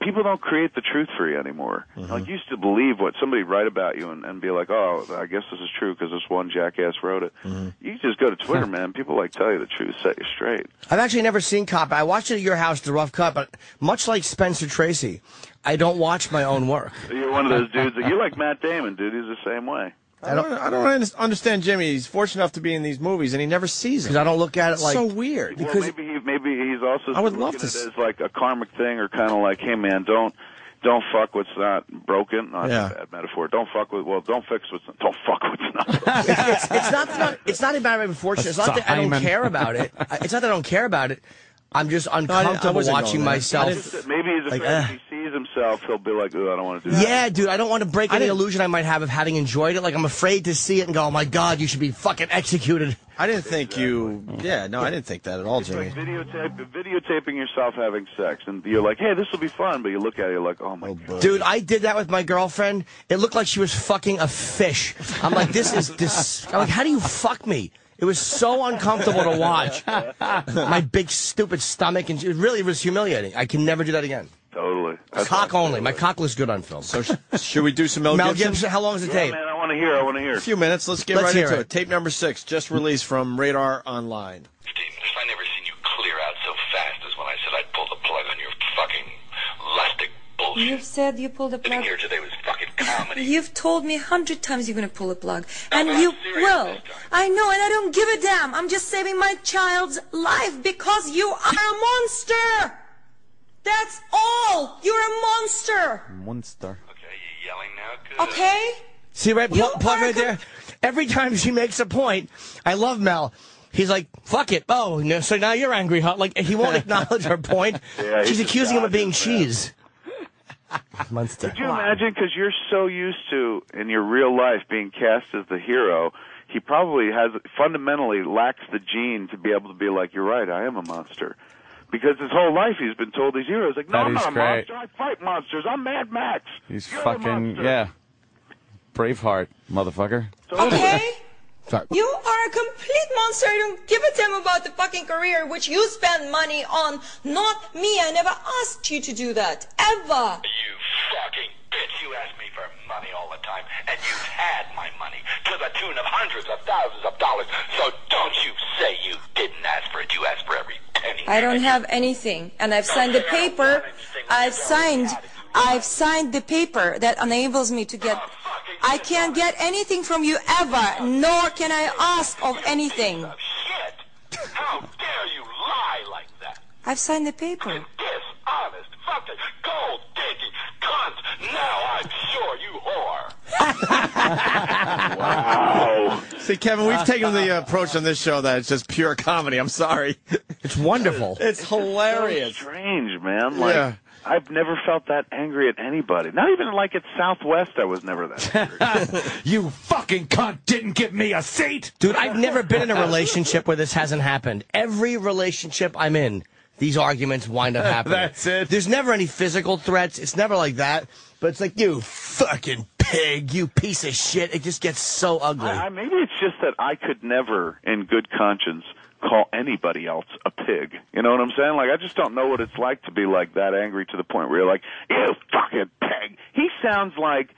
E: people don't create the truth for you anymore. Like, you used to believe what somebody write about you and, and be like, "Oh, I guess this is true because this one jackass wrote it." You just go to Twitter, man. People like tell you the truth, set you straight.
D: I've actually never seen Cop. I watched it at your house, The Rough Cut, but much like Spencer Tracy, I don't watch my own work.
E: You're one of those dudes that you like Matt Damon, dude. He's the same way.
B: I don't. I don't un- understand Jimmy. He's fortunate enough to be in these movies, and he never sees it.
D: Because I don't look at it like-
B: so weird.
E: Well,
B: Because
E: maybe he, maybe he's also
B: I would
E: looking
B: love
E: at
B: to
E: it
B: s-
E: as like a karmic thing, or kind of like, hey man, don't don't fuck what's not broken. Not
D: Yeah.
E: a bad metaphor. Don't fuck with well, don't fix what's don't fuck what's not.
D: it's, it's not that I'm, it's not about I'm fortunate. It's not that I don't
E: Simon.
D: care about it. I- It's not that I don't care about it. I'm just uncomfortable
B: wasn't going
D: watching
B: there.
D: myself.
E: It's just that maybe he's
D: like,
E: afraid
D: eh.
E: if he sees himself, he'll be like, oh, I don't want to do that.
D: Yeah, dude, I don't want to break
E: I
D: any
E: didn't-
D: illusion I might have of having enjoyed it. Like, I'm afraid to see it and go, oh my God, you should be fucking executed.
B: I didn't think you. Yeah, no, I didn't think that at all, Jimmy.
E: Videotape, videotaping yourself having sex, and you're like, "Hey, this will be fun," but you look at it, you're like, "Oh my god!"
D: Dude, I did that with my girlfriend. It looked like she was fucking a fish. I'm like, this is dis. I'm like, how do you fuck me? It was so uncomfortable to watch. my big stupid stomach, and it really was humiliating. I can never do that again.
E: Totally.
D: cock only. My cock looks good on film. So
B: should we do some Mel Gibson?
D: How long is the
B: Yeah,
D: tape?
E: man, I want to hear. I want to hear.
B: A few minutes. Let's get
D: Let's
B: right
D: hear
B: into
D: it.
B: it. Tape number six, just released from Radar Online.
P: If I never seen you clear out so fast as when I said I'd pull the plug on your fucking elastic bullshit.
V: You've said you pulled a
P: Sitting
V: plug.
P: here today was fucking comedy.
V: You've told me a hundred times you're going to pull a plug.
P: No,
V: and
P: but I'm
V: you
P: serious
V: will. I know, and I don't give a damn. I'm just saving my child's life because you are a monster. That's all. You're a monster.
A: Monster.
V: Okay?
D: See right pl- plug right there. Every time she makes a point, I love Mel. He's like, fuck it. Oh, no, so now you're angry, huh? Like, he won't acknowledge her point.
E: Yeah, he's
D: She's
E: just
D: accusing him of being cheese. Monster.
E: Could you imagine? Because you're so used to in your real life being cast as the hero, he probably has fundamentally lacks the gene to be able to be like, "You're right, I am a monster." Because his whole life he's been told he's heroes. Like, no,
M: That
E: I'm
M: is
E: not a
M: great.
E: monster. I fight monsters. I'm Mad Max.
M: He's fucking yeah. Braveheart, motherfucker.
V: Okay?
M: Sorry.
V: You are a complete monster. I don't give a damn about the fucking career which you spend money on. Not me. I never asked you to do that. Ever.
P: Fucking bitch, you ask me for money all the time, and you've had my money to the tune of hundreds of thousands of dollars. So don't you say you didn't ask for it. You asked for every penny.
V: I don't have anything. And I've signed the paper. I've signed. I've signed the paper that enables me to get. I can't get anything from you ever, nor can I ask of anything.
P: How dare you lie like that?
V: I've signed the paper.
P: Dishonest, fucking gold digging cunt. Now I'm sure you whore.
B: Wow. See, Kevin, we've taken the approach on this show that it's just pure comedy. I'm sorry. It's wonderful. it's hilarious.
E: strange, man. Like
B: Yeah.
E: I've never felt that angry at anybody. Not even like at Southwest, I was never that. Angry.
A: you fucking cunt didn't give me a seat.
D: Dude, I've never been in a relationship where this hasn't happened. Every relationship I'm in, these arguments wind up happening. That's it. There's never any physical threats. It's never like that. But it's like, you fucking pig, you piece of shit. It just gets so ugly.
E: I, I, maybe it's just that I could never, in good conscience, call anybody else a pig. You know what I'm saying? Like I just don't know what it's like to be like that angry to the point where you're like, "You fucking pig." He sounds like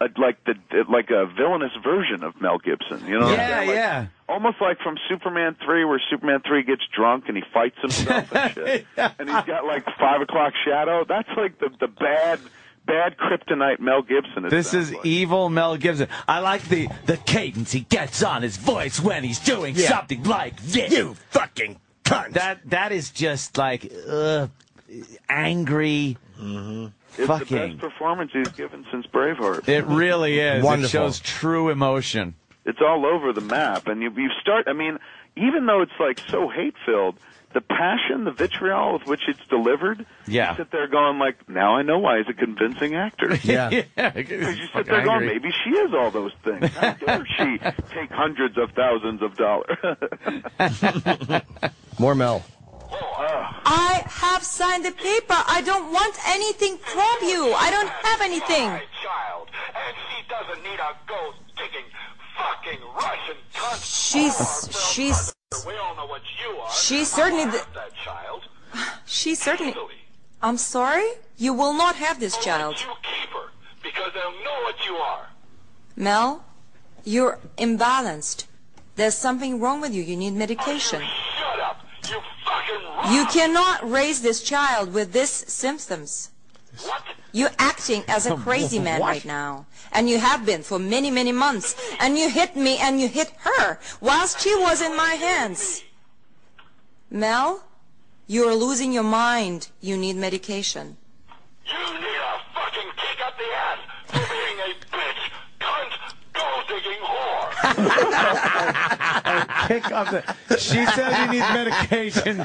E: a, like the like a villainous version of Mel Gibson. You know? What I'm saying? Like,
H: yeah.
E: Almost like from Superman three, where Superman three gets drunk and he fights himself and shit, and he's got like five o'clock shadow. That's like the the bad bad kryptonite Mel Gibson. it
A: This
E: sounds
A: is evil Mel Gibson. I like the, the cadence he gets on his voice when he's doing
H: Yeah.
A: something like this.
H: You
A: fucking cunt. That that is just like uh, angry.
E: Mm-hmm. It's the
A: Fucking.
E: best performance he's given since Braveheart.
A: It really is.
E: Wonderful.
A: It shows true emotion.
E: It's all over the map, and you you start. I mean, even though it's like so hate filled, the passion, the vitriol with which it's delivered.
A: Yeah.
E: You sit there going like, now I know why he's a convincing actor.
A: Yeah.
E: Because you sit there going, maybe she is all those things. How dare she take hundreds of thousands of dollars?
D: More Mel.
V: I have signed the paper. I don't want anything from you. I don't have anything. She's she's she certainly d- she certainly. I'm sorry. You will not have this child.
P: Because they'll know what you are.
V: Mel, you're imbalanced. There's something wrong with you. You need medication. You cannot raise this child with these symptoms. You're acting as a crazy man
N: What?
V: right now. And you have been for many, many months. And you hit me and you hit her whilst she was in my hands. Mel, you're losing your mind. You need medication.
A: kick up the. She says he needs medication.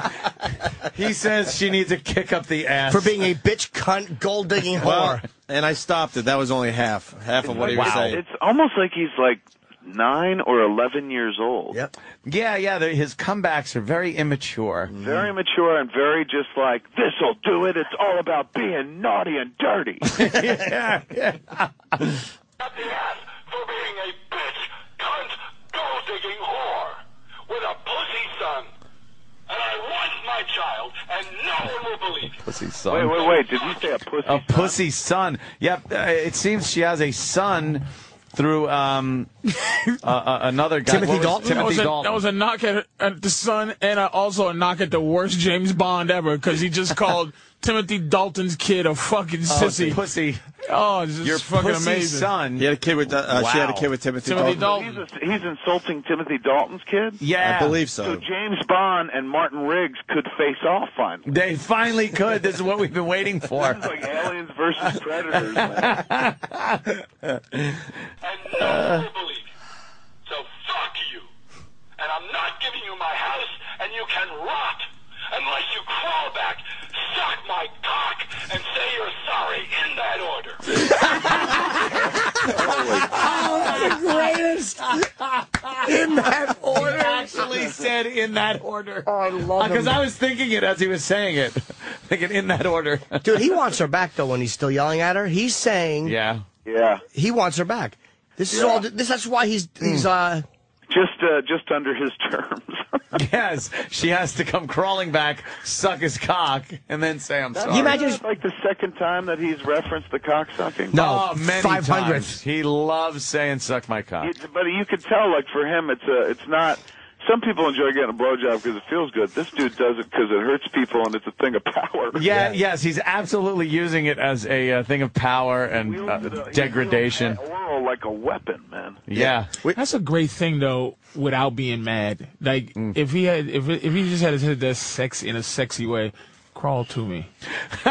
A: He says she needs a kick up the ass
D: For being a bitch, cunt, gold digging
B: Well,
D: whore.
B: and I stopped it. That was only half. Half of what he was saying.
E: It's almost like he's like nine or eleven years old.
D: Yep.
A: Yeah, yeah. they're- His comebacks are very immature.
E: Very mature and very just like this'll do it. It's all about being naughty and dirty.
A: yeah, yeah. Pussy son.
E: Wait, wait, wait. Did you say a pussy?
A: A pussy son. Yep. uh, It seems she has a son through um, uh, uh, another guy. What was-
C: that,
A: Timothy
C: was a,
A: Dalton.
C: that was a knock at, at the sun, and uh, also a knock at the worst James Bond ever because he just called Timothy Dalton's kid a fucking sissy.
A: Oh, pussy.
C: Oh, it's just
E: Your
C: fucking
E: pussy
C: amazing.
E: son.
B: He had a kid with. Uh, uh, She had a
E: Wow.
B: kid with Timothy,
E: He's, a- he's insulting Timothy Dalton's kid?
B: Yeah. I believe so.
E: So James Bond and Martin Riggs could face off finally.
A: They finally could. This is what we've been waiting for.
E: It's like aliens versus predators.
A: Uh,
P: And I'm not giving you my house, and you can rot unless you crawl back, suck my cock, and say you're sorry in that
A: Oh, that order.
D: Oh, I love
A: Because
D: him.
A: I was thinking it as he was saying it, thinking in that order.
D: Dude, he wants her back though when he's still yelling at her. He's saying
A: Yeah.
E: Yeah.
D: he wants her back. This is
E: Yeah.
D: all. This that's why he's
A: Mm.
D: he's uh.
E: Just uh, just under his terms.
A: yes, she has to come crawling back, suck his cock, and then say, I'm sorry.
E: Sorry. That's like the second time that he's referenced the cocksucking?
A: oh, many times. He loves saying "suck my cock."
E: It's- but you can tell, like for him, it's a, it's not. Some people enjoy getting a blowjob because it feels good. This dude does it because it hurts people and it's a thing of power.
A: Yeah, yes, he's absolutely using it as a uh, thing of power and uh, degradation.
E: Oral like a weapon, man.
A: Yeah.
C: That's a great thing though, without being mad. Like
A: Mm.
C: if he had, if if he just had his head that sex in a sexy way, crawl to me,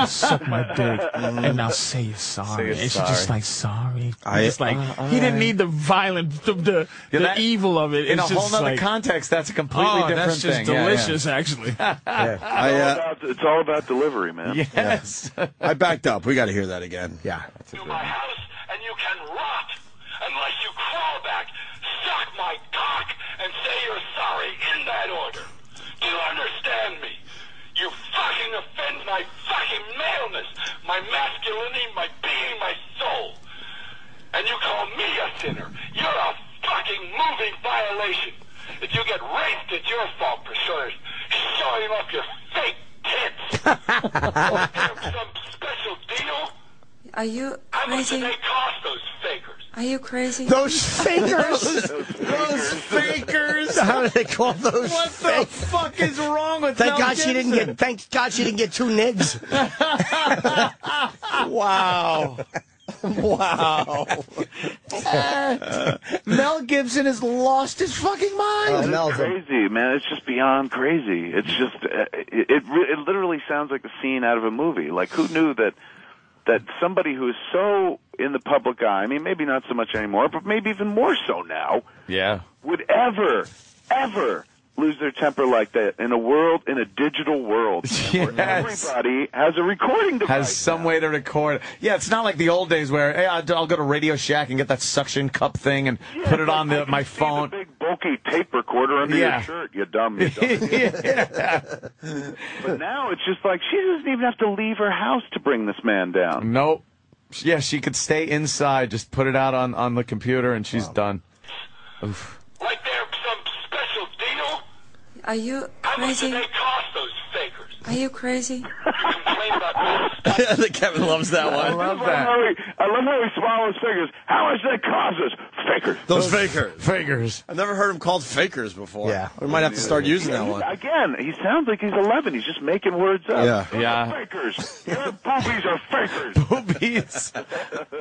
C: suck my dick, and I'll say you're sorry.
H: you're
C: and she's just
H: sorry.
C: like sorry.
H: I-
C: just like
H: Uh,
C: he didn't
H: alright.
C: need the violent, the the, the
A: Yeah, that-
C: evil of it.
A: in
C: It's
A: a whole
C: just
A: nother
C: like,
A: context, that's a completely
C: oh,
A: different
C: that's just
A: thing. Yeah, yeah.
C: delicious, actually.
B: I,
E: it's, all
B: uh,
E: about, it's all about delivery, man.
A: Yes.
B: I backed up. We got to hear that again. Yeah.
P: Unless you crawl back, suck my cock, and say you're sorry in that order. Do you understand me? You fucking offend my fucking maleness, my masculinity, my being, my soul. And you call me a sinner. You're a fucking moving violation. If you get raped, it's your fault for sure. Showing off your fake tits. Some special deal?
V: Are you
P: How much do
V: crazy?
P: they cost those fakers?
V: Are you crazy?
D: Those fakers.
A: Those fakers.
D: How do they call those?
A: What the fuck is wrong with
D: Thank
A: Mel
D: God she didn't
A: Gibson?
D: get. Thank God she didn't get two nids.
A: Wow. wow.
B: Uh,
A: Mel Gibson has lost his fucking mind.
E: it's crazy, man. It's just beyond crazy. It's just uh, it it, re- it literally sounds like a scene out of a movie. Like who knew that that somebody who is so in the public eye, I mean maybe not so much anymore, but maybe even more so now,
A: Yeah.
E: would ever ever lose their temper like that in a world in a digital world where
A: Yes.
E: everybody has a recording device.
A: Has some way to record. Yeah, it's not like the old days where hey, I'll I'll go to Radio Shack and get that suction cup thing and put it on the, my phone.
E: big bulky tape recorder under
A: Yeah.
E: your shirt, you dumb, you dumb. But now it's just like she doesn't even have to leave her house to bring this man down.
A: Nope. Yeah, she could stay inside, just put it out on, on the computer, and she's done. Oof.
P: Like they're some special deal?
V: Are you
P: How much do
V: crazy?
P: they cost those fakers?
V: Are you crazy?
P: You complain about this.
B: Kevin loves that one. I love
E: how he, I love how he swallows fingers. How much that cost us? Fakers.
B: Those fakers.
A: Fakers.
B: I've never heard him called fakers before. Yeah. We might have to start using that one.
E: Again, he sounds like he's 11. He's just making words up.
A: Yeah. Yeah.
E: Fakers. Your boobies are fakers.
A: Boobies.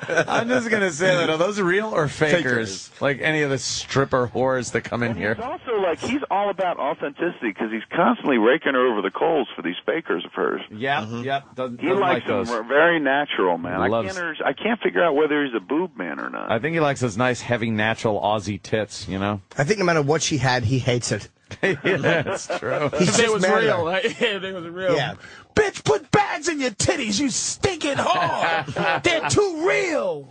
A: I'm just gonna say that. Are those real or fakers? Like any of the stripper whores that come in here?
E: It's also like he's all about authenticity because he's constantly raking her over the coals for these fakers of hers.
A: Yep, yep. Doesn't,
E: He
A: doesn't
E: likes
A: like those.
E: them very natural, man. I
A: Loves-
E: can't, under- I can't figure out whether he's a boob man or not.
A: I think he likes those nice, heavy, natural Aussie tits. You know.
D: I think no matter what she had, he hates it.
A: yeah, it's true.
D: He's
C: if they
D: just
C: was
D: mad at
C: real,
D: her.
C: like, yeah, if they was real.
D: Yeah.
C: Bitch, put bags in your titties, you stinking whore. They're too real.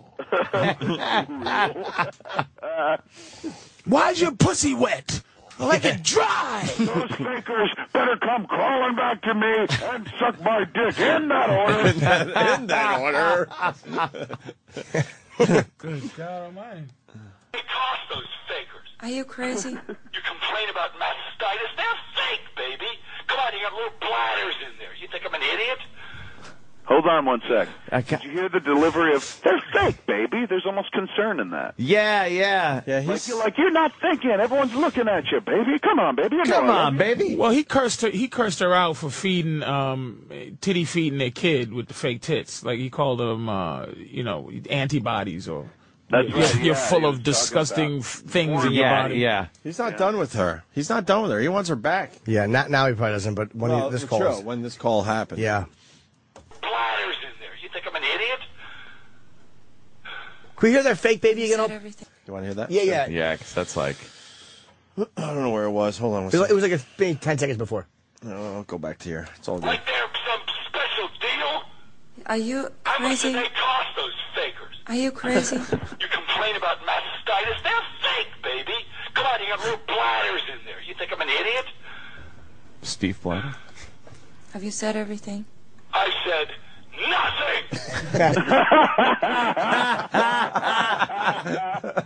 C: Why's your pussy wet? I Like it dry.
E: Those fakers better come crawling back to me and suck my dick in that order. in, that, order.
C: Good God Almighty.
P: They cost those fakers.
V: Are you crazy?
P: You complain about mastitis. They're fake, baby. Come on, you got little bladders in there. You think I'm an idiot?
E: Hold on one sec. Did you hear the delivery of, they're fake, baby? There's almost concern in that.
A: Yeah, yeah.
B: Yeah,
E: Like you're, like, you're not thinking. Everyone's looking at you, baby. Come on, baby. You're
A: Come
E: doing
A: on,
E: it.
A: baby.
C: Well, he cursed her. He cursed her out for feeding, um, titty feeding their kid with the fake tits. Like he called them, uh, you know, antibodies or.
E: That's
C: you're,
E: right,
C: you're
E: yeah, he
C: full
E: was
C: of disgusting f- things in your
A: Yeah,
C: body.
A: yeah.
B: He's not done with her. He's not done with her. He wants her back.
D: Yeah, not now he probably doesn't, but when he,
B: Well,
D: this
B: true,
D: call. is-
B: When this call happened.
D: Yeah.
P: Bladders in there. You think I'm an idiot?
D: Can we hear that fake baby again? Hope?
B: You want to hear that?
D: Yeah, yeah.
A: Yeah, 'cause that's like.
B: I don't know where it was. Hold on.
D: It was,
B: One
D: it
B: second.
D: was like a, maybe 10 seconds before.
B: No, I'll go back to here. It's all good.
P: Like they're some special deal?
V: Are you
P: How much do
V: crazy?
P: they cost those fakers?
V: Are you crazy?
P: You complain about mastitis. They're fake, baby. Come on, you got little bladders in there. You think I'm an idiot?
M: Steve Blatter.
V: Have you said everything?
P: I said nothing.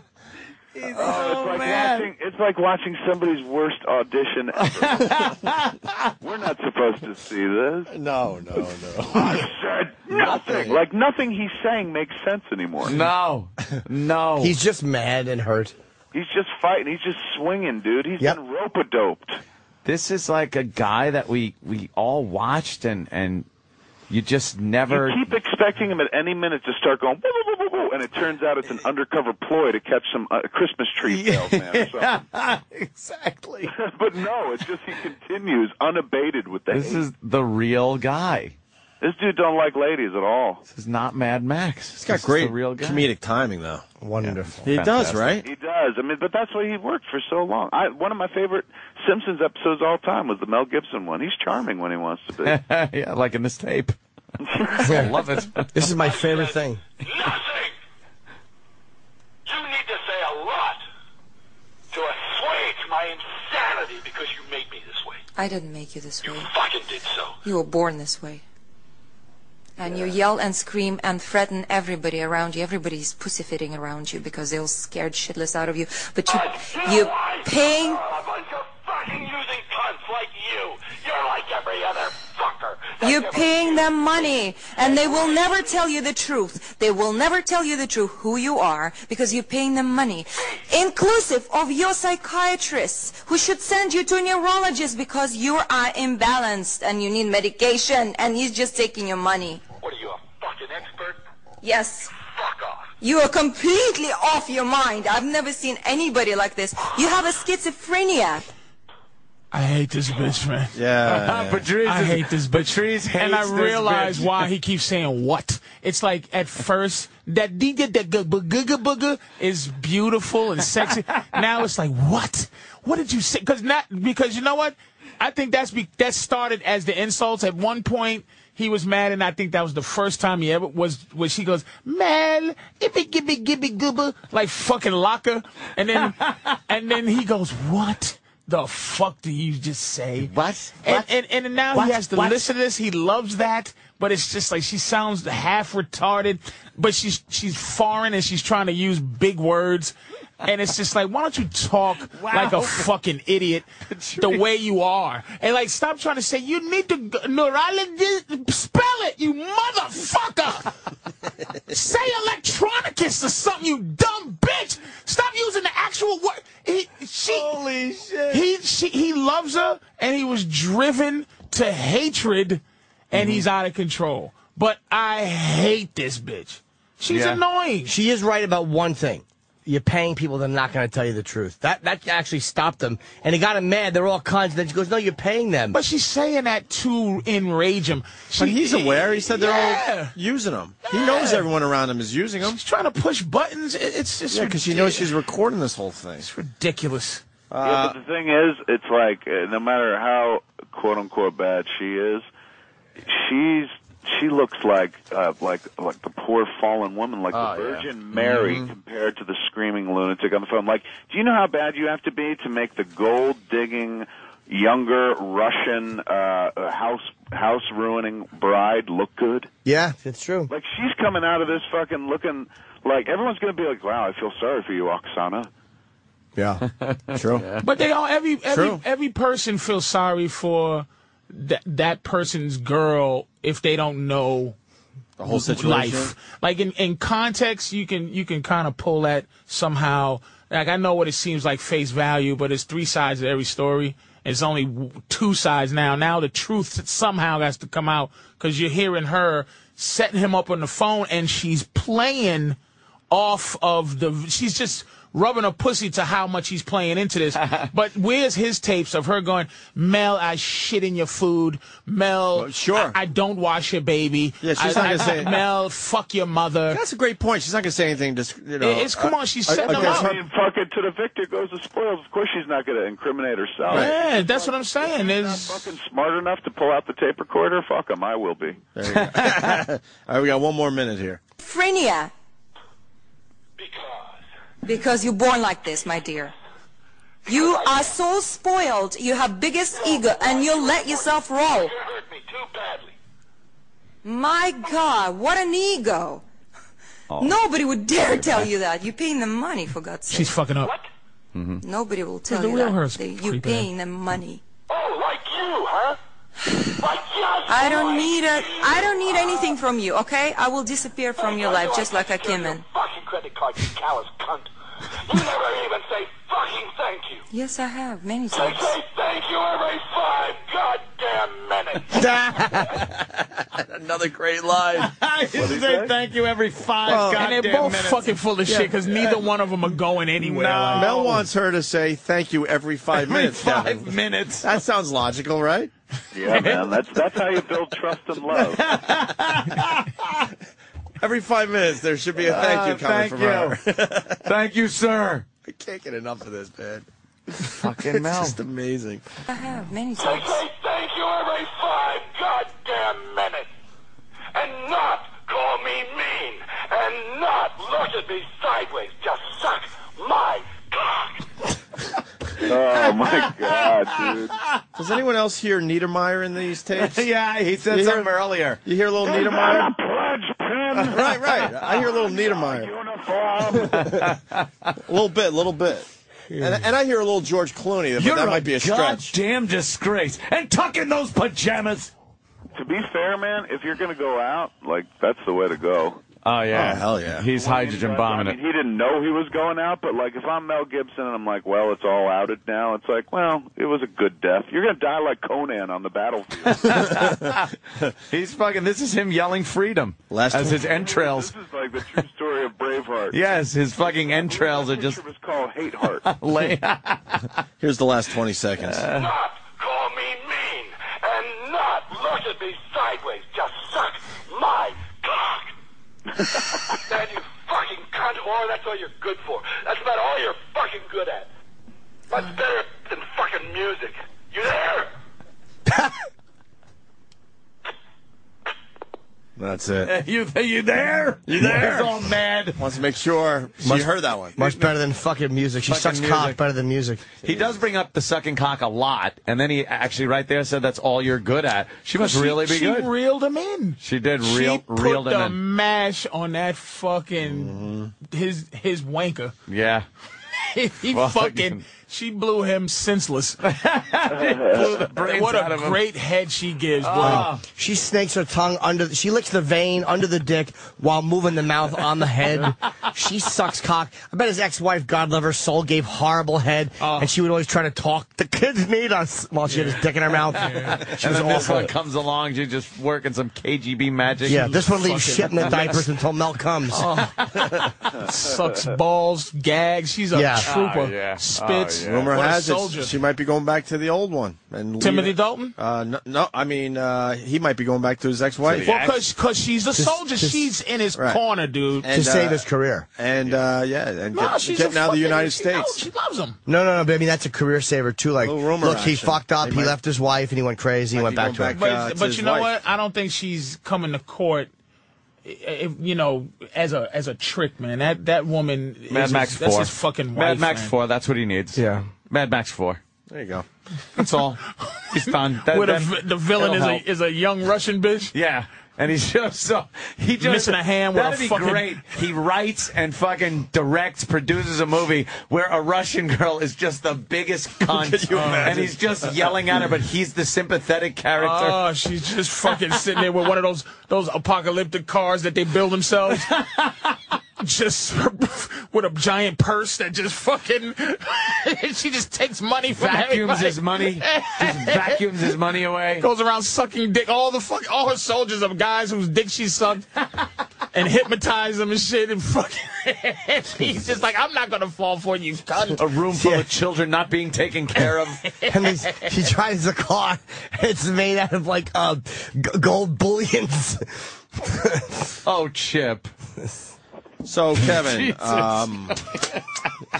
E: Oh, it's like watching it's like watching somebody's worst audition ever. We're not supposed to see this.
B: No, no, no.
E: I said nothing. Like nothing he's saying makes sense anymore.
A: No, no.
D: He's just mad and hurt.
E: He's just fighting. He's just swinging, dude. He's been rope doped.
A: This is like a guy that we we all watched and and you just never.
E: You keep expecting him at any minute to start going, woo, woo, woo, woo, woo, and it turns out it's an undercover ploy to catch some uh, Christmas tree salesman or something.
A: exactly.
E: but no, it's just he continues unabated with the
A: This
E: hate.
A: is the real guy.
E: This dude don't like ladies at all.
A: This is not Mad Max. He's
B: got
A: this is
B: great
A: the real guy.
B: comedic timing, though.
D: Wonderful.
B: He does, right?
E: He does. I mean, but that's why he worked for so long. I, one of my favorite Simpsons episodes of all time was the Mel Gibson one. He's charming when he wants to be.
A: yeah, like in this tape. I love it.
D: This is my favorite thing.
P: nothing. You need to say a lot to assuage my insanity because you made me this way.
V: I didn't make you this way.
P: Fucking did so.
V: You were born this way. And you yell and scream and threaten everybody around you. Everybody's pussyfooting around you because they're all scared shitless out of you. But you, you paying.
P: A bunch of fucking using cunts like you. You're like every other fucker.
V: You're paying them money, and they will never tell you the truth. They will never tell you the truth who you are because you're paying them money, inclusive of your psychiatrists who should send you to a neurologist because you are imbalanced and you need medication, and he's just taking your money.
P: What are you, a fucking expert?
V: Yes.
P: Fuck off.
V: You are completely off your mind. I've never seen anybody like this. You have a schizophrenia.
C: I hate this bitch, man.
B: Yeah,
A: yeah. Patrice
C: I
A: is-
C: hate this bitch.
A: Patrice hates
C: and I
A: this
C: realize
A: bitch.
C: why he keeps saying what. It's like at first that diga diga booga booga is beautiful and sexy. now it's like what? What did you say? Because not because you know what? I think that's be, that started as the insults. At one point he was mad, and I think that was the first time he ever was. Where she goes Mel, ibby gibby gibby gooba like fucking locker, and then and then he goes what? The fuck did you just say? What? And
A: What?
C: and, and now
A: What?
C: he has to
A: What?
C: listen to this. He loves that, but it's just like she sounds half retarded, but she's she's foreign and she's trying to use big words. And it's just like, why don't you talk like a fucking idiot the way you are? And like, stop trying to say, you need to go- neurologist, spell it, you motherfucker! say electronicus or something, you dumb bitch! Stop using the actual word. He, she, Holy shit. He, she, he loves her, and he was driven to hatred, and he's out of control. But I hate this bitch. She's
D: Yeah.
C: annoying.
D: She is right about one thing. You're paying people that are not going to tell you the truth. That that actually stopped them, and it got him mad. They're all cons. Then she goes, "No, you're paying them."
C: But she's saying that to enrage him.
B: But he's aware. He said they're
C: Yeah.
B: all using him. He knows everyone around him is using him. She's
C: trying to push buttons. It- It's just
B: yeah, because she knows she's recording this whole thing. It's
C: ridiculous.
B: Uh,
E: yeah, but the thing is, it's like uh, no matter how quote unquote bad she is, she's she looks like uh, like like the poor fallen woman, like
P: Oh, yeah.
E: the Virgin Mary compared to the screaming lunatic on the phone. Like, do you know how bad you have to be to make the gold digging younger Russian uh, uh, house house ruining bride look good?
D: yeah, it's true.
E: Like she's coming out of this fucking looking like everyone's gonna be like, "Wow, I feel sorry for you, Oksana."
B: Yeah, true.
C: But they all every every
B: True.
C: every person feels sorry for that that person's girl if they don't know the
B: whole situation.
C: Like in, in context, you can you can kind of pull that somehow. Like I know what it seems like face value, but it's three sides of every story. It's only w- two sides now. Now the truth somehow has to come out because you're hearing her setting him up on the phone, and she's playing off of the. She's just rubbing her pussy to how much he's playing into this. but where's his tapes of her going, Mel, I shit in your food. Mel, sure, I, I don't wash your baby.
B: Yeah, she's
C: I-
B: not gonna
C: I-
B: say-
C: Mel, fuck your mother.
B: That's a great point. She's not going to say anything. Just you know,
C: It's- come on, she's
B: uh,
C: setting them
B: against
C: up.
E: I mean, fucking to the victor goes the spoils. Of course, she's not going to incriminate herself.
C: Yeah, that's what I'm saying. Is
E: Fucking smart enough to pull out the tape recorder? Fuck him, I will be.
B: her- all right, we got one more minute here.
V: Schizophrenia. Because. Because you're born like this, my dear. You are so spoiled. You have biggest ego, and you let yourself roll. My God, what an ego!
C: Oh.
V: Nobody would dare tell you that. You're paying them money, for God's sake.
C: She's fucking up. Mm-hmm.
V: Nobody will tell
C: the
V: you
C: real eh?
V: that.
C: her's
V: They- You're
C: creeping
V: paying them money. Oh, like you, huh? I don't need a, I don't need anything from you, okay? I will disappear from your life just like I came in.
P: Fucking credit card, you callous cunt. You never even say fucking thank you.
V: Yes, I have many
P: They
V: times.
P: say thank you every five goddamn minutes.
F: Another great line.
C: I
P: What'd he say?
C: thank you every five And
B: goddamn
C: they're both
B: minutes.
C: fucking full of
B: Yeah.
C: shit because neither one of them are going anywhere. like-
B: Mel wants her to say thank you every five
C: Every
B: minutes.
C: five
B: Kevin.
C: minutes.
B: That sounds logical, right?
E: Yeah, man. That's that's how you build trust and love.
B: Every five minutes, there should be a Uh, thank you
C: Uh,
B: coming from her.
A: thank you, sir.
B: I can't get enough of this, man.
A: Fucking
B: it's
A: Mel.
B: just amazing.
V: I have many times.
P: thank you every five goddamn minutes. And not call me mean. And not look at me sideways. Just suck my
B: Oh
P: my God,
B: dude! Does anyone else hear Niedermeyer in these tapes?
A: yeah, he said
B: You hear-
A: something earlier.
B: You hear a little Niedermeyer? right, right. I hear a little
P: Niedermeyer.
B: a little bit, a little bit. And, and I hear a little George Clooney, but
A: You're
B: that might be a stretch.
A: goddamn disgrace. And tuck in those pajamas.
E: to be fair, man, if you're gonna go out, like that's the way to go.
M: Oh yeah,
E: Oh,
M: hell yeah. He's hydrogen
E: I
M: bombing
E: mean,
M: it.
E: he didn't know he was going out, but like if I'm Mel Gibson and I'm like, well, it's all outed now. It's like, well, it was a good death. You're gonna die like Conan on the battlefield.
A: He's fucking. This is him yelling freedom
B: Last
A: as his entrails.
E: This is like the true story of Braveheart.
A: Yes, his fucking entrails are just.
E: It was called Hate Heart.
A: lay-
B: Here's the last 20 seconds.
P: not call me mean. And not look at me sideways. Just suck my cock. Man, you fucking cunt whore. That's all you're good for. That's about all you're fucking good at. Much better than fucking music. You there?
B: That's it.
A: you, you there?
B: You there?
A: He's all mad.
B: Wants to make sure she
A: Must-
B: heard that one.
D: Much better than fucking music. She
A: Fucking
D: sucks
A: music.
D: cock better than music.
A: He does bring up the sucking cock a lot, and then he actually right there said that's all you're good at. She must really be
C: she
A: good.
C: reeled him in.
A: she did
C: She
A: reel,
C: put
A: reeled him
C: the
A: in.
C: mash on that fucking his his wanker.
A: Yeah.
C: he
A: Fucking-
C: fucking she blew him senseless.
A: brains
C: what a
A: out of him. Ah.
C: great head she gives, boy.
D: She snakes her tongue under. She licks the vein under the dick while moving the mouth on the head. She sucks cock. I bet his ex-wife, God love her soul, gave horrible head, and she would always try to talk. The kids need us while she had his dick in her mouth. She
A: and
D: was
A: then this
D: awful.
A: one comes along, you just working some KGB magic.
D: Yeah, this one leaves shit in the
A: Fucking-
D: diapers until Mel comes.
C: Sucks balls, gags. She's a
D: Yeah.
C: trooper.
A: Oh, yeah.
C: Spits.
A: Oh, yeah.
B: Rumor
C: what a
B: has
C: soldier.
B: it she might be going back to the old one. And
C: Timothy
B: leave it.
C: Dalton?
B: Uh, no, no, I mean uh, he might be going back to his ex-wife.
C: Well, cause, 'cause she's a
B: Just-
C: soldier.
B: just-
C: she's in his
B: right.
C: corner, dude.
B: And, uh,
D: career.
B: And uh, yeah, and
C: No,
B: get,
C: she's a
B: getting out of the
C: fucking-
B: United
C: she knows.
B: States.
C: She loves him.
D: No, no, no, but I mean that's a career saver too. Like,
B: Little rumor
D: look, he
B: action.
D: fucked up.
B: They
D: he
B: might-
D: left his wife, and he went crazy. He went
B: be
D: back to
B: going
D: her.
B: back,
C: But,
B: uh, to
C: but
B: his
C: you know
B: wife.
C: what? I don't think she's coming to court. i- If, you know, as a as a trick, man. That that woman.
A: Mad
C: is
A: Max
C: his,
A: 4.
C: That's his fucking wife.
A: Mad Max
C: man.
A: 4, that's what he needs. Yeah. Mad Max 4.
B: There you go.
A: That's all. He's done. That,
C: Where the,
A: that-
C: vi- the villain is
A: that'll
C: a,
A: help.
C: is a young Russian bitch.
A: Yeah. And he's just so he just
C: Missing a hand with a
A: That'd be
C: fucking-
A: great. He writes and fucking directs, produces a movie where a Russian girl is just the biggest cunt, and he's just yelling at her, but he's the sympathetic character.
C: Oh, she's just fucking sitting there with one of those those apocalyptic cars that they build themselves. just with a giant purse that just fucking she just takes money from
A: vacuums
C: everybody.
A: his money, just vacuums his money away.
C: goes around sucking dick all the fuck all her soldiers of guys whose dick she sucked and hypnotized them and shit and fucking she's just like I'm not gonna fall for it, you cunt.
A: A room full of children not being taken care of.
D: and then she drives a car. It's made out of like uh, g- gold bullions.
A: Oh, Chip.
B: So Kevin,
A: Jesus.
B: um,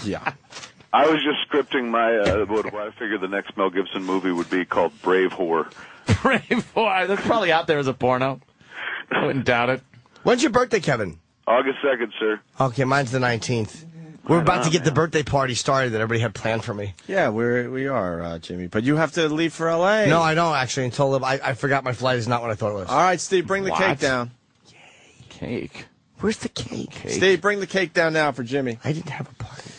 B: yeah,
E: I was just scripting my uh, what, what I figured the next Mel Gibson movie would be called Brave Whore.
A: Brave boy. That's probably out there as a porno. I wouldn't doubt it.
D: When's your birthday, Kevin?
E: August second, sir.
D: Okay, mine's the nineteenth. We're about to get the birthday party started that everybody had planned for me.
B: Yeah, we're we are, uh, Jimmy. But you have to leave for L.A.
D: No, I don't actually. Until I, I forgot my flight is not what I thought it was.
B: All right, Steve, bring the
D: What?
B: cake down.
M: Cake.
D: Where's the cake?
B: Steve, bring the cake down now for Jimmy.
D: I didn't have a party.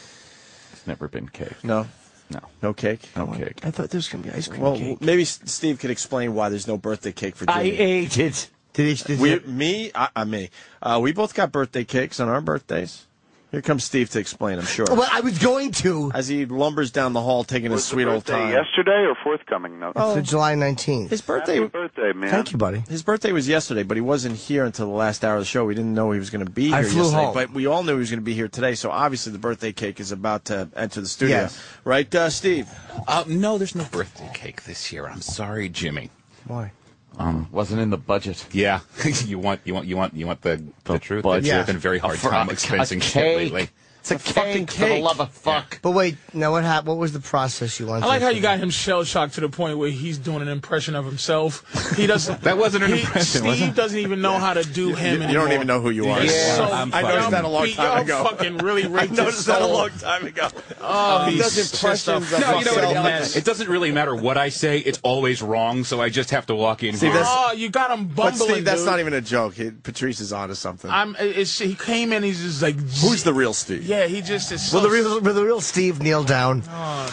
M: It's never been cake.
B: No.
M: No.
B: No cake.
M: No cake.
D: Oh, I thought there was gonna be ice cream
B: Well,
D: cake.
B: maybe S- Steve could explain why there's no birthday cake for Jimmy.
D: I ate it. Did he? Did
B: we,
D: he-
B: me, I, I me. Uh, we both got birthday cakes on our birthdays. Here comes Steve to explain. I'm sure.
D: Well, I was going to.
B: As he lumbers down the hall, taking his
E: Was the
B: sweet old
E: birthday
B: time.
E: Yesterday or forthcoming? No.
D: So July 19th.
B: His birthday.
E: Happy birthday, man.
D: Thank you, buddy.
B: His birthday was yesterday, but he wasn't here until the last hour of the show. We didn't know he was going to be here
D: I flew
B: yesterday,
D: home.
B: but we all knew he was going to be here today. So obviously, the birthday cake is about to enter the studio,
N: Yes.
B: right, uh, Steve?
N: Uh, no, there's no birthday cake this year. I'm sorry, Jimmy.
D: Why?
M: Um, wasn't in the budget.
N: Yeah, you want you want you want you want the the, truth.
M: budget.
N: It's been a very hard
M: For
N: time
M: a- a
N: expensing shit
M: cake.
N: lately.
M: It's a, fucking
D: cake.
M: For the love of fuck.
D: But wait, now what happened? What was the process you wanted?
C: I like
D: to-
C: how you got him shell shocked to the point where he's doing an impression of himself. He doesn't.
N: That wasn't an
C: he-
N: impression, was
C: Steve
N: it?
C: doesn't even know how to do him.
B: you don't
C: anymore.
B: even know who you are.
C: You're
B: Yeah.
C: so
B: I'm
C: fucking-
B: noticed that a long
C: y'all
B: time ago.
C: Fucking really
B: I
C: raped his
B: noticed that a
C: soul.
B: long time ago.
C: Oh,
B: He
C: he's
B: does
C: just a
B: impressions of
C: fucking
N: No, you know what?
C: mess.
N: It, it doesn't really matter what I say. It's always wrong, so I just have to walk in.
B: Steve,
N: here.
B: that's-
C: Oh, you got him bumbling.
B: but Steve, that's
C: dude.
B: not even a joke. He, Patrice is onto something.
C: I'm. It's, he came in. He's just like.
B: Who's the real Steve?
C: Yeah, he just is. So
D: Will the real, will the real Steve kneel down?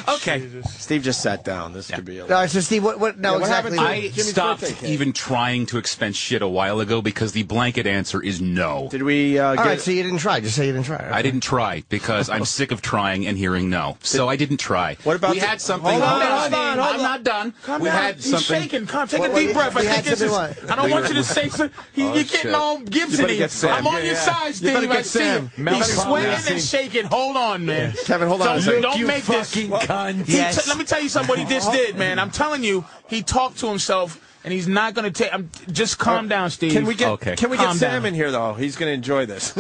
N: okay.
B: Steve just Oh, sat down. This could be a.
D: All right, so Steve, what? What? No,
B: Yeah, what
D: exactly.
B: happened to
N: I stopped even trying to expense shit a while ago because the blanket answer is no.
B: Did we? Uh,
D: All
N: get-
D: right, so you didn't try. Just say you didn't try.
N: I didn't try because I'm sick of trying and hearing no. So I didn't try. What
B: about
N: we
B: the-
N: had something?
B: Hold on,
N: I'm not
B: hold
N: done.
B: on, hold
N: I'm
B: on.
N: not done.
C: Calm
N: we
C: down.
N: had
C: he's
N: something.
C: shaking. Come, take
N: What-
C: a
N: what-
C: deep breath. I
N: we had
C: think this is.
N: something what?
C: I don't
N: We
C: want
N: were-
C: you to say. So, he,
N: Oh,
C: you're
N: shit.
C: getting all Gibson.
N: You better get Sam.
C: I'm on
N: Yeah,
C: your
N: yeah.
C: side,
N: You better
C: Steve. I
N: get
C: see
N: Sam.
C: it.
N: Mel
C: He's
N: Conley.
C: sweating
N: Yeah.
C: and shaking. Hold on, man.
B: Kevin, hold on
C: Don't,
B: a second.
C: Don't
B: You
C: make this.
B: fucking
C: cunt.
B: Yes.
C: let me tell you something. What he just did, man. I'm telling you, he talked to himself, and he's not going to take. I'm Just calm down, Steve.
B: Uh, Can we get Can we get
C: Calm
B: Sam
C: down.
B: in here though? He's going to enjoy this.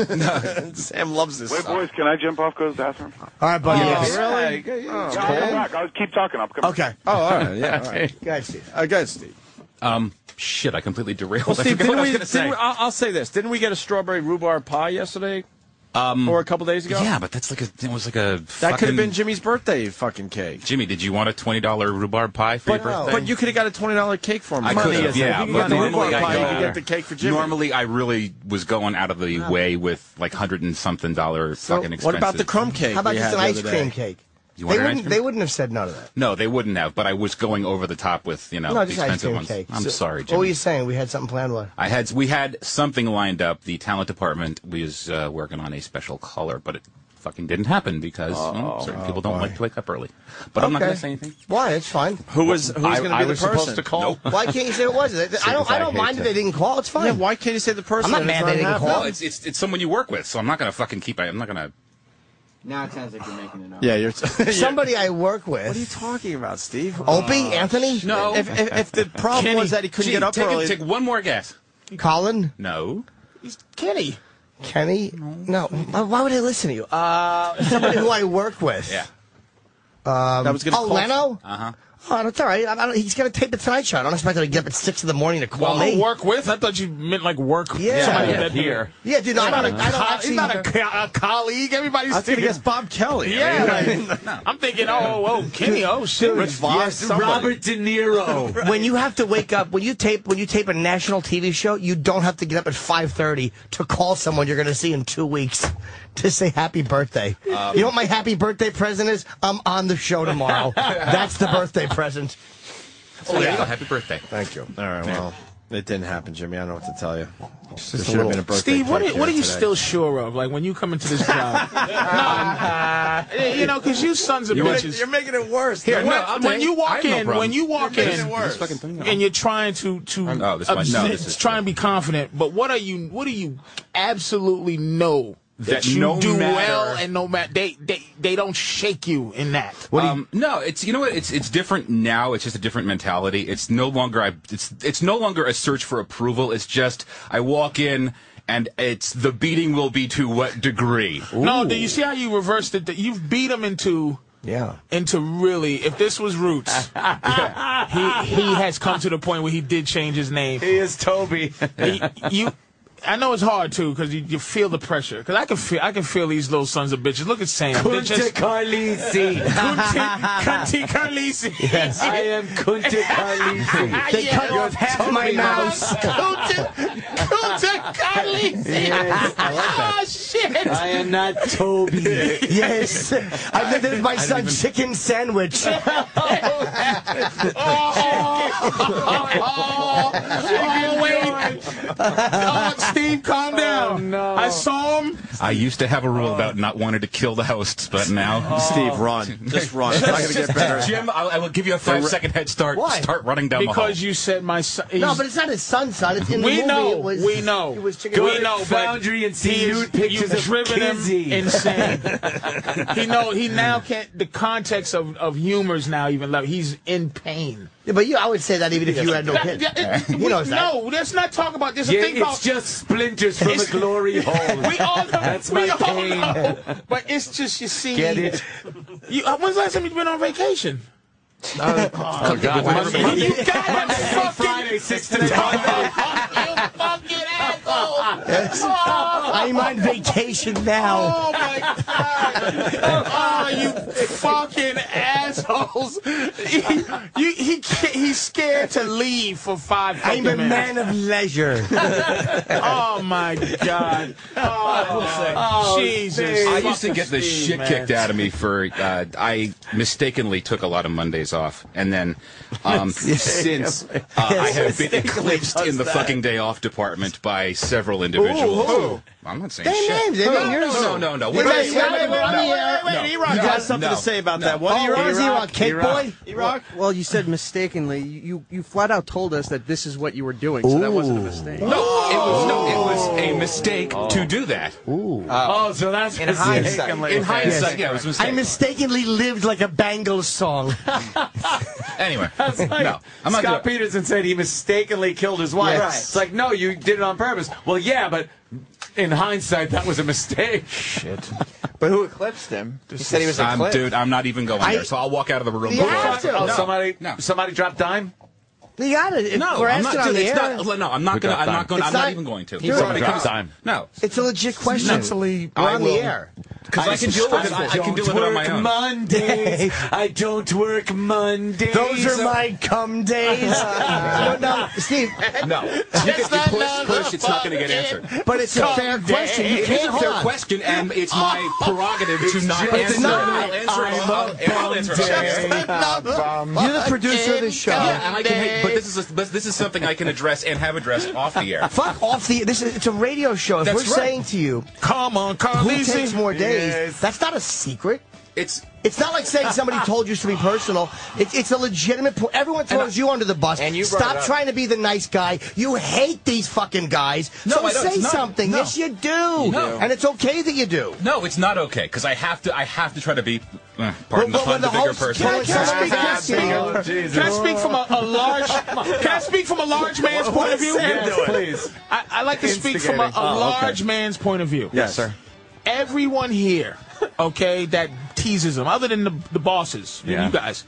B: Sam loves this.
E: Wait, boys, can I jump off? Go to the bathroom.
D: All right, buddy.
B: Oh,
D: yes.
B: really?
E: Oh,
B: It's
E: I'll
B: cold.
E: come back. I'll keep talking. I'll come
D: Okay.
B: Oh, all right. Yeah. All
N: Okay.
B: right.
D: Go ahead, Steve.
B: Uh, go ahead, Steve.
N: Um, shit, I completely derailed.
B: Well,
N: I
B: Steve,
N: forgot
B: didn't
N: what I
B: we,
N: was gonna
B: didn't
N: say.
B: we- I'll, I'll say this. Didn't we get a strawberry rhubarb pie yesterday?
N: Um,
B: or a couple days ago?
N: Yeah, but that's like a. It was like a.
B: That could have
N: fucking-
B: been Jimmy's birthday fucking cake.
N: Jimmy, did you want a twenty dollar rhubarb pie for
B: But,
N: your birthday?
B: Oh. but you could have got a $20 cake for me.
N: I could have, yeah.
B: You
N: But
B: could have
N: normally I
B: got a rhubarb pie, you
N: go.
B: could get the cake for Jimmy.
N: Normally I really was going out of the way with like hundred and something dollar fucking expenses.
B: what about the crumb cake?
D: How about
B: we
D: just an
B: had the
D: ice
B: other
D: cream
B: day?
D: cake?
N: You
D: they
N: want an ice
D: wouldn't.
N: cream?
D: They wouldn't have said no to that.
N: No, they wouldn't have. But I was going over the top with you know
D: No,
N: the
D: just ice
N: expensive
D: cream
N: ones.
D: cake.
N: I'm
D: So-
N: sorry,
D: What were
N: Jimmy.
D: you saying? We had something planned. What?
N: I had we had something lined up. The talent department was uh, working on a special color, but it fucking didn't happen because
B: Oh,
N: well, certain people don't like to wake up early. But I'm not
D: Okay.
N: going to say anything.
D: Why? It's fine.
B: Who was who's
N: I-
B: going to be
N: I
B: the
N: was
B: person?
N: supposed to call. Nope.
D: Why can't you say it was? I don't. I don't mind if they didn't call. It's fine.
B: Yeah, why can't you say the person?
D: I'm not
B: It's
D: mad they didn't
B: happening.
D: call.
N: No, it's, it's it's someone you work with, so I'm not going to fucking keep. I'm not going to.
F: Now it sounds like you're making it up.
B: Yeah, you're.
D: Somebody I work with.
B: What are you talking about,
C: Oh,
B: Steve? Uh,
D: Opie, Anthony,
N: No.
B: If, if, if the problem
N: Kenny,
B: was that he couldn't
N: gee,
B: get up
N: take, a-
B: early,
N: Take one more guess.
D: Colin,
N: No.
C: Kenny.
D: Kenny. No, why why would I listen to you? Uh, somebody who I work with.
N: Yeah.
D: Um,
B: That was gonna
D: oh,
B: call-
D: Leno.
N: Uh
C: Uh-huh.
N: huh.
D: Oh, that's all right. I don't, he's going to tape the Tonight Show. I don't expect him to get up at six in the morning to call
C: Well,
D: me.
C: work with? I thought you meant like work.
D: Yeah.
C: Somebody
D: Yeah,
C: that
A: here.
D: Yeah, dude. I
C: He's not
D: don't.
C: a,
D: I don't
C: co-
D: actually.
C: he's not a, co- a colleague. Everybody's
B: I was going to
C: thinking-
B: guess Bob Kelly. I
C: Yeah,
B: mean,
C: like, I'm thinking, oh, oh, Kenny, oh shit,
B: Rich Voss, somebody.
A: De Niro.
D: when you have to wake up when you tape when you tape a national TV show, you don't have to get up at five thirty to call someone you're going to see in two weeks to say happy birthday.
C: Um,
D: you know what my happy birthday present is? I'm on the show tomorrow. That's the birthday present.
N: So there you go. Oh, Happy birthday.
B: Thank you. All right. Well, it didn't happen, Jimmy. I don't know what to tell you. There
D: just a
B: should have
D: little-
B: been a birthday.
C: Steve, what
B: cake
C: are, what are
B: here
C: you
B: today.
C: still sure of? Like when you come into this job, no, I'm- eh, you know, because you sons of
B: You're, making-
C: bitches.
B: you're making it worse.
C: Here,
B: No,
C: when,
B: I'll
C: when
B: take-
C: you
B: I
C: walk
B: have no
C: in,
B: problem.
C: when you walk
B: You're making
C: in,
B: it worse.
C: and you're trying to to
N: No, this might- no,
C: obs-
N: this is-
C: try and be confident, but what are you? What do you absolutely know that,
N: That
C: you
N: no
C: do
N: matter-
C: well and no matter they they they don't shake you in that.
N: um, no, it's you know what it's it's different now. It's just a different mentality. It's no longer I it's it's no longer a search for approval. It's just I walk in and it's the beating will be to what degree.
C: No, do you see how you reversed it? That You've beat him into
D: Yeah.
C: into really. If this was Roots, he he has come to the point where he did change his name.
A: He is Toby.
C: He- you. I know it's hard too because you, you feel the pressure. Because I can feel, I can feel these little sons of bitches. Look at Sam. They're
R: Kunta
C: just-
R: Carlisi.
C: Kunti- Kunti Carlisi.
R: Yes. I am Kunta Carlisi.
C: They cut
R: You're
C: off half
R: totally
C: my mouth.
R: Kunta-
H: Kunta Carlisi.
R: Yes, I like that.
C: Ah,
H: Oh, shit.
R: I am not Toby.
D: yes. I think there's my son chicken sandwich.
H: oh,
C: oh, wait. Oh, Steve, calm down. I saw him.
N: I used to have a rule about not wanting to kill the hosts, but now
B: Steve, run. Just run. It's not gonna get better.
N: Jim, I'll, I will give you a five second head start.
D: Why?
N: Start running down the hall.
C: Because you said my son.
D: No,
C: he's-
D: but it's not his son's son. It's in the
C: we
D: movie.
C: know,
D: It was,
C: we know,
D: It was chicken
C: we know. but
R: Foundry and see
C: he's-
R: nude pictures
C: you've
R: of
C: driven him
R: Kizzy.
C: insane. he know he now can't. The context of of humor's now even left. He's in pain.
D: Yeah, but you, I would say that even if you had no kid.
C: That- that-
D: You know
C: we-
D: that.
C: no, let's not talk about this.
R: Yeah,
C: thing
R: it's
C: about,
R: just splinters from a glory hole.
C: we all know.
R: That's
C: we
R: my
C: all
R: pain.
C: know. But it's just you see.
R: Get it?
C: You, uh, when's the last time you've been on vacation?
D: Uh,
R: Oh, God. Monday,
C: You got
R: Friday, 6 to 9.
D: Yes. I'm on vacation now.
C: Oh my god! Oh, you fucking assholes! He, you, he, ca- he's scared to leave for five. fucking
R: I'm a
C: minutes.
R: man of leisure.
C: Oh my god! Oh,
R: Oh,
C: Jesus!
N: I used to get the
C: Fucking Steve,
N: shit
C: man.
N: kicked out of me for uh, I mistakenly took a lot of Mondays off, and then um, since uh, I have been eclipsed in the fucking day off department by several individuals.
D: who?
N: I'm not saying
D: They
N: shit.
D: names, they
N: no,
D: name yours.
N: no, no, no, no.
D: Wait,
N: What
D: wait,
N: is-
D: wait, wait, wait,
N: no,
D: wait, wait,
N: no,
D: wait,
B: You
N: no,
B: got something to say about that. What
D: Oh,
B: Iraq?
D: is Iraq cake boy?
B: Iraq?
G: Well, you said mistakenly. You you flat out told us that this is what you were doing, so that wasn't a mistake.
N: No, it was no, it was
D: Oh.
N: a mistake to do that. Uh,
R: Oh, so that's
N: In hindsight. In hindsight, yeah, it was a mistake.
D: I mistakenly lived like a Bangles song.
N: Anyway,
R: That's like
N: no, I'm not.
R: Scott
N: doing-
R: Peterson said he mistakenly killed his wife.
D: Yes.
R: It's like, no, you did it on purpose. Well, yeah, but in hindsight, that was a mistake. Shit.
F: But who eclipsed him? He said he was
N: I'm-
F: eclipsed.
N: Um, dude, I'm not even going
D: I-
N: there, so I'll walk out of the room.
D: You have to.
R: Oh,
N: No.
R: somebody, somebody dropped dime.
D: You got it. If
N: No,
D: we're
N: I'm not
D: asking on
N: doing
D: the
N: it's
D: air.
N: not, no, I'm not
R: Who
N: going.
R: got
N: I'm not
R: time?
N: going. I'm
D: It's
N: not,
D: not-
N: even going to.
D: Dude.
N: Somebody
R: Drop
N: comes-
R: time.
N: No,
D: It's a legit question.
C: Mentally,
D: we're
N: I
D: on
N: will-
D: the air.
N: because I, can deal with it. I can deal with it on my own.
R: Mondays. I don't work Mondays.
D: Those are my cum days. no, no, Steve.
N: No, you can- you push, push. It's not going to get answered.
D: But it's a fair question. You
N: It is
D: can't
N: a
D: hold
N: fair
D: on.
N: question, and it's my prerogative to not
D: it's
N: answer.
D: not.
N: I'll answer. I'll, I'll, I'll answer.
D: You're the producer of the show.
N: Yeah, and I can. Hang, but this is a, but this is something I can address and have addressed off the air.
D: Fuck off the. This is it's a radio show. If
N: That's
D: we're
N: right.
D: saying to you,
C: Come on,
D: who
C: Carlisi.
D: takes more days? That's not a secret.
N: It's
D: It's not like saying somebody told you something personal. It, it's a legitimate point. Everyone throws you under the bus.
F: and you brought
D: Stop
F: it up.
D: trying to be the nice guy. You hate these fucking guys.
N: No,
D: so
N: I don't.
D: say
N: It's not-
D: something.
N: no.
D: Yes, you do.
N: do.
D: And it's okay that you do.
N: No, it's not okay because I have to. I have to try to be. Uh,
D: Well,
N: pardon
D: well,
N: the pun.
D: when
N: The,
D: the
N: bigger
D: host-
N: person.
D: Can I- can I speak- can I speak?
R: Oh, Jesus.
C: Can I speak from a, a large? Can I speak from a large man's point of view?
R: Yes, please.
C: I, I like to speak from a, a
R: Instigating. Oh, okay.
C: large man's point of view.
B: Yes, sir.
C: Everyone here, okay, that teases him, other than the, the bosses, you-
R: Yeah.
C: you guys.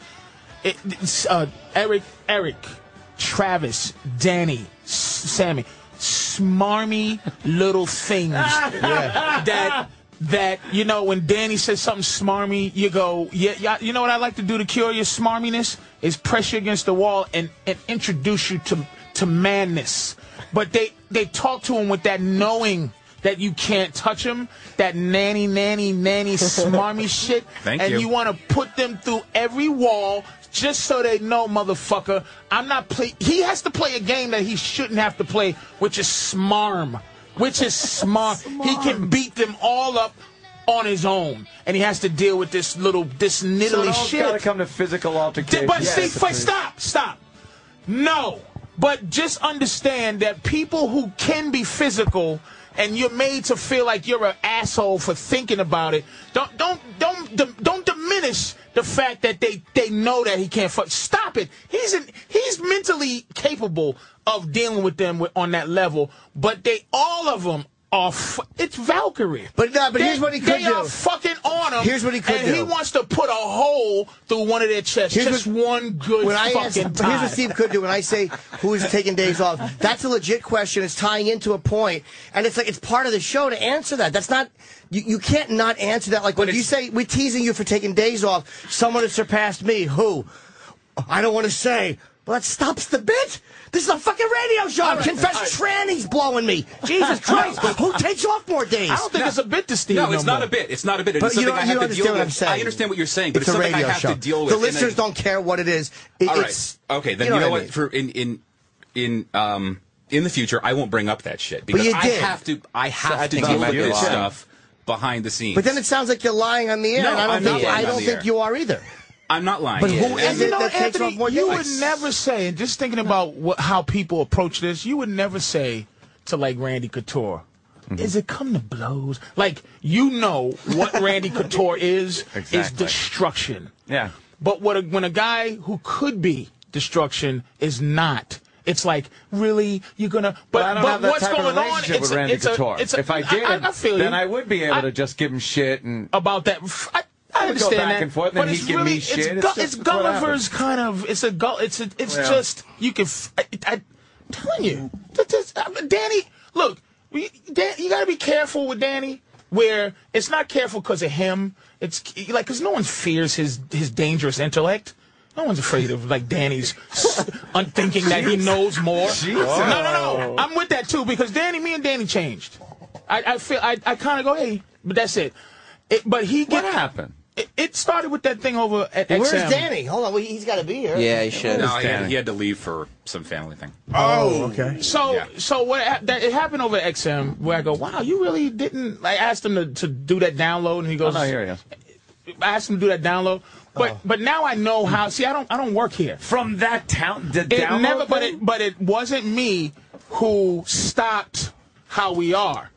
C: It, it's, uh, Eric, Eric, Travis, Danny, S- Sammy, smarmy little things that that you know when Danny says something smarmy, you go, yeah, yeah. You know what I like to do to cure your smarminess is press you against the wall and and introduce you to to madness. But they they talk to him with that knowing. That you can't touch him, that nanny, nanny, nanny, smarmy shit.
N: Thank
C: and
N: you.
C: you want to put them through every wall just so they know, motherfucker, I'm not play. He has to play a game that he shouldn't have to play, which is smarm, which is smart. He can beat them all up on his own, and he has to deal with this little this
R: So it
C: niddly
R: all's
C: shit.
R: gotta come to physical altercation.
C: But see, but stop, stop. No, but just understand that people who can be physical and you're made to feel like you're an asshole for thinking about it. Don't don't don't dim- don't diminish the fact that they they know that he can't fuck. Stop it. He's in, he's mentally capable of dealing with them with, on that level, but they all of them are. F- it's Valkyrie.
D: But no, but
C: They-
D: here's what he could
C: They are
D: do.
C: fucking on him.
D: Here's what he could
C: and
D: do.
C: he wants to put a hole through one of their chests.
D: Here's
C: just one good
D: when I
C: fucking
D: ask-
C: time.
D: Here's what Steve could do. When I say who's taking days off, that's a legit question. It's tying into a point, and it's like it's part of the show to answer that. That's not you. You can't not answer that. Like when you say we're teasing you for taking days off, someone has surpassed me. Who? I don't want to say. Well, that stops the bit. This is a fucking radio show. I'm confessed trannies blowing me. Jesus Christ. Who takes off more days?
C: I don't think it's a bit to Steve.
N: No, it's
C: no
N: not a bit. It's not a bit. It
D: But
N: is
D: you
N: something
D: don't-
N: I
D: you
N: have
D: don't
N: to
D: understand
N: deal
D: what
N: with.
D: I'm saying.
N: I understand what you're saying, but
D: it's
N: it's,
D: a
N: something
D: radio
N: I have
D: show.
N: to deal with.
D: The
N: And then-
D: listeners don't care what it is. It-
N: All right.
D: It's
N: okay, then you know, what?
D: I mean?
N: For in in in um in the future, I won't bring up that shit because
D: you
N: I
D: did.
N: have to. I
D: So
N: have
D: I
N: to
D: think
N: deal
D: you
N: with
D: lied.
N: this
D: Yeah.
N: stuff behind the scenes.
D: But then it sounds like you're lying on the air,
N: No,
D: and I don't
N: I'm not
D: think
N: lying
D: I
N: on
D: don't
N: the
D: think
N: air.
D: you are either.
N: I'm not lying.
D: But who
C: And
D: is
C: you
D: it
C: know,
D: that takes
C: Anthony,
D: off more
C: you
D: days?
C: would never say, and just thinking about what, how people approach this, you would never say to like Randy Couture,
N: Mm-hmm.
C: "Is it come to blows?" Like you know what Randy Couture is is
R: Exactly.
C: destruction.
R: Yeah.
C: But what a, when a guy who could be destruction is not. It's like really you're gonna. But,
R: But I don't
C: but
R: have that
C: what's
R: type
C: going
R: of relationship
C: on? It's
R: with
C: a-
R: Randy
C: it's a-
R: Couture.
C: it's a-
R: if I did,
C: I, feel you.
R: then I would be able
C: I-
R: to just give him shit and
C: about that. I, I
R: We go
C: understand
R: back
C: that,
R: and forth,
C: but
R: and
C: it's
R: he'd give me
C: really
R: shit.
C: it's,
R: It's
C: Gu-
R: just
C: it's
R: what happens.
C: Gulliver's kind of it's a gull. It's a it's
R: Yeah.
C: just you can. F- I, I, I'm telling you, that is- I mean, Danny. Look, we, Dan, you got to be careful with Danny. Where it's not careful because of him. It's like because no one fears his his dangerous intellect. No one's afraid of like Danny's s- unthinking that he knows more.
H: Jesus.
C: No, no, no. I'm with that too because Danny, me and Danny changed. I, I feel I, I kind of go hey, but that's it. It- but he get, what happened? It, it started with that thing over at
D: Where's
C: XM.
D: Danny? Hold on, well, he's got to be here.
N: No, he had, he had to leave for some family thing.
C: Oh, okay. So, so what hap- that, it happened over at XM where I go, wow, you really didn't. I asked him to, to do that download, and he goes,
R: Oh, no, here he is.
C: I asked him to do that download, but but now I know how. See, I don't I don't work here
R: from that town. The
C: it
R: download
C: never, but
R: thing?
C: it but it wasn't me who stopped how we are.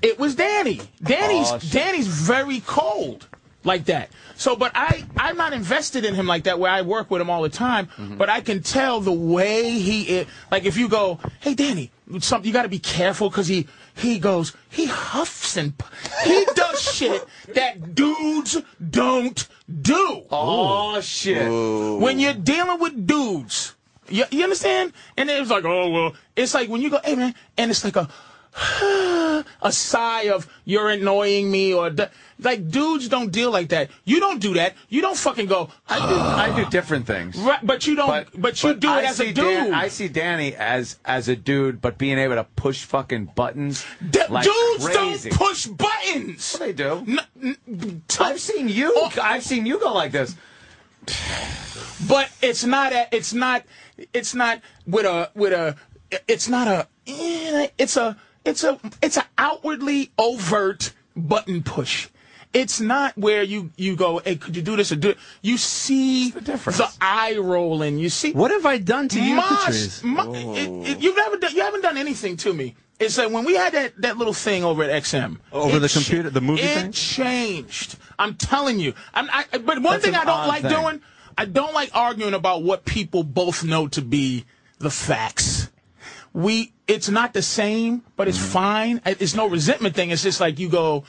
C: It was Danny. Danny's
R: Oh, shit.
C: Danny's very cold like that. So, but I I'm not invested in him like that. Where I work with him all the time, but I can tell the way he is. Like if you go, hey Danny, something you got to be careful because he he goes he huffs and pu- he does shit that dudes don't do.
R: Oh, shit. Ooh.
C: When you're dealing with dudes, you, you understand? And then it's like, oh well, it's like when you go, hey man, and it's like a a sigh of you're annoying me or d- like dudes don't deal like that. You don't do that. You don't fucking go. I do.
R: I do different things.
C: Right, but you don't. But, you
R: But
C: do
R: I
C: it as
R: see
C: a dude.
R: Dan- I see Danny as as a dude, but being able to push fucking buttons. like
C: dudes
R: crazy.
C: don't push buttons.
R: They do. I've seen you. I've seen you go like this.
C: but it's not a, it's not it's not with a with a it's not a eh, it's a it's a it's a outwardly overt button push it's not where you you go hey could you do this or do it you see the, eye rolling you see
T: What have I done to you, Patrice?
C: you've never done you haven't done anything to me it's like when we had that, that little thing over at XM.
T: Over
C: it
T: the computer- the movie
C: it
T: thing?
C: changed. I'm telling you. I'm, I, I- but one
T: That's
C: thing
T: an
C: I don't
T: odd
C: like
T: thing.
C: doing doing- I don't like arguing about what people both know to be the facts. We, it's not the same, but
T: Mm-hmm.
C: it's fine. I- It's no resentment thing. It's just like you go,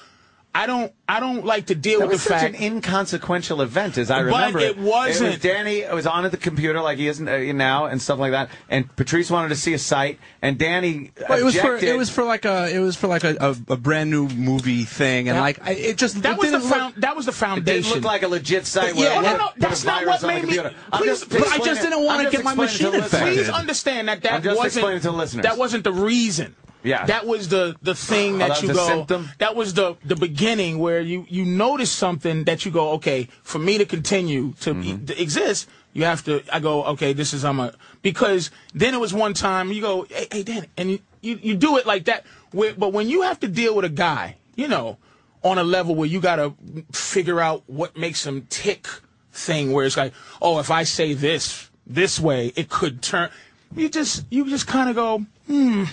C: I don't, I don't like to deal
R: That
C: with
R: was
C: the
R: such
C: fact.
R: an inconsequential event, as I
C: But
R: remember
C: it wasn't.
R: It was Danny was on at the computer like he isn't uh, now and stuff like that. And Patrice wanted to see a site, and Danny
T: Well, it was for
R: objected.
T: it was for like a it was for like a, a, a brand new movie thing and
R: Yeah.
T: like I, it just
C: that
T: it
C: was the
T: didn't look-
C: found, that was the
R: It
C: foundation.
R: didn't look like a legit site.
C: But
R: where
C: yeah,
R: I
C: no,
R: wanted
C: no,
R: to put
C: that's
R: a
C: not
R: virus
C: what
R: on the
C: made me-
R: computer. I'm
C: Please- but I
R: explaining
C: just
R: it.
C: didn't wanna
R: I'm just
C: get my
R: explaining to
C: machine
R: the listeners.
C: Please understand that that
R: I'm just
C: wasn't
R: explaining to the listeners.
C: that wasn't the reason.
R: Yeah.
C: That was the the
R: Oh,
C: thing that,
R: that
C: you
R: was a
C: go.
R: symptom?
C: That was the the beginning where you you notice something that you go, okay, for me to continue to, e- to exist, you have to. I go, okay, this is I'm a because then it was one time you go, hey, hey Dan, and you, you you do it like that. Where, but when you have to deal with a guy, you know, on a level where you gotta figure out what makes him tick thing where it's like, oh, if I say this this way, it could turn. You just you just kind of go, hmm,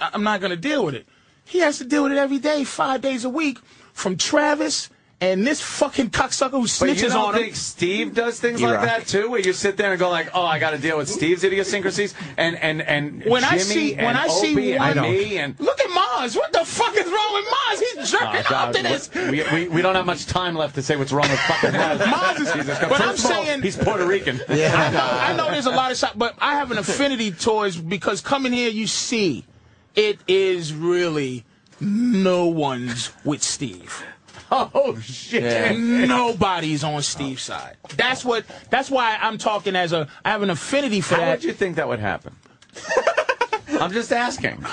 C: I- I'm not gonna deal with it. He has to deal with it every day, five days a week, from Travis and this fucking cocksucker who
R: But you
C: snitches
R: don't
C: on
R: think
C: him.
R: Steve does things
C: You're
R: like
C: right.
R: that too, where you sit there and go like, "Oh, I got to deal with Steve's idiosyncrasies," and and and
C: When
R: Jimmy
C: I see
R: and
C: when I see
R: Opie
C: one,
R: and me and
C: look at Mob. Mars. What the fuck is wrong with Mars? He's jerking
A: Oh,
C: off
A: God,
C: to this.
A: We, we, we don't have much time left to say what's wrong with fucking Mars.
C: Mars is-
A: Jesus Christ.
C: but
A: First
C: I'm
A: of all,
C: saying-
A: he's Puerto Rican.
C: I know, I know there's a lot of shop, but I have an affinity towards because coming here, you see, it is really no one's with Steve. Oh shit!
H: Yeah.
C: Nobody's on Steve's side. That's what. That's why I'm talking as a. I have an affinity for
A: How
C: that.
A: would you think that would happen?
C: I'm just asking.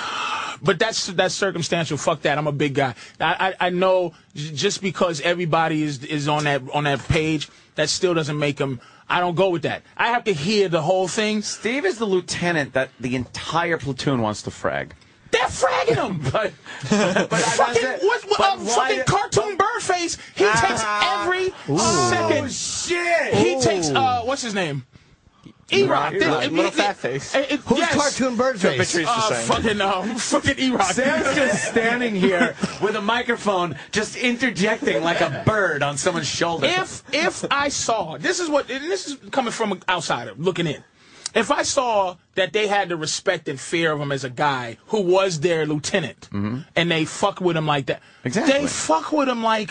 C: But that's that's circumstantial. Fuck that. I'm a big guy. I I, I know j- just because everybody is is on that on that page, that still doesn't make them. I don't go with that. I have to hear the whole thing.
A: Steve is the lieutenant that the entire platoon wants to frag.
C: They're fragging him. but fucking what, what a
H: but why-
C: fucking cartoon bird face. He takes every
H: Ooh.
C: second.
H: Oh, shit.
C: He
H: Ooh.
C: takes uh what's his name? E-Rock.
H: Right, right. Little fat
C: face.
H: Who's cartoon bird That's what face? Patrice was
C: Uh,
A: saying.
C: fucking um, fucking E-Rock.
A: Sam's just standing here with a microphone, just interjecting like a bird on someone's shoulder.
C: if if I saw this is what and this is coming from an outsider looking in. If I saw that they had the respect and fear of him as a guy who was their lieutenant,
N: Mm-hmm.
C: and they fuck with him like that, exactly. They fuck with him like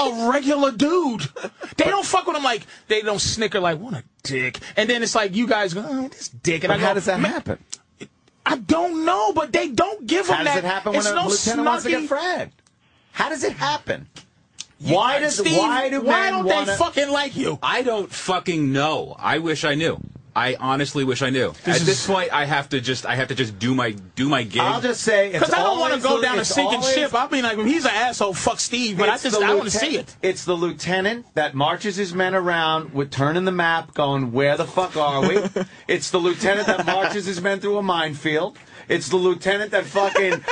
C: a regular dude. They don't fuck with him like they don't snicker like what a dick. And then it's like you guys go oh, this dick. And
A: But
C: I go,
A: how does that
C: "Man,
A: happen?
C: I don't know, but they don't give him
A: How
C: that.
A: does it happen when
C: it's
A: a
C: no
A: lieutenant wants to
C: snarky-
A: get fragged? How does it happen?
C: You-
A: why does
C: Steve,
A: why do
C: why
A: men
C: don't
A: wanna,
C: they fucking like you?
N: I don't fucking know. I wish I knew. I honestly wish I knew.
A: This
N: At this point, I have to just I have to just do my do my gig.
A: I'll just say it's
C: Because I don't want to
A: always
C: go
A: the-
C: down a
A: it's
C: sinking
A: always-
C: ship. I mean, like, he's an asshole. Fuck Steve, but I
A: It's
C: just
A: the
C: I want to
A: lieutenant-
C: see it.
A: It's the lieutenant that marches his men around with turning the map, going, Where the fuck are we? it's the lieutenant that marches his men through a minefield. It's the lieutenant that fucking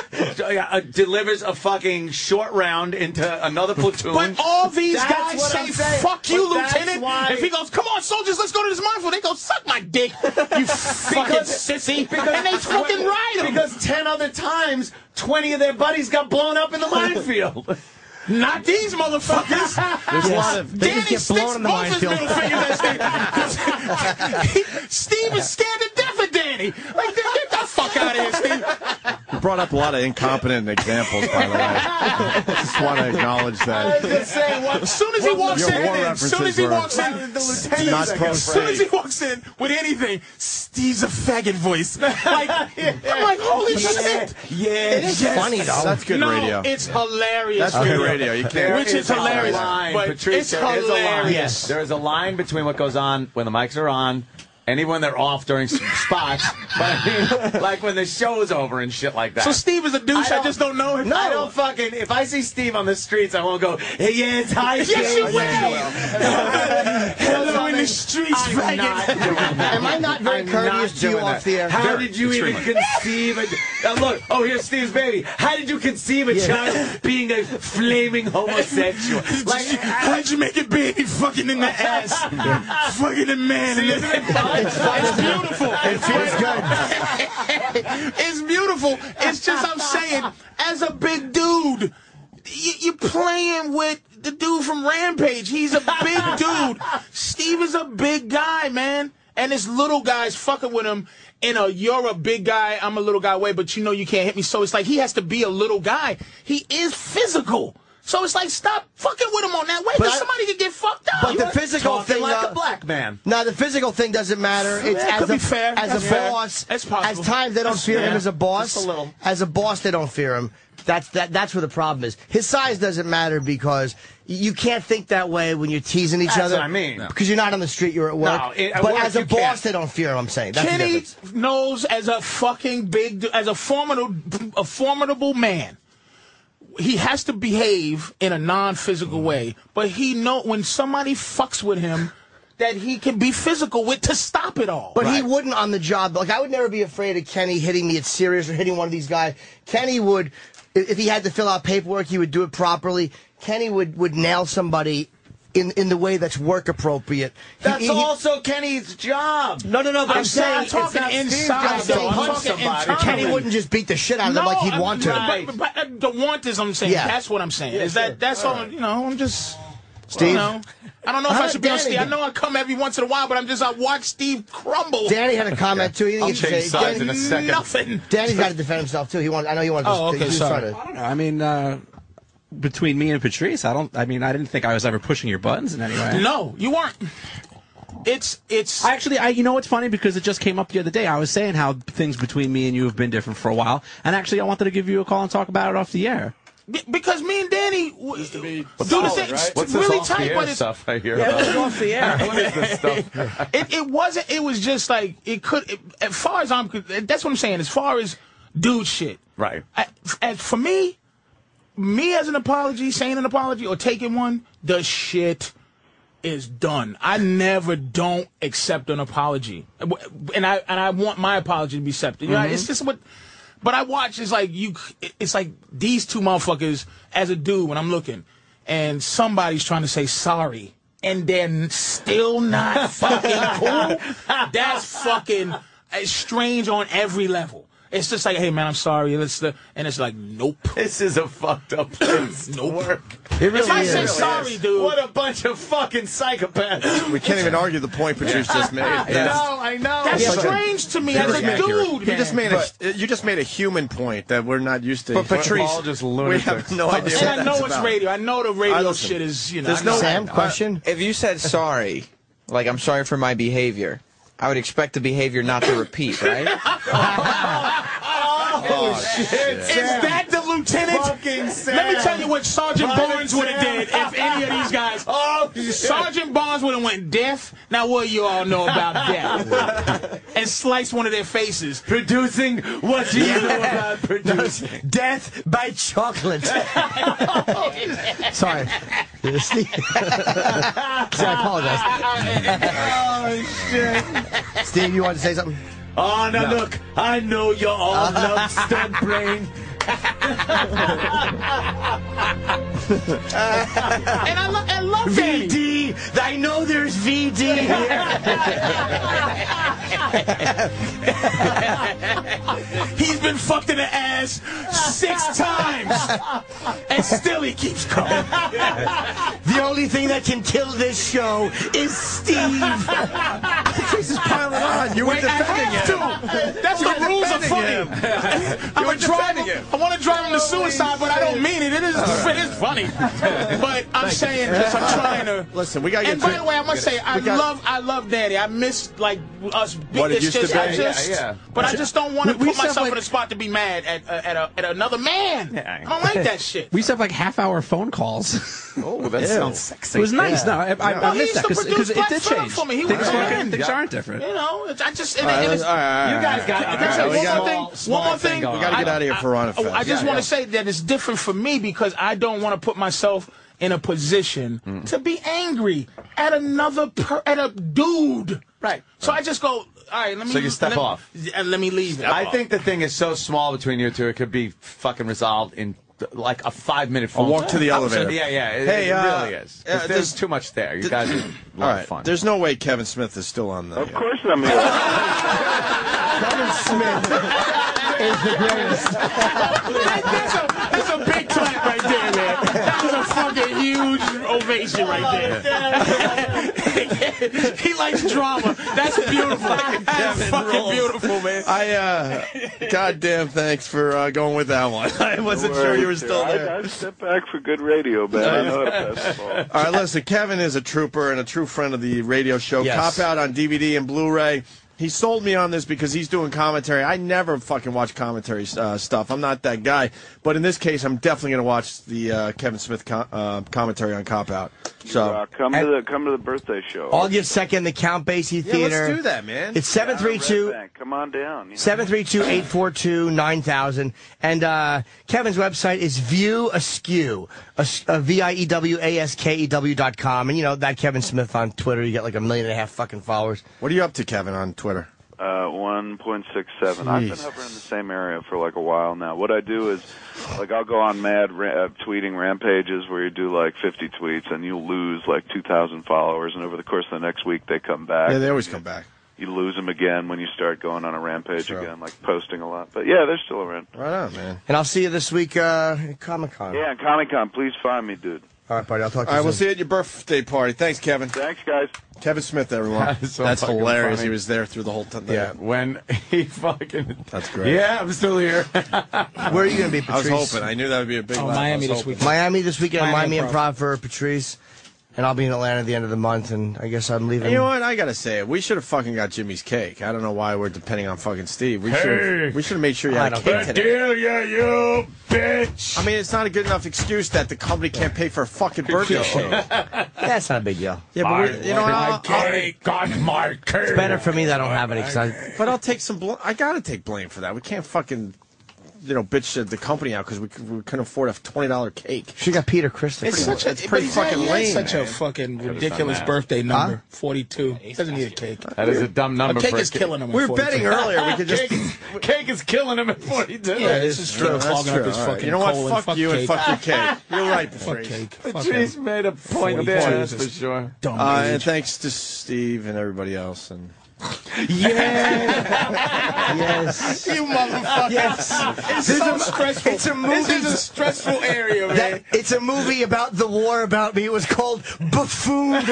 A: uh, delivers a fucking short round into another platoon.
C: But all these
A: That's
C: guys
A: what I'm
C: say,
A: saying.
C: "Fuck you,
A: But that's
C: lieutenant."
A: why-
C: If he goes, "Come on, soldiers, let's go to this minefield," they go, "Suck my dick, you fucking sissy," and they fucking ride him.
A: Because ten other times, twenty of their buddies got blown up in the minefield.
C: Not these motherfuckers.
A: There's a lot of- they
C: Danny
A: just get
C: sticks
A: blown in the
C: both his
A: minefield.
C: middle fingers at Steve. He- Steve is scared to death of Danny. Like, get the fuck out of here, Steve.
B: You brought up a lot of incompetent examples, by the way. just want to acknowledge that.
C: As soon as he walks
B: Your
C: in,
B: war
C: as soon as he
B: references were-
C: walks in,
B: lieutenant Not second pro
C: as soon as he
B: frag.
C: walks in with anything, Steve's a faggot voice. Like I'm like, holy
H: Yeah,
C: shit!
H: yeah, It is yes. funny, though.
B: That's good
C: no,
B: radio.
C: It's
B: Yeah.
C: hilarious.
B: That's good radio. You can't-
C: Which is
A: a
C: hilarious,
A: line,
C: but
A: Patrice,
C: it's
A: there is a line.
C: hilarious.
A: There is a line between what goes on when the mics are on and when they're off during s- spots. but I mean, like when the show's over and shit like that.
C: So Steve is a douche. I, just don't know him.
A: I don't fucking. If I see Steve on the streets, I won't go. Hey, yeah, it's high.
H: Yes, you will.
A: Hello in the streets, I'm not doing that.
D: Am I not very
A: I'm
D: courteous
A: not
D: to you
A: doing
D: off
A: that.
D: the air?
A: How
D: Very-
A: did you even
D: extremely.
A: conceive a? Now look, oh here's Steve's baby. How did you conceive a
D: Yeah.
A: child being a flaming homosexual? Like,
C: Why'd you make it big? Fucking in the ass. fucking the man. in the- it's beautiful. It feels good. it's beautiful. It's just I'm saying, as a big dude, you, you're playing with the dude from Rampage. He's a big dude. Steve is a big guy, man. And this little guy's fucking with him in a you're a big guy, I'm a little guy way, but you know you can't hit me. So it's like he has to be a little guy. He is physical. So it's like stop fucking with him on that way.
D: But
C: But
D: I-
C: somebody could get fucked up.
D: But the physical thing, uh,
A: man.
D: No, the physical thing doesn't matter. It's
C: Yeah,
D: as
C: could
D: a,
C: be fair.
D: as a
C: That's fair.
D: boss.
C: That's possible.
D: As times they don't
C: That's
D: fear
C: fair.
D: him as a boss.
C: Just a little.
D: As a boss, they don't fear him. That's that. That's where the problem is. His size doesn't matter because y- you can't think that way when you're teasing each
A: That's
D: other.
A: what I mean.
D: Because you're not on the street, you're at work.
A: No, it- at
D: but
A: work
D: as a
A: you
D: boss,
A: can't.
D: they don't fear him. I'm saying that's the
C: Kenny
D: difference.
C: knows as a fucking big, du- as a formidable, a formidable man. He has to behave in a non-physical way, but he know when somebody fucks with him that he can be physical with to stop it all.
D: But he wouldn't on the job. Like I would never be afraid of Kenny hitting me at serious or hitting one of these guys. Kenny would, i- if he had to fill out paperwork, he would do it properly. Kenny would would nail somebody. In, in the way that's work appropriate. He-
A: That's
D: he- he-
A: also Kenny's job.
D: No, no, no. But I'm,
A: I'm
D: saying
A: not
D: it's
A: talking
D: not Steve's
A: inside,
D: job. I'm
A: though.
D: saying
A: I'm
D: punch
A: talking
D: somebody.
A: internally.
D: Kenny wouldn't just beat the shit out of them like he'd
C: I'm-
D: want to.
C: But, but, uh, the want is I'm saying.
D: Yeah.
C: That's what I'm saying.
D: Yeah,
C: is
D: sure.
C: that that's all? You know, I'm just.
D: Steve?
C: Well, no. I don't know if
D: How
C: I
D: did
C: should be on
D: Danny
C: Steve. I
D: do-
C: know I come every once in a while, but I'm just I watch Steve crumble.
D: Danny had a comment too. He didn't
C: I'll
D: get to
C: change
D: say-
C: sides
D: Danny-
C: in a second. Nothing.
D: Danny's got to defend himself too. He wanted. I know you wanted.
T: Oh,
D: to,
T: okay.
D: you
T: Sorry.
D: started.
T: I don't know. I mean, uh, between me and Patrice, I don't. I mean, I didn't think I was ever pushing your buttons in any way.
C: No, you weren't. It's it's
T: actually. I you know what's funny because it just came up the other day. I was saying how things between me and you have been different for a while, and actually, I wanted to give you a call and talk about it off the air.
C: Be- because me and Danny w- do the
A: Solid,
C: thing.
A: right?
C: It's
A: What's this
C: really
A: off
C: tight,
A: the air
C: but it's
A: stuff I hear
C: Yeah,
A: about?
C: it's off the air.
A: what is this stuff?
C: it, it wasn't. It was just like it could. It, as far as I'm, that's what I'm saying. As far as dude shit,
A: Right.
C: I- as for me, me as an apology, saying an apology or taking one, the shit is done. I never don't accept an apology, and I and I want my apology to be accepted. You know,
A: Mm-hmm.
H: Mhm.
C: it's just what. But I watch it's like you, it's like these two motherfuckers as a dude when I'm looking, and somebody's trying to say sorry, and they're still not fucking cool. That's fucking uh, strange on every level. It's just like, hey man, I'm sorry. Let's uh, and it's like, nope.
A: This is a fucked up place.
C: nope. Work.
A: It really
C: if I
A: is.
C: say
A: It really
C: sorry,
A: is.
C: dude,
A: What a bunch of fucking psychopaths.
B: We can't even argue the point Patrice just made.
A: I know, I know.
C: That's
B: It's like a-
C: strange to me
B: It's
C: as
B: like
C: a
B: accurate.
C: dude,
B: You just
C: man.
B: made a you just made a human point that we're not used to.
A: But Patrice-
B: We're all we have no idea.
C: And Oh,
B: what
C: I know
B: that's
C: it's
B: about.
C: radio. I know the
B: I
C: radio
B: listen.
C: shit is, you know.
F: There's
C: I know.
F: no-
B: uh,
F: I- if you said sorry, like I'm sorry for my behavior, I would expect the behavior not to repeat, right?
H: Oh, shit.
C: Is that the lieutenant?
H: Fucking
C: Let me
H: Sam.
C: tell you what Sergeant
H: Private
C: Barnes would have
H: Sam.
C: did if any of these guys.
H: Oh, shit.
C: Sergeant Barnes would have went deaf. Now what you all know about death? and sliced one of their faces.
A: Producing. What do you know about producing?
D: Death by chocolate. Sorry. See,
C: Oh,
D: I apologize. Steve, you want to say something?
A: Oh, now look, I know you're all
D: Uh-huh.
A: love stunt brain.
C: and I, lo- I love
D: VD. I know there's VD
C: here. He's been fucked in the ass six times, and still he keeps coming.
D: The only thing that can kill this show is Steve.
B: Patrice is piling on. You were
C: Wait, I
B: defending
C: have
B: him.
C: to. That's
B: You
C: the
B: were
C: rules are funny.
B: defending him.
C: I'm
B: You were
C: a drive
B: defending
C: him.
B: him.
C: I want to drive him to suicide, but I don't mean it. It is, it is funny. But I'm saying this. I'm trying to.
B: Listen, we got.
C: And by the way, I must say, I
B: We got-
C: love, I love Danny. I miss like us. Be,
B: What it
C: it's
B: used to
C: just, I
B: be.
C: just,
B: Yeah, yeah.
C: But I just don't want to
T: We- we
C: put
T: sound
C: myself
T: like-
C: in a spot to be mad at uh, at, a, at another man. I don't like that shit.
T: We used to have like half-hour phone calls.
A: Oh, that sounds sexy.
T: It was nice. No, I, I,
C: No,
T: I
C: he
T: missed
C: used
T: that
C: to
T: because
C: produce
T: it
C: Black
T: did
C: Phillip
T: change.
C: for me. He
T: Things,
C: was
T: weren't-
C: in.
T: things
C: Yeah.
T: aren't different.
C: You know, it's, I just.
B: All right,
C: and
B: let's-
C: it's,
B: all right, all right,
C: you guys
B: all
C: got.
B: right,
C: that's
B: all right,
C: it. one
B: we got-
C: more
B: small-
C: thing.
B: small
C: one more
B: thing
C: thing.
B: going on. We gotta get
C: I-
B: out of here for Run
C: I- oh,
B: It Fest.
C: I just
B: Yeah,
C: want
B: yeah.
C: to say that it's different for me because I don't want to put myself in a position
B: Mm.
C: to be angry at another per, at a dude. Right. So I just go. All right. Let me.
A: So you step
C: let-
A: off.
C: and let me leave. it.
A: I think the thing is so small between you two, it could be fucking resolved in like a five minute phone.
B: I'll walk to the
A: call.
B: elevator.
A: Yeah, yeah. It,
B: Hey,
A: it
B: uh,
A: really is. 'Cause
B: uh,
A: there's
B: this-
A: too much there. You guys are a
B: All
A: lot
B: right.
A: of fun.
B: There's no way Kevin Smith is still on the. Of
E: course I'm here.
D: Kevin Smith is the greatest.
C: that's, a, that's a big clap right there, man. That was a fucking huge ovation right there. he likes drama. That's beautiful. That's fucking beautiful, man.
B: I uh, goddamn, thanks for uh, going with that one. I wasn't
E: Don't
B: sure
E: worry,
B: you were still
E: I-
B: there.
E: I, step back for good radio, man. I know how to pass the ball.
B: All right, listen, Kevin is a trooper and a true friend of the radio show.
E: Yes.
B: Cop Out on DVD and Blu ray. He sold me on this because he's doing commentary. I never fucking watch commentary uh, stuff. I'm not that guy. But in this case, I'm definitely going to watch the uh, Kevin Smith co- uh, commentary on Cop Out. So
E: Uh, come to the come to the birthday show.
D: August 2nd, the Count Basie
B: Yeah, let's
D: Theater.
B: do that, man.
D: It's
E: Red
D: 732
E: Bank, Come on down. you know.
D: 732-842-9000. And uh, Kevin's website is View Askew, as- uh, V-I-E-W-A-S-K-E-W E dot com. And, you know, that Kevin Smith on Twitter, you get like a million and a half fucking followers.
B: What are you up to, Kevin, on Twitter?
E: Uh, 1.67. I've been
B: Jesus.
E: hovering in the same area for like a while now. What I do is, like, I'll go on mad ra- uh, tweeting rampages where you do like 50 tweets and you'll lose like 2,000 followers, and over the course of the next week they come back.
B: Yeah, they always come back.
E: You lose them again when you start going on a rampage again, like posting a lot. But yeah, they're still around.
B: Right on, man.
D: And I'll see you this week uh, at Comic Con.
E: Yeah, and Comic Con, please find me, dude.
D: All right, buddy. I'll talk to
B: All
D: you
B: right,
D: soon.
B: we'll see you at your birthday party. Thanks, Kevin. Thanks, guys. Kevin Smith, everyone.
R: That's so
B: That's
R: fucking
B: hilarious.
R: funny.
B: He was there through the whole time.
R: Yeah, when he fucking.
B: That's
R: Yeah, I'm still here.
D: Where are you going to be,
B: I was
D: Patrice?
B: hoping. I knew that would be a big. laugh. I was hoping.
D: Oh, Miami this weekend.
B: Miami
D: Miami, Improv. for Patrice, and I'll be in Atlanta at the end of the month. And I guess I'm leaving.
B: You know what? I gotta say it. We should have fucking got Jimmy's cake. I don't know why we're depending on fucking Steve. We should. We should have made sure you
D: I
B: had a
D: don't
B: cake
D: care.
B: today. you bitch. I mean, it's not a good enough excuse that the company can't pay for a fucking birthday cake.
D: That's not a big deal.
B: Yeah, but we're, you know what? I'll-
D: got my cake. It's better for me that I don't have any. Cause I,
B: But I'll take some. Bl- I gotta take blame for that. We can't fucking, you know, bitch the company out because we, c- we couldn't afford a twenty dollar cake.
D: she got Peter Christopher.
B: It's such a-
D: That's
B: but
D: pretty
B: he's
D: fucking
B: not- he
D: lame.
B: ain't
C: Such a
B: man.
C: fucking
B: Could've done
C: ridiculous
B: that.
C: birthee number.
B: Huh?
C: Forty-two. Doesn't need a cake.
R: That is a dumb number
C: A cake
R: for a
C: is
R: kid.
C: killing him. at
R: We were
C: 42.
R: betting earlier we could just-
C: Cake is-
R: Cake is killing him at 42.
C: Yeah, this is true. Clogging up his
B: All right.
C: fucking
B: You know what?
C: colon.
B: Fuck you and fuck your cake. You're right,
C: Fuck
B: Patrice.
C: cake. Fuck
R: Patrice
C: him.
R: made a point
C: 42
R: there,
C: is
R: that's
C: just
R: for sure.
C: Dumb
B: Uh,
C: age.
B: and thanks to Steve and everybody else. And
D: yes.
C: You motherfucker. It's
D: There's
C: so
D: a-
C: stressful.
D: It's a movie.
C: This is a stressful area, man.
D: That- it's a movie about the war about me. It was called Buffoon.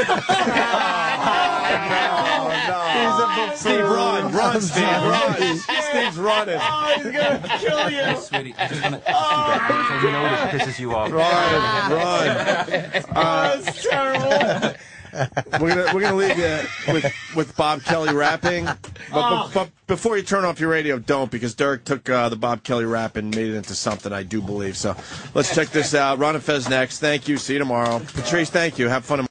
B: Oh, Steve, run,
C: Oh,
B: run, Steve, run. Steve's running.
R: Oh, he's gonna kill you.
K: Sweetie, I just want to back so you know this pisses you off.
B: Run, run.
C: Oh,
B: Uh,
R: That's terrible.
B: we're gonna we're gonna leave you with with Bob Kelly rapping. Oh. But, but, but before you turn off your radio, don't because Derek took uh, the Bob Kelly rap and made it into something. I do believe so. Let's check this out. Ron and Fez next. Thank you. See you tomorrow. Patrice, thank you. Have fun. tomorrow.